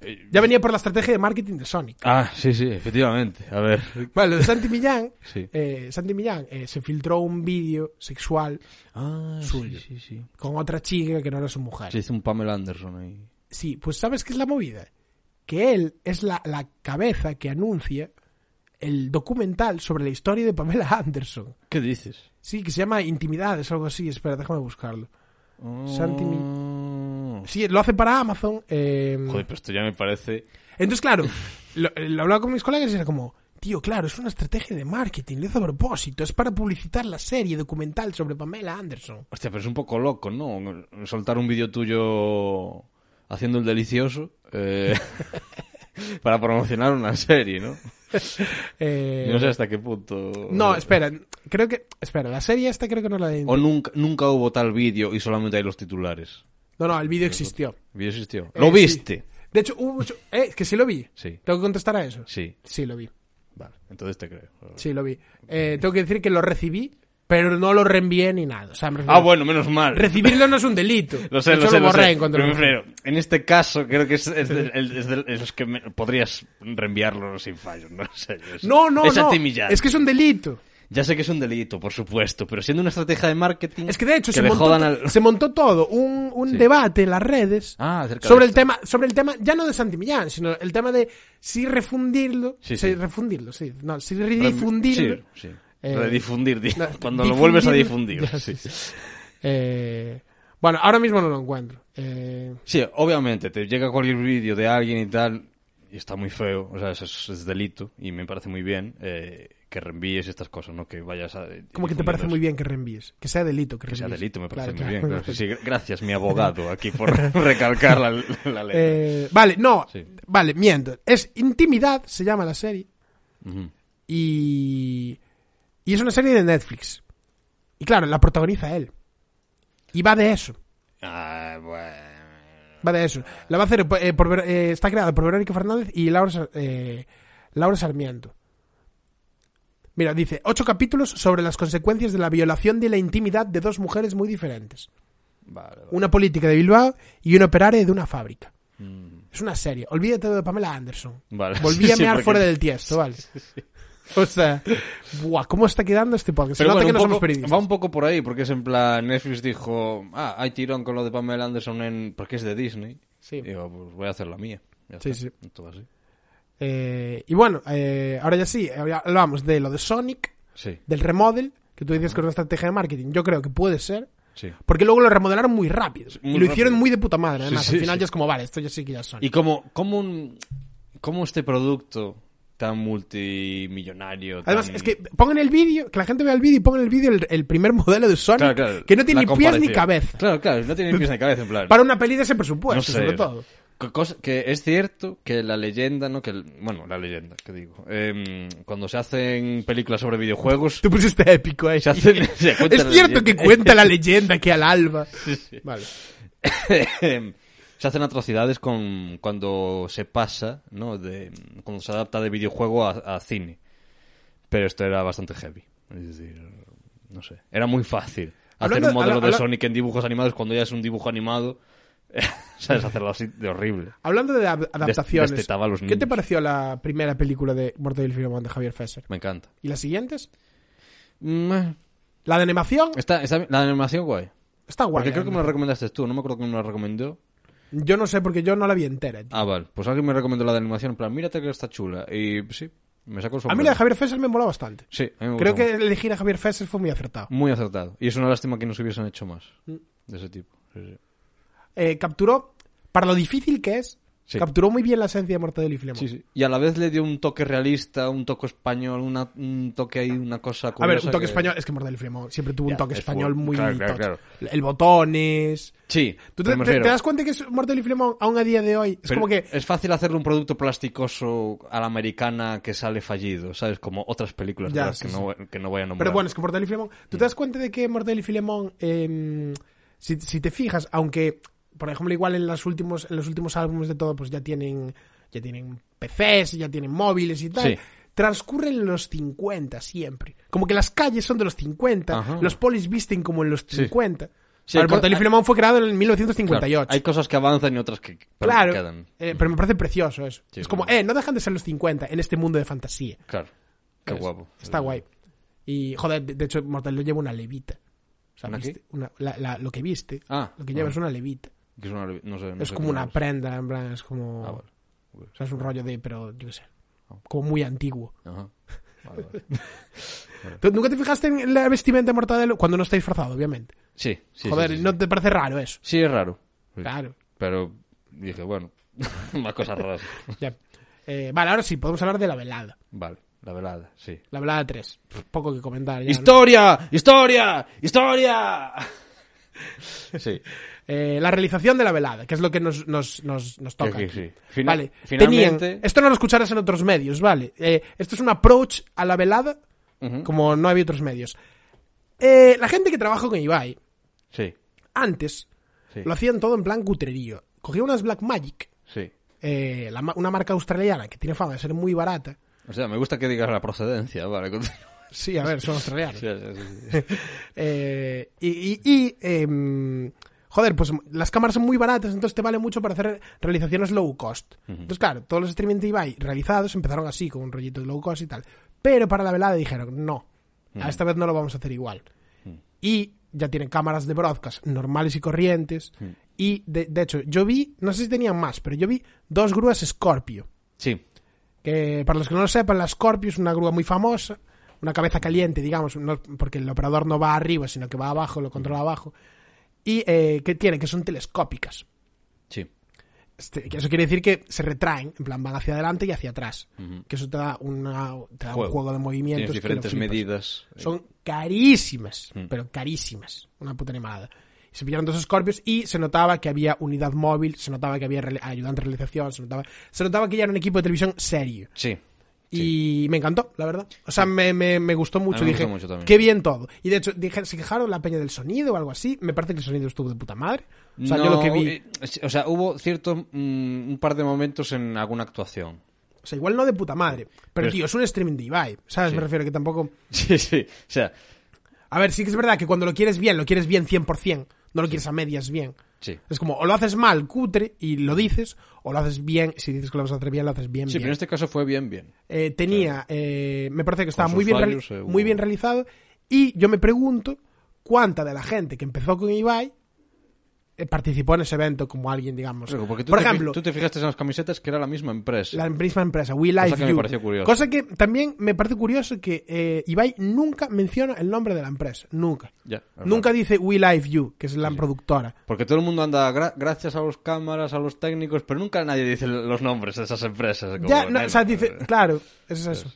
[SPEAKER 2] Eh,
[SPEAKER 1] Ya venía por la estrategia de marketing de Sonic.
[SPEAKER 2] Ah, sí, sí, efectivamente. A ver.
[SPEAKER 1] Vale, lo de Santi Millán.
[SPEAKER 2] Sí.
[SPEAKER 1] eh, Santi Millán eh, se filtró un vídeo sexual
[SPEAKER 2] Ah,
[SPEAKER 1] Suyo.
[SPEAKER 2] sí, sí.
[SPEAKER 1] con otra chica que no era su mujer.
[SPEAKER 2] Se hizo un Pamela Anderson ahí.
[SPEAKER 1] Sí, pues ¿sabes qué es la movida? Que él es la, la cabeza que anuncia el documental sobre la historia de Pamela Anderson.
[SPEAKER 2] ¿Qué dices?
[SPEAKER 1] Sí, que se llama Intimidades o algo así. Espera, déjame buscarlo.
[SPEAKER 2] Oh.
[SPEAKER 1] Santi Sí, lo hace para Amazon. eh,
[SPEAKER 2] Joder, pero esto ya me parece...
[SPEAKER 1] entonces, claro, lo, lo hablaba con mis colegas y era como, tío, claro, es una estrategia de marketing, lo hizo a propósito, es para publicitar la serie documental sobre Pamela Anderson.
[SPEAKER 2] Hostia, pero es un poco loco, ¿no? Soltar un vídeo tuyo haciendo el delicioso eh, para promocionar una serie, ¿no?
[SPEAKER 1] Eh,
[SPEAKER 2] No sé hasta qué punto...
[SPEAKER 1] no, espera, creo que... Espera, la serie esta creo que no la... de-
[SPEAKER 2] O nunca, nunca hubo tal vídeo y solamente hay los titulares.
[SPEAKER 1] No, no, el vídeo existió.
[SPEAKER 2] ¿El vídeo existió?
[SPEAKER 1] Eh,
[SPEAKER 2] ¿Lo
[SPEAKER 1] sí.
[SPEAKER 2] viste?
[SPEAKER 1] De hecho, hubo mucho... Eh, que sí lo vi.
[SPEAKER 2] Sí.
[SPEAKER 1] ¿Tengo que contestar a eso?
[SPEAKER 2] Sí.
[SPEAKER 1] Sí, lo vi.
[SPEAKER 2] Vale, entonces te creo.
[SPEAKER 1] Sí, lo vi. Eh, tengo que decir que lo recibí, pero no lo reenvié ni nada. O sea, me refiero-
[SPEAKER 2] Ah, bueno, menos mal.
[SPEAKER 1] Recibirlo no es un delito.
[SPEAKER 2] Lo sé,
[SPEAKER 1] De
[SPEAKER 2] lo
[SPEAKER 1] hecho,
[SPEAKER 2] sé, lo
[SPEAKER 1] borré
[SPEAKER 2] sé.
[SPEAKER 1] en cuanto
[SPEAKER 2] Pero
[SPEAKER 1] lo-
[SPEAKER 2] me refiero, en este caso, creo que es, es de, el- es de- es los que me- podrías reenviarlo sin fallo. No sé. yo sé.
[SPEAKER 1] No, no,
[SPEAKER 2] es
[SPEAKER 1] no.
[SPEAKER 2] antimillán.
[SPEAKER 1] Es que es un delito.
[SPEAKER 2] Ya sé que es un delito, por supuesto, pero siendo una estrategia de marketing.
[SPEAKER 1] Es que de hecho
[SPEAKER 2] que
[SPEAKER 1] se,
[SPEAKER 2] le
[SPEAKER 1] montó,
[SPEAKER 2] jodan al-
[SPEAKER 1] se montó todo un, un debate en las redes
[SPEAKER 2] Ah, acerca
[SPEAKER 1] sobre
[SPEAKER 2] de
[SPEAKER 1] el
[SPEAKER 2] esto.
[SPEAKER 1] tema, sobre el tema ya no de Santi Millán, sino el tema de si refundirlo,
[SPEAKER 2] Sí,
[SPEAKER 1] si
[SPEAKER 2] sí.
[SPEAKER 1] refundirlo, sí, no, si
[SPEAKER 2] Re-
[SPEAKER 1] redifundirlo.
[SPEAKER 2] Sí, sí.
[SPEAKER 1] Eh,
[SPEAKER 2] Redifundir, di-
[SPEAKER 1] no,
[SPEAKER 2] cuando lo vuelves a
[SPEAKER 1] difundirlo.
[SPEAKER 2] difundir.
[SPEAKER 1] Ya,
[SPEAKER 2] Sí.
[SPEAKER 1] Eh, bueno, ahora mismo no lo encuentro. Eh,
[SPEAKER 2] Sí, obviamente, te llega cualquier vídeo de alguien y tal, y está muy feo, o sea, eso es, es delito, y me parece muy bien eh, que reenvíes estas cosas, ¿no? Que vayas a...
[SPEAKER 1] ¿Cómo que te parece muy bien que reenvíes? Que sea delito que
[SPEAKER 2] Que sea
[SPEAKER 1] reenvíes.
[SPEAKER 2] delito, me parece
[SPEAKER 1] Claro,
[SPEAKER 2] muy bien.
[SPEAKER 1] claro.
[SPEAKER 2] claro, sí, sí. Gracias, mi abogado, aquí por recalcar la, la ley.
[SPEAKER 1] Eh, vale, no,
[SPEAKER 2] Sí.
[SPEAKER 1] vale, miento. Es Intimidad, se llama la serie.
[SPEAKER 2] Ujú.
[SPEAKER 1] Y. Y es una serie de Netflix. Y claro, la protagoniza él. Y va de eso.
[SPEAKER 2] Ah, bueno.
[SPEAKER 1] Va de eso. La va a hacer. eh, por Ver- eh, está creada por Verónica Fernández y Laura, Sar- eh, Laura Sarmiento. Mira, dice: ocho capítulos sobre las consecuencias de la violación de la intimidad de dos mujeres muy diferentes.
[SPEAKER 2] Vale, vale.
[SPEAKER 1] Una política de Bilbao y una operaria de una fábrica.
[SPEAKER 2] Mm,
[SPEAKER 1] Es una serie. Olvídate de Pamela Anderson.
[SPEAKER 2] vale.
[SPEAKER 1] Volví
[SPEAKER 2] Sí,
[SPEAKER 1] a
[SPEAKER 2] sí,
[SPEAKER 1] mear
[SPEAKER 2] porque-
[SPEAKER 1] fuera del tiesto, vale. O sea, buah, ¿cómo está quedando este podcast? Se
[SPEAKER 2] Pero
[SPEAKER 1] nota
[SPEAKER 2] bueno,
[SPEAKER 1] que no
[SPEAKER 2] un
[SPEAKER 1] somos
[SPEAKER 2] poco-
[SPEAKER 1] periodistas.
[SPEAKER 2] va un poco por ahí, porque es en plan, Netflix dijo, ah, hay tirón con lo de Pamela Anderson en, porque es de Disney.
[SPEAKER 1] Sí.
[SPEAKER 2] Y digo, pues voy a hacer la mía. Ya
[SPEAKER 1] Sí,
[SPEAKER 2] está. Todo así.
[SPEAKER 1] Eh, y bueno, eh, ahora ya sí, ahora hablamos de lo de Sonic,
[SPEAKER 2] Sí,
[SPEAKER 1] del remodel, que tú decías que es una estrategia de marketing. Yo creo que puede ser.
[SPEAKER 2] sí.
[SPEAKER 1] Porque luego lo remodelaron muy rápido.
[SPEAKER 2] muy
[SPEAKER 1] y lo hicieron
[SPEAKER 2] rápido.
[SPEAKER 1] muy de puta madre,
[SPEAKER 2] Sí,
[SPEAKER 1] además.
[SPEAKER 2] sí,
[SPEAKER 1] Al final
[SPEAKER 2] sí.
[SPEAKER 1] ya es como, vale, esto ya sí que ya es Sonic.
[SPEAKER 2] Y como, como un, como este producto tan multimillonario.
[SPEAKER 1] Además,
[SPEAKER 2] tan-
[SPEAKER 1] es que pongan el vídeo, que la gente vea el vídeo y pongan el vídeo el, el primer modelo de Sonic,
[SPEAKER 2] Claro, claro,
[SPEAKER 1] que no tiene
[SPEAKER 2] la
[SPEAKER 1] ni pies ni
[SPEAKER 2] comparación.
[SPEAKER 1] cabeza.
[SPEAKER 2] Claro, claro, no tiene ni pies ni cabeza, en plan.
[SPEAKER 1] Para una peli de ese presupuesto,
[SPEAKER 2] no sé,
[SPEAKER 1] sobre todo.
[SPEAKER 2] co- cosa- que es cierto que la leyenda, ¿no? Que el- bueno, la leyenda, que digo. Em, cuando se hacen películas sobre videojuegos,
[SPEAKER 1] Tú pusiste épico ahí.
[SPEAKER 2] se hacen. se cuenta
[SPEAKER 1] Es
[SPEAKER 2] la
[SPEAKER 1] cierto que
[SPEAKER 2] leyenda.
[SPEAKER 1] cuenta la leyenda que al alba. Vale.
[SPEAKER 2] se hacen atrocidades con cuando se pasa, ¿no? De, cuando se adapta de videojuego a, a cine. Pero esto era bastante heavy. Es decir, no sé. Era muy fácil hacer
[SPEAKER 1] Hablando-
[SPEAKER 2] un modelo
[SPEAKER 1] habla-
[SPEAKER 2] de
[SPEAKER 1] habla-
[SPEAKER 2] Sonic en dibujos animados cuando ya es un dibujo animado. ¿Sabes? Hacerlo así de horrible.
[SPEAKER 1] Hablando de ab- adaptaciones,
[SPEAKER 2] destetaba a los
[SPEAKER 1] ¿qué
[SPEAKER 2] niños.
[SPEAKER 1] te pareció la primera película de Mortal y Filemón de Javier Fesser?
[SPEAKER 2] Me encanta.
[SPEAKER 1] ¿Y las siguientes?
[SPEAKER 2] Mm, eh,
[SPEAKER 1] La de animación
[SPEAKER 2] Está, está- la animación guay.
[SPEAKER 1] está guay.
[SPEAKER 2] Porque creo que me
[SPEAKER 1] ¿eh?
[SPEAKER 2] la recomendaste tú. No me acuerdo quién me la recomendó.
[SPEAKER 1] Yo no sé porque yo no la vi entera. tío.
[SPEAKER 2] Ah, vale. Pues alguien me recomendó la de animación. En plan, mírate que está chula. Y sí, me sacó el
[SPEAKER 1] a mí la de Javier Fesser me moló bastante.
[SPEAKER 2] Sí, a mí me
[SPEAKER 1] Creo
[SPEAKER 2] gustó
[SPEAKER 1] que elegir a Javier Fesser fue muy acertado.
[SPEAKER 2] Muy acertado. Y es una lástima que no se hubiesen hecho más
[SPEAKER 1] Mm.
[SPEAKER 2] de ese tipo. Sí, sí.
[SPEAKER 1] eh, capturó, para lo difícil que es,
[SPEAKER 2] Sí.
[SPEAKER 1] capturó muy bien la esencia de Mortadelo y Filemón.
[SPEAKER 2] Sí, sí. Y a la vez le dio un toque realista, un toque español, una- un toque ahí, una cosa
[SPEAKER 1] A ver,
[SPEAKER 2] curiosa
[SPEAKER 1] un toque
[SPEAKER 2] que-
[SPEAKER 1] español, es que Mortadelo y Filemón siempre tuvo
[SPEAKER 2] Ya,
[SPEAKER 1] un toque
[SPEAKER 2] es
[SPEAKER 1] español
[SPEAKER 2] full.
[SPEAKER 1] muy
[SPEAKER 2] Claro, claro,
[SPEAKER 1] tocho.
[SPEAKER 2] claro.
[SPEAKER 1] El botones.
[SPEAKER 2] Sí,
[SPEAKER 1] ¿Tú
[SPEAKER 2] pero
[SPEAKER 1] te,
[SPEAKER 2] me
[SPEAKER 1] te-
[SPEAKER 2] refiero-
[SPEAKER 1] te das cuenta que es Mortadelo y Filemón aún a día de hoy? Es
[SPEAKER 2] pero
[SPEAKER 1] como que
[SPEAKER 2] es fácil hacerle un producto plasticoso a la americana que sale fallido, ¿sabes? Como otras películas de
[SPEAKER 1] Ya,
[SPEAKER 2] las
[SPEAKER 1] sí,
[SPEAKER 2] que,
[SPEAKER 1] sí.
[SPEAKER 2] No, que no voy a nombrar.
[SPEAKER 1] Pero bueno, es que Mortadelo y Filemón.
[SPEAKER 2] Mm.
[SPEAKER 1] ¿Tú te das cuenta de que Mortadelo y Filemón, eh, si, si te fijas, aunque, por ejemplo, igual en los últimos, en los últimos álbumes de todo, pues ya tienen, ya tienen PCs, ya tienen móviles y tal.
[SPEAKER 2] Sí.
[SPEAKER 1] Transcurren los 50 siempre. Como que las calles son de los 50,
[SPEAKER 2] Ajá.
[SPEAKER 1] los polis visten como en los
[SPEAKER 2] Sí.
[SPEAKER 1] 50.
[SPEAKER 2] Sí,
[SPEAKER 1] Ahora,
[SPEAKER 2] hay co-
[SPEAKER 1] Mortadelo y
[SPEAKER 2] hay-
[SPEAKER 1] Filemón fue creado en
[SPEAKER 2] Claro,
[SPEAKER 1] 1958.
[SPEAKER 2] hay cosas que avanzan y otras que pero
[SPEAKER 1] Claro,
[SPEAKER 2] quedan.
[SPEAKER 1] eh, pero me parece precioso eso.
[SPEAKER 2] Sí,
[SPEAKER 1] es como,
[SPEAKER 2] claro.
[SPEAKER 1] eh, no dejan de ser los 50 en este mundo de fantasía.
[SPEAKER 2] Claro. Qué
[SPEAKER 1] ¿Sabes?
[SPEAKER 2] guapo.
[SPEAKER 1] Está guay. Y, joder, de, de hecho, Mortadelo lleva una levita. O sea,
[SPEAKER 2] ¿Una
[SPEAKER 1] viste-
[SPEAKER 2] qué?
[SPEAKER 1] una- la- la- lo que viste.
[SPEAKER 2] Ah,
[SPEAKER 1] lo que lleva
[SPEAKER 2] ah.
[SPEAKER 1] es una levita.
[SPEAKER 2] Que es una- no sé, no
[SPEAKER 1] es
[SPEAKER 2] sé
[SPEAKER 1] como
[SPEAKER 2] cómo
[SPEAKER 1] una
[SPEAKER 2] es.
[SPEAKER 1] prenda, en plan, es como...
[SPEAKER 2] Ah, vale. Ah.
[SPEAKER 1] O sea, es un rollo de, pero, yo qué sé. Como muy antiguo.
[SPEAKER 2] Ajá. Vale, vale. Eh.
[SPEAKER 1] ¿Tú ¿Nunca te fijaste en la vestimenta de Mortadelo? Cuando no está disfrazado, obviamente.
[SPEAKER 2] Sí, sí. sí,
[SPEAKER 1] joder,
[SPEAKER 2] sí, sí.
[SPEAKER 1] ¿no te parece raro eso?
[SPEAKER 2] Sí, es raro. Sí.
[SPEAKER 1] Claro.
[SPEAKER 2] Pero dije, bueno, más cosas raras.
[SPEAKER 1] ya. Eh, vale, ahora sí, podemos hablar de la velada.
[SPEAKER 2] Vale, la velada, sí.
[SPEAKER 1] La velada 3. Poco que comentar. ya, ¿no?
[SPEAKER 2] ¡Historia! ¡Historia! ¡Historia! Sí,
[SPEAKER 1] Eh, la realización de la velada, que es lo que nos, nos, nos, nos toca.
[SPEAKER 2] Sí,
[SPEAKER 1] aquí.
[SPEAKER 2] sí, sí. Fina-
[SPEAKER 1] vale,
[SPEAKER 2] finalmente-
[SPEAKER 1] tenían- esto no lo escucharás en otros medios, vale. Eh, esto es un approach a la velada,
[SPEAKER 2] Ujú.
[SPEAKER 1] como no había otros medios. Eh, la gente que trabaja con Ibai,
[SPEAKER 2] sí,
[SPEAKER 1] antes,
[SPEAKER 2] Sí.
[SPEAKER 1] lo hacían todo en plan cutrerío. Cogía unas Black Magic,
[SPEAKER 2] sí.
[SPEAKER 1] eh, la ma- una marca australiana que tiene fama de ser muy barata.
[SPEAKER 2] O sea, me gusta que digas la procedencia, vale. continúa.
[SPEAKER 1] Sí, a ver, son australianos.
[SPEAKER 2] Sí, sí, sí, sí.
[SPEAKER 1] Eh, y, y- y, em, joder, pues las cámaras son muy baratas, entonces te vale mucho para hacer realizaciones low cost. Entonces, claro, todos los streaming de Ibai realizados empezaron así, con un rollito de low cost y tal. Pero para la velada dijeron, no, a esta vez no lo vamos a hacer igual. Y ya tienen cámaras de broadcast normales y corrientes. Y, de, de hecho, yo vi, no sé si tenían más, pero yo vi dos grúas Scorpio.
[SPEAKER 2] Sí,
[SPEAKER 1] Que para los que no lo sepan, la Scorpio es una grúa muy famosa, una cabeza caliente, digamos, no- porque el operador no va arriba, sino que va abajo, lo controla abajo. Y eh, que tiene, que son telescópicas.
[SPEAKER 2] sí.
[SPEAKER 1] Este, que eso quiere decir que se retraen, en plan, van hacia adelante y hacia atrás. Que eso te da, una, te da
[SPEAKER 2] Juego.
[SPEAKER 1] un juego de movimientos.
[SPEAKER 2] Tienes
[SPEAKER 1] que lo
[SPEAKER 2] diferentes
[SPEAKER 1] flipas.
[SPEAKER 2] medidas.
[SPEAKER 1] Son carísimas, pero carísimas. Una puta animada. Y Se pillaron dos Scorpios y se notaba que había unidad móvil, se notaba que había rele- ayudante de realización, se notaba, se notaba que ya era un equipo de televisión serio.
[SPEAKER 2] Sí.
[SPEAKER 1] Y me encantó, la verdad. O sea, me, me, me gustó mucho.
[SPEAKER 2] A mí me
[SPEAKER 1] dije,
[SPEAKER 2] gustó mucho también.
[SPEAKER 1] qué bien todo. Y de hecho, dije, se quejaron la peña del sonido o algo así. Me parece que el sonido estuvo de puta madre. O sea, yo lo que
[SPEAKER 2] No,
[SPEAKER 1] vi.
[SPEAKER 2] eh, O sea, hubo cierto. mm, un par de momentos en alguna actuación.
[SPEAKER 1] O sea, igual no de puta madre. Pero,
[SPEAKER 2] Pero es-
[SPEAKER 1] tío, es un streaming de Ibai. ¿Sabes?
[SPEAKER 2] Sí.
[SPEAKER 1] Me refiero que tampoco.
[SPEAKER 2] Sí, sí. O sea,
[SPEAKER 1] A ver, sí que es verdad que cuando lo quieres bien, lo quieres bien 100%. No lo quieres a medias bien.
[SPEAKER 2] Sí.
[SPEAKER 1] Es como, o lo haces mal, cutre, y lo dices, o lo haces bien, si dices que lo vas a hacer bien, lo haces bien,
[SPEAKER 2] Sí,
[SPEAKER 1] bien.
[SPEAKER 2] pero en este caso fue bien, bien.
[SPEAKER 1] Eh, tenía, eh, me parece que estaba
[SPEAKER 2] sus
[SPEAKER 1] muy bien,
[SPEAKER 2] fallos,
[SPEAKER 1] reali-
[SPEAKER 2] seguro.
[SPEAKER 1] muy bien realizado. Y yo me pregunto cuánta de la gente que empezó con Ibai eh, participó en ese evento como alguien, digamos.
[SPEAKER 2] Claro, porque tú,
[SPEAKER 1] Por
[SPEAKER 2] te, fi-
[SPEAKER 1] ejemplo,
[SPEAKER 2] tú te fijaste en las camisetas que era la misma empresa.
[SPEAKER 1] la misma empresa, We
[SPEAKER 2] Cosa
[SPEAKER 1] Life
[SPEAKER 2] que me
[SPEAKER 1] You.
[SPEAKER 2] pareció curioso.
[SPEAKER 1] Cosa que también me parece curioso que eh, Ibai nunca menciona el nombre de la empresa, nunca.
[SPEAKER 2] Ya, es raro.
[SPEAKER 1] Nunca dice We Life You, que es la productora.
[SPEAKER 2] Porque todo el mundo anda gra- gracias a los cámaras, a los técnicos, pero nunca nadie dice los nombres de esas empresas. como,
[SPEAKER 1] Ya, no,
[SPEAKER 2] nena,
[SPEAKER 1] o sea, dice,
[SPEAKER 2] eh,
[SPEAKER 1] claro, eso es eso.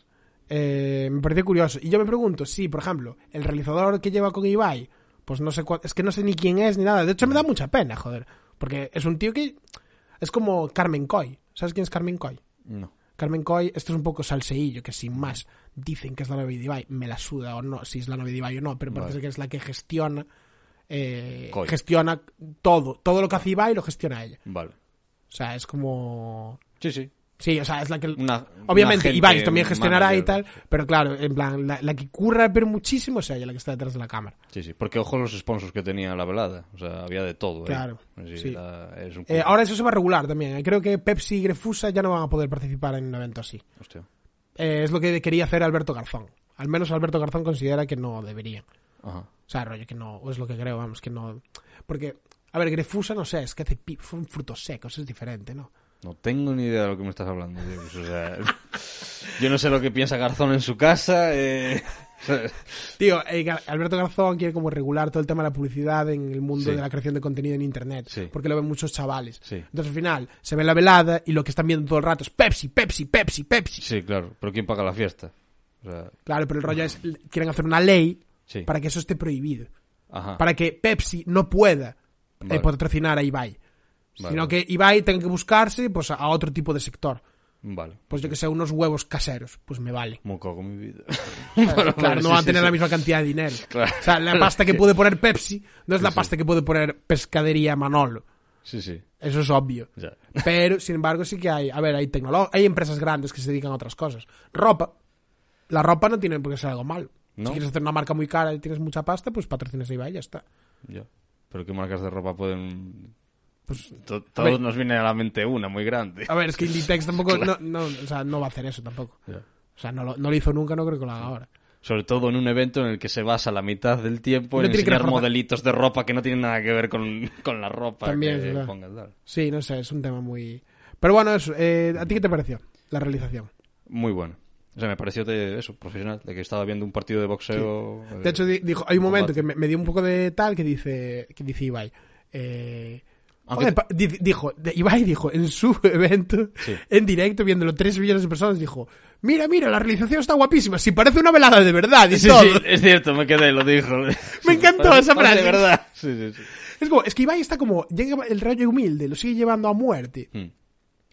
[SPEAKER 1] Eh, me pareció curioso. Y yo me pregunto, si, por ejemplo, el realizador que lleva con Ibai, pues no sé cuál, es que no sé ni quién es ni nada. De hecho, me da mucha pena, joder. Porque es un tío que es como Carmen Coy. ¿Sabes quién es Carmen Coy?
[SPEAKER 2] No.
[SPEAKER 1] Carmen Coy, esto es un poco salseillo, que sin más dicen que es la novia de Ibai, me la suda o no, si es la novia de Ibai o no, pero parece
[SPEAKER 2] Vale.
[SPEAKER 1] que es la que gestiona eh,
[SPEAKER 2] Coy.
[SPEAKER 1] gestiona todo, todo lo que hace Ibai lo gestiona ella.
[SPEAKER 2] Vale.
[SPEAKER 1] O sea, es como
[SPEAKER 2] Sí, sí.
[SPEAKER 1] Sí, o sea, es la que.
[SPEAKER 2] Una-
[SPEAKER 1] obviamente,
[SPEAKER 2] una gente,
[SPEAKER 1] Ibai también
[SPEAKER 2] un
[SPEAKER 1] gestionará y tal,
[SPEAKER 2] manager.
[SPEAKER 1] pero claro, en plan, la, la que curra, pero muchísimo, o sea, ella la que está detrás de la cámara.
[SPEAKER 2] Sí, sí. Porque ojo los sponsors que tenía la velada. O sea, había de todo. ¿eh?
[SPEAKER 1] Claro,
[SPEAKER 2] Sí,
[SPEAKER 1] sí.
[SPEAKER 2] era- es un
[SPEAKER 1] Eh, ahora eso se va a regular también. eh. Creo que Pepsi y Grefusa ya no van a poder participar en un evento así.
[SPEAKER 2] Hostia.
[SPEAKER 1] Eh, es lo que quería hacer Alberto Garzón. Al menos Alberto Garzón considera que no deberían.
[SPEAKER 2] Ajá.
[SPEAKER 1] O sea, rollo que no, o es lo que creo, vamos, que no. Porque, a ver, Grefusa no sé, es que hace pi- son frutos secos, es diferente, ¿no?
[SPEAKER 2] No tengo ni idea de lo que me estás hablando. tío. Pues, o sea, yo no sé lo que piensa Garzón en su casa. eh, o sea,
[SPEAKER 1] Tío, eh, Gar- Alberto Garzón quiere como regular todo el tema de la publicidad en el mundo
[SPEAKER 2] Sí.
[SPEAKER 1] de la creación de contenido en internet,
[SPEAKER 2] Sí.
[SPEAKER 1] porque lo ven muchos chavales.
[SPEAKER 2] Sí.
[SPEAKER 1] Entonces al final se ve la velada y lo que están viendo todo el rato es Pepsi, Pepsi, Pepsi, Pepsi.
[SPEAKER 2] sí, claro. Pero ¿quién paga la fiesta? O sea,
[SPEAKER 1] Claro, pero el rollo es, l- quieren hacer una ley
[SPEAKER 2] sí.
[SPEAKER 1] para que eso esté prohibido,
[SPEAKER 2] Ajá.
[SPEAKER 1] para que Pepsi no pueda eh,
[SPEAKER 2] Vale.
[SPEAKER 1] patrocinar a Ibai,
[SPEAKER 2] Vale,
[SPEAKER 1] sino
[SPEAKER 2] vale.
[SPEAKER 1] que Ibai tenga que buscarse pues a- a otro tipo de sector.
[SPEAKER 2] Vale.
[SPEAKER 1] Pues yo que sé, unos huevos caseros, pues me vale.
[SPEAKER 2] Moco con mi vida.
[SPEAKER 1] Claro,
[SPEAKER 2] Vale,
[SPEAKER 1] no
[SPEAKER 2] sí,
[SPEAKER 1] va a
[SPEAKER 2] sí,
[SPEAKER 1] tener
[SPEAKER 2] sí.
[SPEAKER 1] la misma cantidad de dinero.
[SPEAKER 2] Claro.
[SPEAKER 1] O sea, la pasta que puede poner Pepsi no es la pasta que puede poner Pescadería Manolo.
[SPEAKER 2] Sí, sí.
[SPEAKER 1] Eso es obvio.
[SPEAKER 2] Ya.
[SPEAKER 1] Pero, sin embargo, sí que hay, a ver, hay tecnolo- hay empresas grandes que se dedican a otras cosas. Ropa. La ropa no tiene por qué ser algo malo.
[SPEAKER 2] No.
[SPEAKER 1] Si quieres hacer una marca muy cara y tienes mucha pasta, pues patrocinas a Ibai y ya está.
[SPEAKER 2] Ya. Pero qué marcas de ropa pueden.
[SPEAKER 1] Pues,
[SPEAKER 2] To-
[SPEAKER 1] a
[SPEAKER 2] todos
[SPEAKER 1] ver. Ah.
[SPEAKER 2] nos viene a la mente una muy grande.
[SPEAKER 1] A ver, es que Inditex tampoco, no, no, o sea, no va a hacer eso tampoco.
[SPEAKER 2] Ya.
[SPEAKER 1] O sea, no lo, no lo hizo nunca, no creo que lo haga ahora.
[SPEAKER 2] Sobre todo en un evento en el que se basa la mitad del tiempo
[SPEAKER 1] No
[SPEAKER 2] en
[SPEAKER 1] tiene que
[SPEAKER 2] enseñar
[SPEAKER 1] reforzar.
[SPEAKER 2] modelitos de ropa que no tienen nada que ver con, con la ropa
[SPEAKER 1] También es
[SPEAKER 2] que
[SPEAKER 1] verdad.
[SPEAKER 2] pongas, tal.
[SPEAKER 1] Sí, no sé, es un tema muy... Pero bueno, eso, eh, ¿a ti qué te pareció la realización?
[SPEAKER 2] Muy bueno. O sea, me pareció de eso, profesional, de que estaba viendo un partido de boxeo. eh,
[SPEAKER 1] De hecho, di- dijo, hay un momento
[SPEAKER 2] combate.
[SPEAKER 1] que me, me dio un poco de tal que dice, que dice Ibai. eh,
[SPEAKER 2] Aunque
[SPEAKER 1] joder,
[SPEAKER 2] te-
[SPEAKER 1] pa- di- dijo, de- Ibai dijo en su evento,
[SPEAKER 2] Sí.
[SPEAKER 1] en directo, viéndolo tres millones de personas, dijo, mira, mira, la realización está guapísima, si parece una velada de verdad y
[SPEAKER 2] Sí,
[SPEAKER 1] todo".
[SPEAKER 2] sí, es cierto, me quedé, lo dijo.
[SPEAKER 1] Me encantó
[SPEAKER 2] Parece-
[SPEAKER 1] esa
[SPEAKER 2] parece
[SPEAKER 1] frase.
[SPEAKER 2] verdad. Sí, sí, sí.
[SPEAKER 1] Es como, es que Ibai está como, llega el rayo humilde, lo sigue llevando a muerte.
[SPEAKER 2] Mm.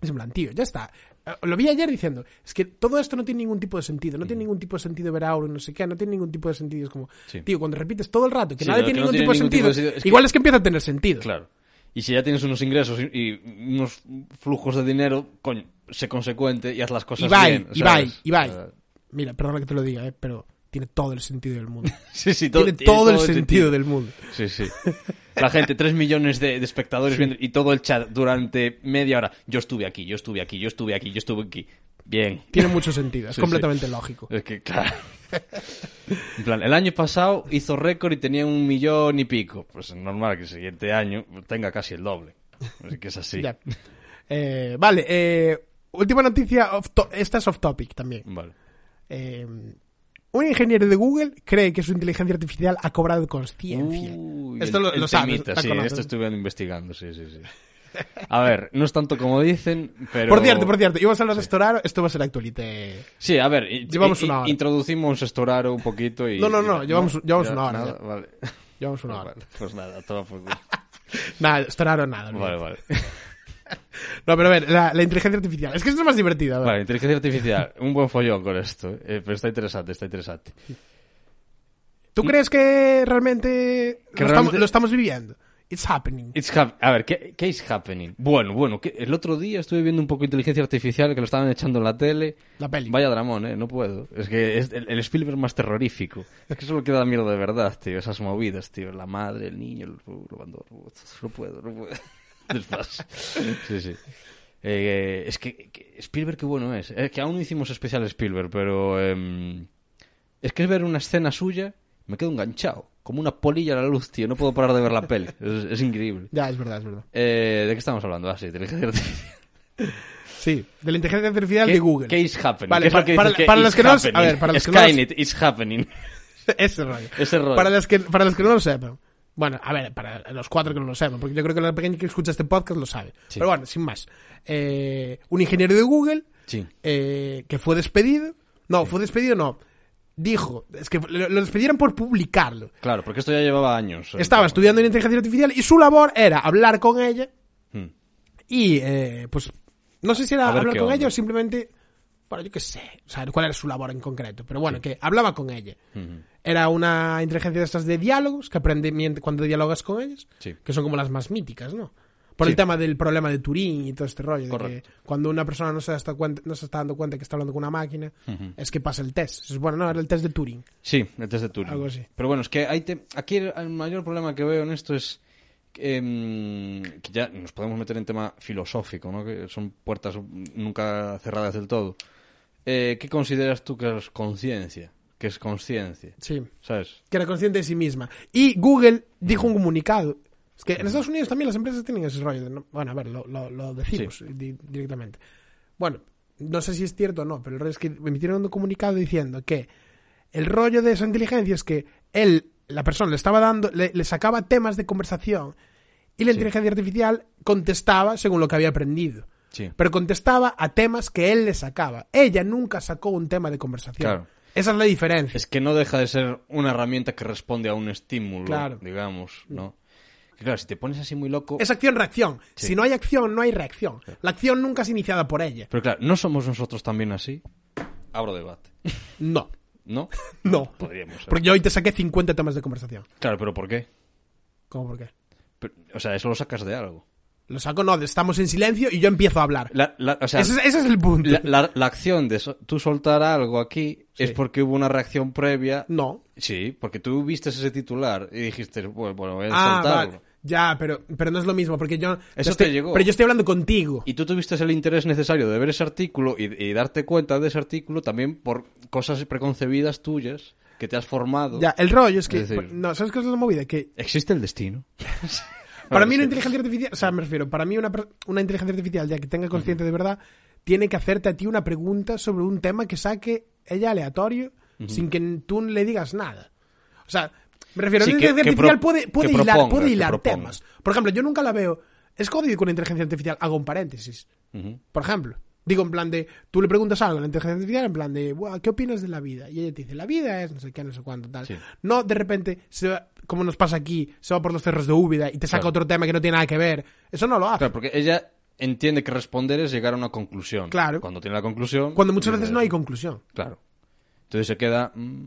[SPEAKER 1] Es en plan, tío, ya está. Eh, Lo vi ayer diciendo, es que todo esto no tiene ningún tipo de sentido, no tiene ningún tipo de sentido ver Auro, no sé qué, no tiene ningún tipo de sentido. Es como,
[SPEAKER 2] Mm. Sí.
[SPEAKER 1] tío, cuando repites todo el rato que
[SPEAKER 2] Sí,
[SPEAKER 1] nada
[SPEAKER 2] lo
[SPEAKER 1] tiene
[SPEAKER 2] que no
[SPEAKER 1] ningún, tipo,
[SPEAKER 2] tiene
[SPEAKER 1] de
[SPEAKER 2] ningún tipo
[SPEAKER 1] sentido,
[SPEAKER 2] de sentido es que-
[SPEAKER 1] igual es que empieza a tener sentido.
[SPEAKER 2] Claro. Y si ya tienes unos ingresos y, y unos flujos de dinero, coño, sé consecuente y haz las cosas
[SPEAKER 1] Ibai,
[SPEAKER 2] Pues bien. ¿sabes? Eh,
[SPEAKER 1] Ibai, Ibai.
[SPEAKER 2] O sea,
[SPEAKER 1] Mira, perdona que te lo diga, eh, pero tiene todo el sentido del mundo.
[SPEAKER 2] Sí, sí,
[SPEAKER 1] tiene todo el sentido del mundo.
[SPEAKER 2] Sí, sí. La gente, 3 millones de, de espectadores viendo y todo el chat durante media hora. Yo estuve aquí, yo estuve aquí, yo estuve aquí, yo estuve aquí. Bien.
[SPEAKER 1] Tiene mucho sentido, es
[SPEAKER 2] Sí, Eh, sí.
[SPEAKER 1] completamente lógico.
[SPEAKER 2] Es que, claro. En plan, el año pasado hizo récord y tenía un millón y pico. Pues es normal que el siguiente año tenga casi el doble. Así que es así.
[SPEAKER 1] Ya. Eh, vale, eh, última noticia, off to- esta es off topic también.
[SPEAKER 2] Vale.
[SPEAKER 1] Eh, un ingeniero de Google cree que su inteligencia artificial ha cobrado conciencia.
[SPEAKER 2] Uy,
[SPEAKER 1] Esto
[SPEAKER 2] el-
[SPEAKER 1] lo,
[SPEAKER 2] el
[SPEAKER 1] lo sabes,
[SPEAKER 2] temita,
[SPEAKER 1] la
[SPEAKER 2] sí,
[SPEAKER 1] conoces.
[SPEAKER 2] esto estuve investigando, sí, sí, sí. A ver, no es tanto como dicen, pero...
[SPEAKER 1] Por cierto, por cierto, íbamos a hablar de Storaro, esto va a ser actualite.
[SPEAKER 2] Sí, a ver, i-
[SPEAKER 1] Llevamos
[SPEAKER 2] i-
[SPEAKER 1] una hora.
[SPEAKER 2] introducimos Estoraro un poquito y...
[SPEAKER 1] No, no,
[SPEAKER 2] y-
[SPEAKER 1] no, llevamos- llevamos
[SPEAKER 2] Ya,
[SPEAKER 1] una hora,
[SPEAKER 2] nada,
[SPEAKER 1] ya.
[SPEAKER 2] Vale.
[SPEAKER 1] Llevamos una hora.
[SPEAKER 2] Vale, pues nada, toma por culo.
[SPEAKER 1] Nada, Storaro nada.
[SPEAKER 2] Vale,
[SPEAKER 1] olvídate.
[SPEAKER 2] vale.
[SPEAKER 1] No, pero a ver, la, la inteligencia artificial. Es que esto es más divertido. a ver.
[SPEAKER 2] Vale, inteligencia artificial, un buen follón con esto, eh, pero está interesante, está interesante.
[SPEAKER 1] ¿Tú crees que realmente,
[SPEAKER 2] Que
[SPEAKER 1] lo,
[SPEAKER 2] Mm. realmente-
[SPEAKER 1] Estamos, lo estamos viviendo? It's happening.
[SPEAKER 2] It's hap- a ver, ¿qué, qué is happening? Bueno, bueno, que el otro día estuve viendo un poco de inteligencia artificial que lo estaban echando en la tele.
[SPEAKER 1] La peli.
[SPEAKER 2] Vaya dramón, ¿eh? No puedo. Es que es el, el Spielberg más terrorífico. Es que solo queda miedo de verdad, tío. Esas movidas, tío. La madre, el niño, el robando. No puedo, no puedo. Después. Sí, sí. Eh, es que, que Spielberg qué bueno es. Es que aún no hicimos especial Spielberg, pero... em, es que es ver una escena suya, me quedo enganchado. Como una polilla a la luz, tío. No puedo parar de ver la peli. Es- es increíble.
[SPEAKER 1] Ya, es verdad, es verdad.
[SPEAKER 2] Eh, ¿De qué estamos hablando? Ah, sí, inteligencia artificial.
[SPEAKER 1] Sí, de la inteligencia artificial
[SPEAKER 2] ¿Qué-
[SPEAKER 1] de Google.
[SPEAKER 2] ¿Qué is happening?
[SPEAKER 1] Vale,
[SPEAKER 2] ¿Qué es
[SPEAKER 1] pa-
[SPEAKER 2] lo que
[SPEAKER 1] para-
[SPEAKER 2] dices
[SPEAKER 1] para
[SPEAKER 2] is
[SPEAKER 1] los que no- a
[SPEAKER 2] happening?
[SPEAKER 1] ver, para los que no-
[SPEAKER 2] Skynet is happening.
[SPEAKER 1] Ese rollo.
[SPEAKER 2] Ese rollo.
[SPEAKER 1] Para los, que, para los que no lo sepan. Bueno, a ver, para los cuatro que no lo sepan, porque yo creo que la pequeña que escucha este podcast lo sabe.
[SPEAKER 2] Sí.
[SPEAKER 1] Pero bueno, sin más. Eh, un ingeniero de Google
[SPEAKER 2] Sí.
[SPEAKER 1] eh, que fue despedido. No, fue despedido, no. Dijo, es que lo, lo despidieron por publicarlo.
[SPEAKER 2] Claro, porque esto ya llevaba años. eh,
[SPEAKER 1] Estaba
[SPEAKER 2] Entonces,
[SPEAKER 1] estudiando en inteligencia artificial y su labor era hablar con ella
[SPEAKER 2] hmm.
[SPEAKER 1] y, eh, pues, no sé si era
[SPEAKER 2] A ver
[SPEAKER 1] hablar
[SPEAKER 2] qué
[SPEAKER 1] con
[SPEAKER 2] onda.
[SPEAKER 1] ella o simplemente, bueno, yo qué sé, o sea, cuál era su labor en concreto. Pero bueno, que hablaba con ella.
[SPEAKER 2] Ujú.
[SPEAKER 1] Era una inteligencia de estas de diálogos que aprende mient- cuando dialogas con ellas,
[SPEAKER 2] Sí.
[SPEAKER 1] que son como las más míticas, ¿no? Por
[SPEAKER 2] Sí.
[SPEAKER 1] el tema del problema de Turing y todo este rollo, de
[SPEAKER 2] Correcto.
[SPEAKER 1] que cuando una persona no se, está cuenta- no se está dando cuenta que está hablando con una máquina, es que pasa el test. Es, bueno, no, era el test de Turing.
[SPEAKER 2] Sí, el test de Turing.
[SPEAKER 1] Algo así.
[SPEAKER 2] Pero bueno, es que ahí te- aquí el el mayor problema que veo en esto es que, em, que ya nos podemos meter en tema filosófico, ¿no? Que son puertas nunca cerradas del todo. Eh, ¿Qué consideras tú que es conciencia? ¿Qué es conciencia?
[SPEAKER 1] Sí.
[SPEAKER 2] ¿Sabes?
[SPEAKER 1] que era consciente de sí misma. Y Google dijo un comunicado. Es que en Estados Unidos también las empresas tienen ese rollo. de no- bueno, a ver, lo, lo- lo decimos di- directamente. Bueno, no sé si es cierto o no, pero el rollo es que emitieron un comunicado diciendo que el rollo de esa inteligencia es que él, la persona, le estaba dando, le, le sacaba temas de conversación y la
[SPEAKER 2] Sí.
[SPEAKER 1] inteligencia artificial contestaba según lo que había aprendido.
[SPEAKER 2] Sí.
[SPEAKER 1] Pero contestaba a temas que él le sacaba. Ella nunca sacó un tema de conversación.
[SPEAKER 2] Claro.
[SPEAKER 1] Esa es la diferencia.
[SPEAKER 2] Es que no deja de ser una herramienta que responde a un estímulo,
[SPEAKER 1] Claro.
[SPEAKER 2] digamos, ¿no? Que claro, si te pones así muy loco...
[SPEAKER 1] Es acción-reacción.
[SPEAKER 2] Sí.
[SPEAKER 1] Si no hay acción, no hay reacción. La acción nunca es iniciada por ella.
[SPEAKER 2] Pero claro, ¿no somos nosotros también así? Abro debate.
[SPEAKER 1] No,
[SPEAKER 2] ¿No?
[SPEAKER 1] no.
[SPEAKER 2] Podríamos ser.
[SPEAKER 1] Porque yo hoy te saqué 50 temas de conversación.
[SPEAKER 2] Claro, pero ¿por qué?
[SPEAKER 1] ¿Cómo por qué?
[SPEAKER 2] Pero, o sea, eso lo sacas de algo.
[SPEAKER 1] Lo saco, no, de estamos en silencio y yo empiezo a hablar.
[SPEAKER 2] La, la- o sea,
[SPEAKER 1] ese, es- ese es el punto.
[SPEAKER 2] la, la- la acción de so- tú soltar algo aquí es porque hubo una reacción previa.
[SPEAKER 1] No.
[SPEAKER 2] Sí, porque tú viste ese titular y dijiste, bueno, bueno, voy a
[SPEAKER 1] Ah,
[SPEAKER 2] soltarlo.
[SPEAKER 1] vale. Ya, pero, pero no es lo mismo, porque yo... yo
[SPEAKER 2] Eso
[SPEAKER 1] estoy-
[SPEAKER 2] te llegó.
[SPEAKER 1] Pero yo estoy hablando contigo.
[SPEAKER 2] Y tú tuviste el interés necesario de ver ese artículo y, y darte cuenta de ese artículo también por cosas preconcebidas tuyas que te has formado.
[SPEAKER 1] Ya, el rollo es que...
[SPEAKER 2] Es decir-
[SPEAKER 1] no, ¿sabes qué es la movida? Que
[SPEAKER 2] ¿Existe el destino?
[SPEAKER 1] Para mí una
[SPEAKER 2] no
[SPEAKER 1] inteligencia artificial, o sea, me refiero, para mí una, per- una inteligencia artificial, ya que tenga consciente de verdad, tiene que hacerte a ti una pregunta sobre un tema que saque ella aleatorio, sin que n- tú le digas nada. O sea, me refiero,
[SPEAKER 2] Sí,
[SPEAKER 1] una
[SPEAKER 2] que-
[SPEAKER 1] inteligencia
[SPEAKER 2] que
[SPEAKER 1] artificial
[SPEAKER 2] pro-
[SPEAKER 1] puede, puede
[SPEAKER 2] que
[SPEAKER 1] hilar,
[SPEAKER 2] proponga,
[SPEAKER 1] puede
[SPEAKER 2] que
[SPEAKER 1] hilar
[SPEAKER 2] proponga.
[SPEAKER 1] temas. Por ejemplo, yo nunca la veo, es jodido que una inteligencia artificial haga un paréntesis, por ejemplo. Digo, en plan de, tú le preguntas algo a la inteligencia artificial, en plan de, "Buah, ¿qué opinas de la vida? Y ella te dice, la vida es no sé qué, no sé cuánto, tal.
[SPEAKER 2] Sí.
[SPEAKER 1] No, de repente, se va- como nos pasa aquí, se va por los cerros de Úbeda y te saca
[SPEAKER 2] Claro.
[SPEAKER 1] otro tema que no tiene nada que ver. Eso no lo hace.
[SPEAKER 2] Claro, porque ella entiende que responder es llegar a una conclusión.
[SPEAKER 1] Claro.
[SPEAKER 2] Cuando tiene la conclusión...
[SPEAKER 1] Cuando muchas veces no hay conclusión.
[SPEAKER 2] Claro. Entonces se queda... mm,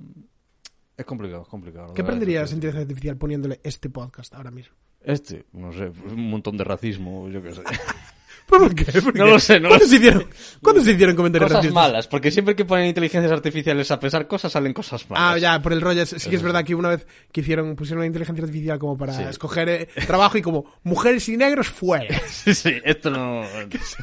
[SPEAKER 2] es complicado, es complicado.
[SPEAKER 1] ¿Qué
[SPEAKER 2] la verdad.
[SPEAKER 1] aprenderías de inteligencia artificial poniéndole este podcast ahora mismo?
[SPEAKER 2] Este, no sé, un montón de racismo, yo qué sé.
[SPEAKER 1] ¿Por qué? ¿Por
[SPEAKER 2] No
[SPEAKER 1] qué?
[SPEAKER 2] lo sé, no lo
[SPEAKER 1] ¿Cuándo se hicieron, ¿cuándo se hicieron comentarios
[SPEAKER 2] cosas
[SPEAKER 1] racistas?
[SPEAKER 2] malas, porque siempre que ponen inteligencias artificiales a pesar cosas, salen cosas malas.
[SPEAKER 1] Ah, ya, por el rollo. es- Sí que es verdad que una vez que hicieron, pusieron una inteligencia artificial como para
[SPEAKER 2] Sí.
[SPEAKER 1] escoger eh, trabajo y como mujeres y negros fuera.
[SPEAKER 2] Sí, sí, esto no...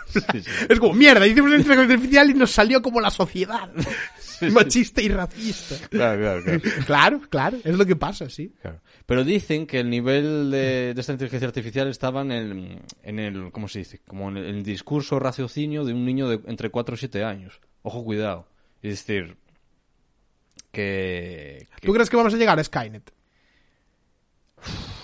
[SPEAKER 2] Sí, sí.
[SPEAKER 1] Es como, mierda, hicimos una inteligencia artificial y nos salió como la sociedad. Machista y racista.
[SPEAKER 2] Claro, claro, claro.
[SPEAKER 1] Claro, claro, es lo que pasa, sí.
[SPEAKER 2] Claro. Pero dicen que el nivel de, de esta inteligencia artificial estaba en el, en el ¿cómo se dice? Como en el, en el discurso raciocinio de un niño de entre 4 y 7 años. Ojo, cuidado. Es decir, que... que-
[SPEAKER 1] ¿Tú crees que vamos a llegar a Skynet?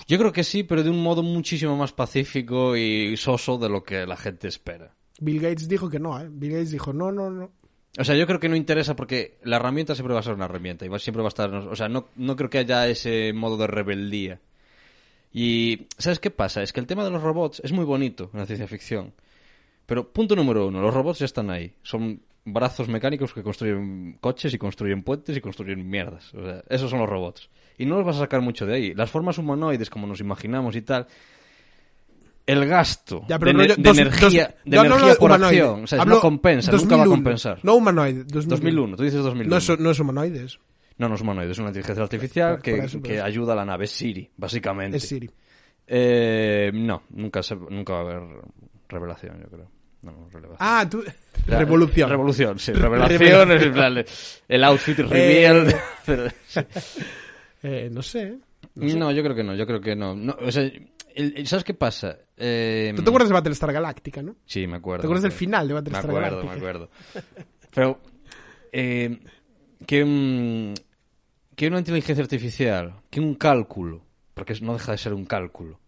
[SPEAKER 2] Yo creo que sí, pero de un modo muchísimo más pacífico y soso de lo que la gente espera.
[SPEAKER 1] Bill Gates dijo que no, ¿eh? Bill Gates dijo, no, no, no.
[SPEAKER 2] O sea, yo creo que no interesa porque la herramienta siempre va a ser una herramienta y va- siempre va a estar... O sea, no, no creo que haya ese modo de rebeldía. Y ¿sabes qué pasa? Es que el tema de los robots es muy bonito en la ciencia ficción. Pero punto número uno, los robots ya están ahí. Son brazos mecánicos que construyen coches y construyen puentes y construyen mierdas. O sea, esos son los robots. y no los vas a sacar mucho de ahí. Las formas humanoides, como nos imaginamos y tal, el gasto
[SPEAKER 1] Ya,
[SPEAKER 2] de,
[SPEAKER 1] pero
[SPEAKER 2] ne-
[SPEAKER 1] rollo
[SPEAKER 2] de
[SPEAKER 1] dos-
[SPEAKER 2] energía,
[SPEAKER 1] dos-
[SPEAKER 2] de
[SPEAKER 1] no, no,
[SPEAKER 2] energía
[SPEAKER 1] no,
[SPEAKER 2] por
[SPEAKER 1] humanoide.
[SPEAKER 2] acción, o sea, no
[SPEAKER 1] 2001,
[SPEAKER 2] compensa, nunca va a compensar.
[SPEAKER 1] No humanoide, 2001.
[SPEAKER 2] 2001, tú dices 2001.
[SPEAKER 1] No es, no es humanoide, eso.
[SPEAKER 2] No, no es humanoide, es una inteligencia artificial
[SPEAKER 1] Por-
[SPEAKER 2] que,
[SPEAKER 1] por eso, por
[SPEAKER 2] que
[SPEAKER 1] eso.
[SPEAKER 2] ayuda a la nave, es Siri, básicamente.
[SPEAKER 1] es Siri.
[SPEAKER 2] Eh, no, nunca, se- nunca va a haber revelación, yo creo. No, no, revelación.
[SPEAKER 1] Ah, tú...
[SPEAKER 2] La-
[SPEAKER 1] Revolución. Eh,
[SPEAKER 2] Revolución, sí.
[SPEAKER 1] Re-
[SPEAKER 2] Revelación, en plan, el, outfit reveal. pero- sí.
[SPEAKER 1] Eh, no sé.
[SPEAKER 2] no, yo creo que no, yo creo que no. No, o sea, el- el- ¿sabes qué pasa? Eh,
[SPEAKER 1] ¿Tú te acuerdas de Battlestar Galáctica, no?
[SPEAKER 2] Sí, me acuerdo.
[SPEAKER 1] ¿Te acuerdas
[SPEAKER 2] me
[SPEAKER 1] del
[SPEAKER 2] acuerdo.
[SPEAKER 1] final de
[SPEAKER 2] eh, Me
[SPEAKER 1] Battlestar
[SPEAKER 2] acuerdo, me
[SPEAKER 1] Galáctica?
[SPEAKER 2] acuerdo. Pero eh, que, mm, que una inteligencia artificial, que un cálculo, porque no deja de ser un cálculo,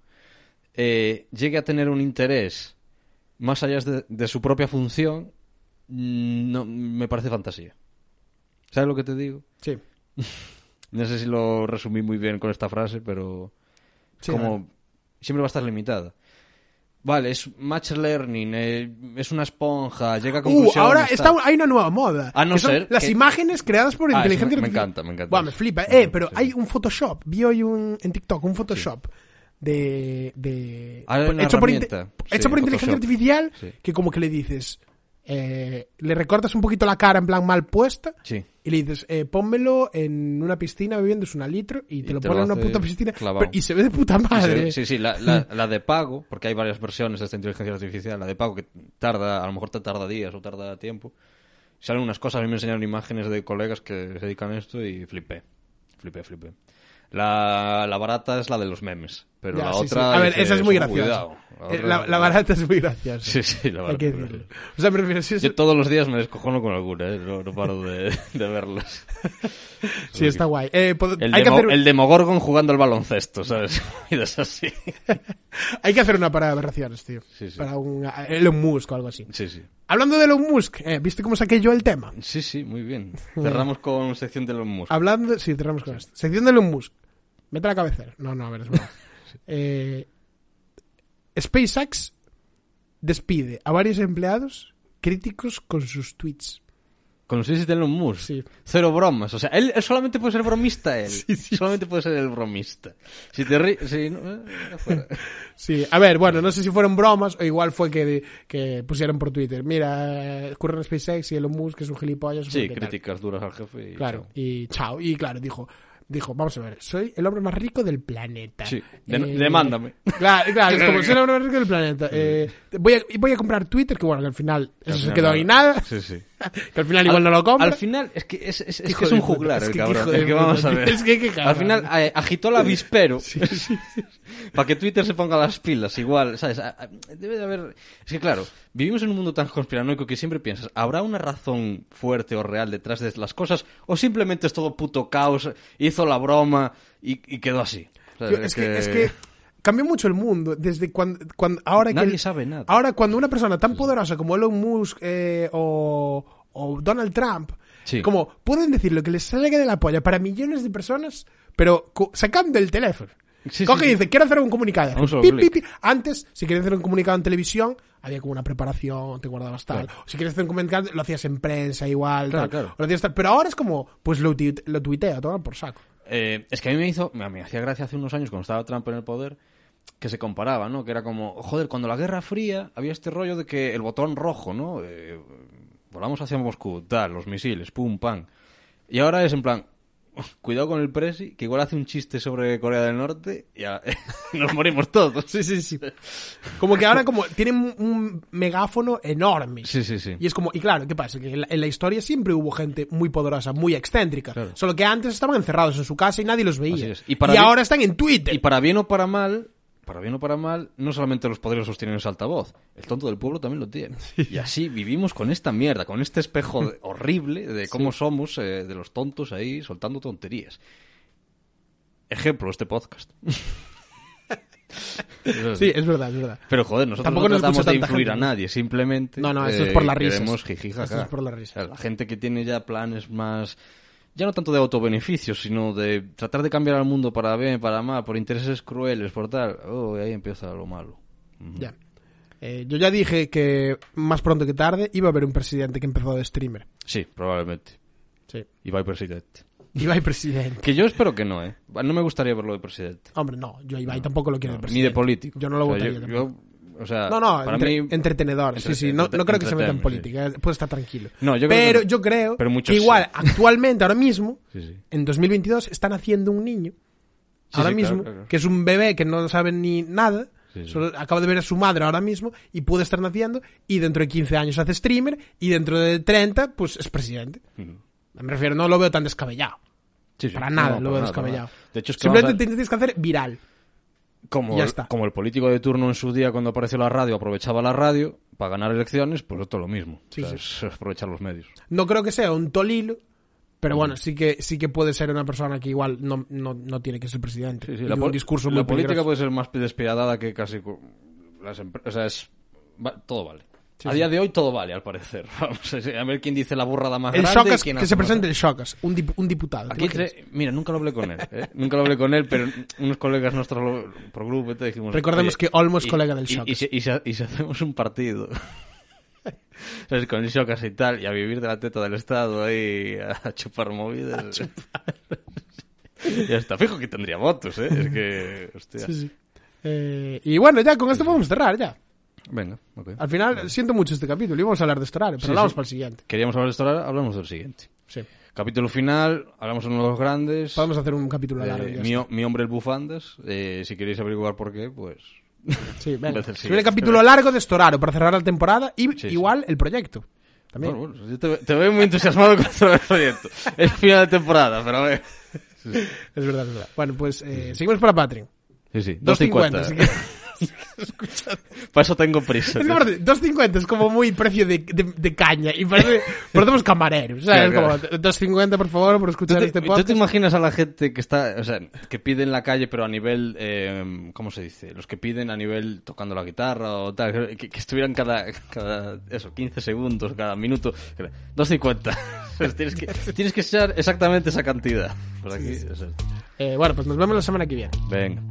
[SPEAKER 2] eh, llegue a tener un interés más allá de, de su propia función, mm, no, me parece fantasía. ¿Sabes lo que te digo?
[SPEAKER 1] Sí.
[SPEAKER 2] No sé si lo resumí muy bien con esta frase, pero
[SPEAKER 1] Sí,
[SPEAKER 2] como
[SPEAKER 1] vale.
[SPEAKER 2] siempre va a estar limitada. Vale, es match learning, eh, es una esponja, llega a
[SPEAKER 1] Uh,
[SPEAKER 2] conclusiones...
[SPEAKER 1] ahora
[SPEAKER 2] tal.
[SPEAKER 1] está, hay una nueva moda.
[SPEAKER 2] A no
[SPEAKER 1] que son
[SPEAKER 2] ser
[SPEAKER 1] Las
[SPEAKER 2] que-
[SPEAKER 1] imágenes creadas por
[SPEAKER 2] Ah,
[SPEAKER 1] inteligencia
[SPEAKER 2] eso me- me
[SPEAKER 1] artificial.
[SPEAKER 2] encanta, me encanta
[SPEAKER 1] Buah, me
[SPEAKER 2] eso.
[SPEAKER 1] flipa.
[SPEAKER 2] Me
[SPEAKER 1] Eh,
[SPEAKER 2] encanta,
[SPEAKER 1] pero
[SPEAKER 2] sí.
[SPEAKER 1] hay un Photoshop. Vi hoy un, en TikTok un Photoshop de. de
[SPEAKER 2] Ahora hay Ah, una
[SPEAKER 1] hecho, por, inte-
[SPEAKER 2] herramienta, sí,
[SPEAKER 1] hecho por inteligencia
[SPEAKER 2] Photoshop.
[SPEAKER 1] artificial
[SPEAKER 2] Sí.
[SPEAKER 1] que, como que le dices. eh, le recortas un poquito la cara en plan mal puesta.
[SPEAKER 2] Sí.
[SPEAKER 1] Y le dices, eh, pónmelo en una piscina bebiéndose una litro y te
[SPEAKER 2] Y
[SPEAKER 1] lo
[SPEAKER 2] te
[SPEAKER 1] pone
[SPEAKER 2] lo
[SPEAKER 1] en una
[SPEAKER 2] hace
[SPEAKER 1] puta piscina.
[SPEAKER 2] clavao.
[SPEAKER 1] pero- y se ve de puta madre. Mm.
[SPEAKER 2] Sí, sí, la, la- la de pago, porque hay varias versiones de esta inteligencia artificial, la de pago que tarda, a lo mejor te tarda días o tarda tiempo. Salen unas cosas, a mí me enseñaron imágenes de colegas que se dedican a esto y flipé, flipé, flipé. La, la barata es la de los memes, pero
[SPEAKER 1] Ya,
[SPEAKER 2] la
[SPEAKER 1] sí, sí.
[SPEAKER 2] otra...
[SPEAKER 1] A ver,
[SPEAKER 2] dices,
[SPEAKER 1] esa es muy
[SPEAKER 2] "Oh,
[SPEAKER 1] graciosa.
[SPEAKER 2] cuidado".
[SPEAKER 1] Eh,
[SPEAKER 2] otra-
[SPEAKER 1] La, la barata es muy graciosa.
[SPEAKER 2] Sí, sí, la
[SPEAKER 1] Hay
[SPEAKER 2] barata.
[SPEAKER 1] que decirlo. O sea, me refiero, si es-
[SPEAKER 2] Yo todos los días me descojono con alguna, ¿eh? no, no paro de, de verlas.
[SPEAKER 1] Sí, está guay. Eh, pod-
[SPEAKER 2] El,
[SPEAKER 1] hay, que
[SPEAKER 2] demo-
[SPEAKER 1] hacer,
[SPEAKER 2] el Demogorgon jugando al baloncesto, ¿sabes? Y es así.
[SPEAKER 1] hay que hacer una para aberraciones, tío.
[SPEAKER 2] Sí, sí.
[SPEAKER 1] Para un Elon Musk o algo así.
[SPEAKER 2] Sí, sí.
[SPEAKER 1] Hablando de Elon Musk, eh, ¿viste cómo saqué yo el tema?
[SPEAKER 2] Sí, sí, muy bien. Cerramos con sección de los Musk.
[SPEAKER 1] Hablando... Sí, cerramos con esto. Sección de Elon Musk. Mete la cabecera. No, no, a ver, es broma. Eh, SpaceX despide a varios empleados críticos con sus tweets.
[SPEAKER 2] Con los seis de los Musk.
[SPEAKER 1] Sí.
[SPEAKER 2] Cero bromas. O sea, él él solamente puede ser bromista, él. solamente puede ser el bromista. Si te ríes... Sí, no, eh, fuera.
[SPEAKER 1] Sí, a ver, bueno, no sé si fueron bromas o igual fue que, que pusieron por Twitter. Mira, curran SpaceX y Elon Musk es un gilipollas.
[SPEAKER 2] sí
[SPEAKER 1] ¿qué tal?
[SPEAKER 2] críticas duras al jefe. Y
[SPEAKER 1] Claro, y chao. Y claro, dijo, dijo, vamos a ver, soy el hombre más rico del planeta. Eh,
[SPEAKER 2] Sí, de- demándame.
[SPEAKER 1] Claro, claro, es como soy el hombre más rico del planeta. Eh, voy, a, voy a comprar Twitter, que bueno, que al final
[SPEAKER 2] chao.
[SPEAKER 1] eso
[SPEAKER 2] Al
[SPEAKER 1] se
[SPEAKER 2] final
[SPEAKER 1] quedó ahí nada,
[SPEAKER 2] Sí, sí.
[SPEAKER 1] que al final igual no lo compra.
[SPEAKER 2] Al final, es que es, es- es,
[SPEAKER 1] Hijo
[SPEAKER 2] que es
[SPEAKER 1] de
[SPEAKER 2] un
[SPEAKER 1] puta,
[SPEAKER 2] juglar
[SPEAKER 1] es
[SPEAKER 2] el
[SPEAKER 1] que
[SPEAKER 2] cabrón.
[SPEAKER 1] hijo de
[SPEAKER 2] es que vamos
[SPEAKER 1] puta,
[SPEAKER 2] a ver.
[SPEAKER 1] es que qué cabrón.
[SPEAKER 2] Al final eh, agitó el avispero. Para que Twitter se ponga las pilas, igual, ¿sabes? A- a- Debe de haber... Es que claro, vivimos en un mundo tan conspiranoico que siempre piensas, ¿habrá una razón fuerte o real detrás de las cosas? ¿O simplemente es todo puto caos, hizo la broma y, y quedó así? ¿Sabes?
[SPEAKER 1] Yo- es, que, es que cambió mucho el mundo desde cuando, cuando ahora que
[SPEAKER 2] Nadie sabe nada.
[SPEAKER 1] ahora cuando una persona tan poderosa como Elon Musk eh, o, o Donald Trump
[SPEAKER 2] Sí.
[SPEAKER 1] como pueden decir lo que les salga de la polla para millones de personas pero cu- sacando el teléfono
[SPEAKER 2] Sí,
[SPEAKER 1] Coge
[SPEAKER 2] sí,
[SPEAKER 1] y
[SPEAKER 2] sí.
[SPEAKER 1] dice, quiero hacer un comunicado.
[SPEAKER 2] A un solo
[SPEAKER 1] Pip,
[SPEAKER 2] clic.
[SPEAKER 1] pip, pip. Antes, si querías hacer un comunicado en televisión, había como una preparación, te guardabas tal. O si querías hacer un comunicado, lo hacías en prensa igual.
[SPEAKER 2] Claro,
[SPEAKER 1] tal.
[SPEAKER 2] claro.
[SPEAKER 1] O lo hacías tal. Pero ahora es como, pues lo, tuit- lo tuiteo, toma por saco.
[SPEAKER 2] Eh, es que a mí me hizo, me, me hacía gracia hace unos años cuando estaba Trump en el poder, que se comparaba, ¿no? Que era como, joder, cuando la Guerra Fría había este rollo de que el botón rojo, ¿no? Eh, volamos hacia Moscú, tal, los misiles, pum, pam. Y ahora es en plan, cuidado con el Presi, que igual hace un chiste sobre Corea del Norte y ya, nos morimos todos. Sí, sí, sí.
[SPEAKER 1] Como que ahora como tienen un megáfono enorme.
[SPEAKER 2] Sí, sí, sí.
[SPEAKER 1] Y es como, y claro, ¿qué pasa? Que en la, en la historia siempre hubo gente muy poderosa, muy excéntrica.
[SPEAKER 2] Claro.
[SPEAKER 1] Solo que antes estaban encerrados en su casa y nadie los
[SPEAKER 2] Así
[SPEAKER 1] veía.
[SPEAKER 2] es. Y para mí-
[SPEAKER 1] ahora están en Twitter.
[SPEAKER 2] Y para bien o para mal, para bien o para mal, no solamente los poderosos tienen ese altavoz, el tonto del pueblo también lo tiene. Y así vivimos con esta mierda, con este espejo de- horrible de cómo somos eh, de los tontos ahí soltando tonterías. Ejemplo, este podcast.
[SPEAKER 1] Sí, es verdad, es verdad.
[SPEAKER 2] Pero joder, nosotros
[SPEAKER 1] Tampoco
[SPEAKER 2] no
[SPEAKER 1] nos
[SPEAKER 2] tratamos
[SPEAKER 1] escucha
[SPEAKER 2] de
[SPEAKER 1] tanta
[SPEAKER 2] influir
[SPEAKER 1] gente,
[SPEAKER 2] a nadie, simplemente. eh,
[SPEAKER 1] No, no, esto es por las risas.
[SPEAKER 2] queremos jiji, jaja.
[SPEAKER 1] Esto es por las risas.
[SPEAKER 2] O sea, La gente que tiene ya planes más. Ya no tanto de autobeneficios, sino de tratar de cambiar al mundo para bien, para mal, por intereses crueles, por tal. Oh, y ahí empieza lo malo.
[SPEAKER 1] Ya. Eh, yo ya dije que más pronto que tarde iba a haber un presidente que empezó de streamer.
[SPEAKER 2] Sí, probablemente.
[SPEAKER 1] Sí.
[SPEAKER 2] Y va presidente.
[SPEAKER 1] Ibai presidente.
[SPEAKER 2] Que yo espero que no, ¿eh? No me gustaría verlo de presidente.
[SPEAKER 1] Hombre, no, yo a Ibai tampoco lo quiero de
[SPEAKER 2] Ni
[SPEAKER 1] presidente.
[SPEAKER 2] de político.
[SPEAKER 1] Yo no lo
[SPEAKER 2] O sea,
[SPEAKER 1] votaría
[SPEAKER 2] yo- yo- o sea,
[SPEAKER 1] No, no,
[SPEAKER 2] para
[SPEAKER 1] entre-
[SPEAKER 2] mí-
[SPEAKER 1] entretenedor. sí,
[SPEAKER 2] entre-
[SPEAKER 1] sí, no,
[SPEAKER 2] entre-
[SPEAKER 1] no creo que se meta en
[SPEAKER 2] entretenerme, sí.
[SPEAKER 1] política. eh, Puede estar tranquilo.
[SPEAKER 2] No, yo creo
[SPEAKER 1] pero
[SPEAKER 2] que no.
[SPEAKER 1] yo creo
[SPEAKER 2] Pero muchos
[SPEAKER 1] que igual,
[SPEAKER 2] sí.
[SPEAKER 1] actualmente, ahora mismo,
[SPEAKER 2] Sí, sí.
[SPEAKER 1] en 2022, están haciendo un niño.
[SPEAKER 2] Sí,
[SPEAKER 1] ahora
[SPEAKER 2] sí,
[SPEAKER 1] mismo,
[SPEAKER 2] claro, claro.
[SPEAKER 1] que es un bebé que no sabe ni nada.
[SPEAKER 2] Sí, sí.
[SPEAKER 1] solo acaba de ver a su madre ahora mismo y puede estar naciendo. Y dentro de 15 años hace streamer. Y dentro de 30, pues es presidente. Me refiero, no lo veo tan descabellado.
[SPEAKER 2] Sí, sí.
[SPEAKER 1] Para nada, lo veo
[SPEAKER 2] No, para nada, para
[SPEAKER 1] descabellado.
[SPEAKER 2] nada. De hecho, es que vamos a
[SPEAKER 1] Simplemente
[SPEAKER 2] ver-
[SPEAKER 1] tienes que hacer viral.
[SPEAKER 2] como,
[SPEAKER 1] Ya
[SPEAKER 2] el-
[SPEAKER 1] está.
[SPEAKER 2] como el político de turno en su día cuando apareció la radio aprovechaba la radio para ganar elecciones, pues esto es lo mismo.
[SPEAKER 1] Sí,
[SPEAKER 2] O sea, es aprovechar los medios.
[SPEAKER 1] No creo que sea un tolilo, pero
[SPEAKER 2] Mm.
[SPEAKER 1] bueno, sí que, sí que puede ser una persona que igual no, no, no tiene que ser presidente.
[SPEAKER 2] Sí, sí,
[SPEAKER 1] Y
[SPEAKER 2] la
[SPEAKER 1] tiene
[SPEAKER 2] pol-
[SPEAKER 1] un discurso
[SPEAKER 2] la
[SPEAKER 1] muy
[SPEAKER 2] política
[SPEAKER 1] peligroso.
[SPEAKER 2] puede ser más despiadada que casi cu- las empresas. O sea, es, va- todo vale. a
[SPEAKER 1] sí.
[SPEAKER 2] día de hoy todo vale, al parecer. Vamos a a ver quién dice la burrada más
[SPEAKER 1] El
[SPEAKER 2] grande. y
[SPEAKER 1] Shocas,
[SPEAKER 2] quién
[SPEAKER 1] que
[SPEAKER 2] hace
[SPEAKER 1] se
[SPEAKER 2] más-
[SPEAKER 1] presente el Shocas, un, dip- un diputado. ¿te
[SPEAKER 2] Aquí
[SPEAKER 1] imaginas?
[SPEAKER 2] entre- mira, nunca lo hablé con él. ¿eh? Nunca lo hablé con él, pero unos colegas nuestros lo- por grupo te dijimos.
[SPEAKER 1] Recordemos
[SPEAKER 2] "Oye,
[SPEAKER 1] que Olmo es
[SPEAKER 2] y-
[SPEAKER 1] colega del
[SPEAKER 2] y-
[SPEAKER 1] Shocas".
[SPEAKER 2] Y, si- y si- y si hacemos un partido. ¿Sabes? Con el Shocas y tal, y a vivir de la teta del Estado ahí, a chupar movidas. ya está, fijo que tendría votos, ¿eh? Es que. Hostia.
[SPEAKER 1] Sí, sí. Eh, y bueno, ya con esto podemos cerrar ya.
[SPEAKER 2] Venga, ok.
[SPEAKER 1] Al final siento mucho este capítulo. Íbamos a hablar de Storare, pero
[SPEAKER 2] Sí,
[SPEAKER 1] hablamos
[SPEAKER 2] sí.
[SPEAKER 1] para el siguiente.
[SPEAKER 2] Queríamos hablar de esto ahora, hablamos del siguiente.
[SPEAKER 1] Sí.
[SPEAKER 2] Capítulo final, hablamos de uno de los grandes.
[SPEAKER 1] Podemos hacer un capítulo largo.
[SPEAKER 2] eh,
[SPEAKER 1] ya
[SPEAKER 2] mi,
[SPEAKER 1] está.
[SPEAKER 2] mi hombre el bufandas. eh, si queréis averiguar por qué, pues.
[SPEAKER 1] Sí, venga.
[SPEAKER 2] Vamos
[SPEAKER 1] Se
[SPEAKER 2] a hacer el
[SPEAKER 1] viene
[SPEAKER 2] siguiente.
[SPEAKER 1] capítulo largo de Storaro para cerrar la temporada y
[SPEAKER 2] sí.
[SPEAKER 1] igual el proyecto. También.
[SPEAKER 2] Bueno, bueno, yo te, te veo muy entusiasmado con todo el proyecto. Es final de temporada, pero a ver.
[SPEAKER 1] Es verdad, es verdad. Bueno, pues eh, seguimos para Patreon.
[SPEAKER 2] Sí, sí,
[SPEAKER 1] 2.50. así
[SPEAKER 2] 2.50.
[SPEAKER 1] que-
[SPEAKER 2] Para eso tengo
[SPEAKER 1] Es
[SPEAKER 2] prisa.
[SPEAKER 1] que
[SPEAKER 2] tío.
[SPEAKER 1] aparte, 2.50 es como muy precio de, de- de caña y parece, parecemos camareros, ¿sabes?
[SPEAKER 2] Claro, claro.
[SPEAKER 1] Como, 2.50 por favor por
[SPEAKER 2] ¿Tú
[SPEAKER 1] escuchar
[SPEAKER 2] te,
[SPEAKER 1] este
[SPEAKER 2] tú
[SPEAKER 1] podcast.
[SPEAKER 2] te imaginas a la gente que está, o sea, que pide en la calle, pero a nivel, eh, ¿cómo se dice? Los que piden a nivel tocando la guitarra o tal, que, que estuvieran cada, cada, eso, 15 segundos, cada minuto, 2.50. O sea, tienes, que, tienes que ser exactamente esa cantidad. Por aquí, o sea,
[SPEAKER 1] Eh, bueno, pues nos vemos la semana que viene.
[SPEAKER 2] venga.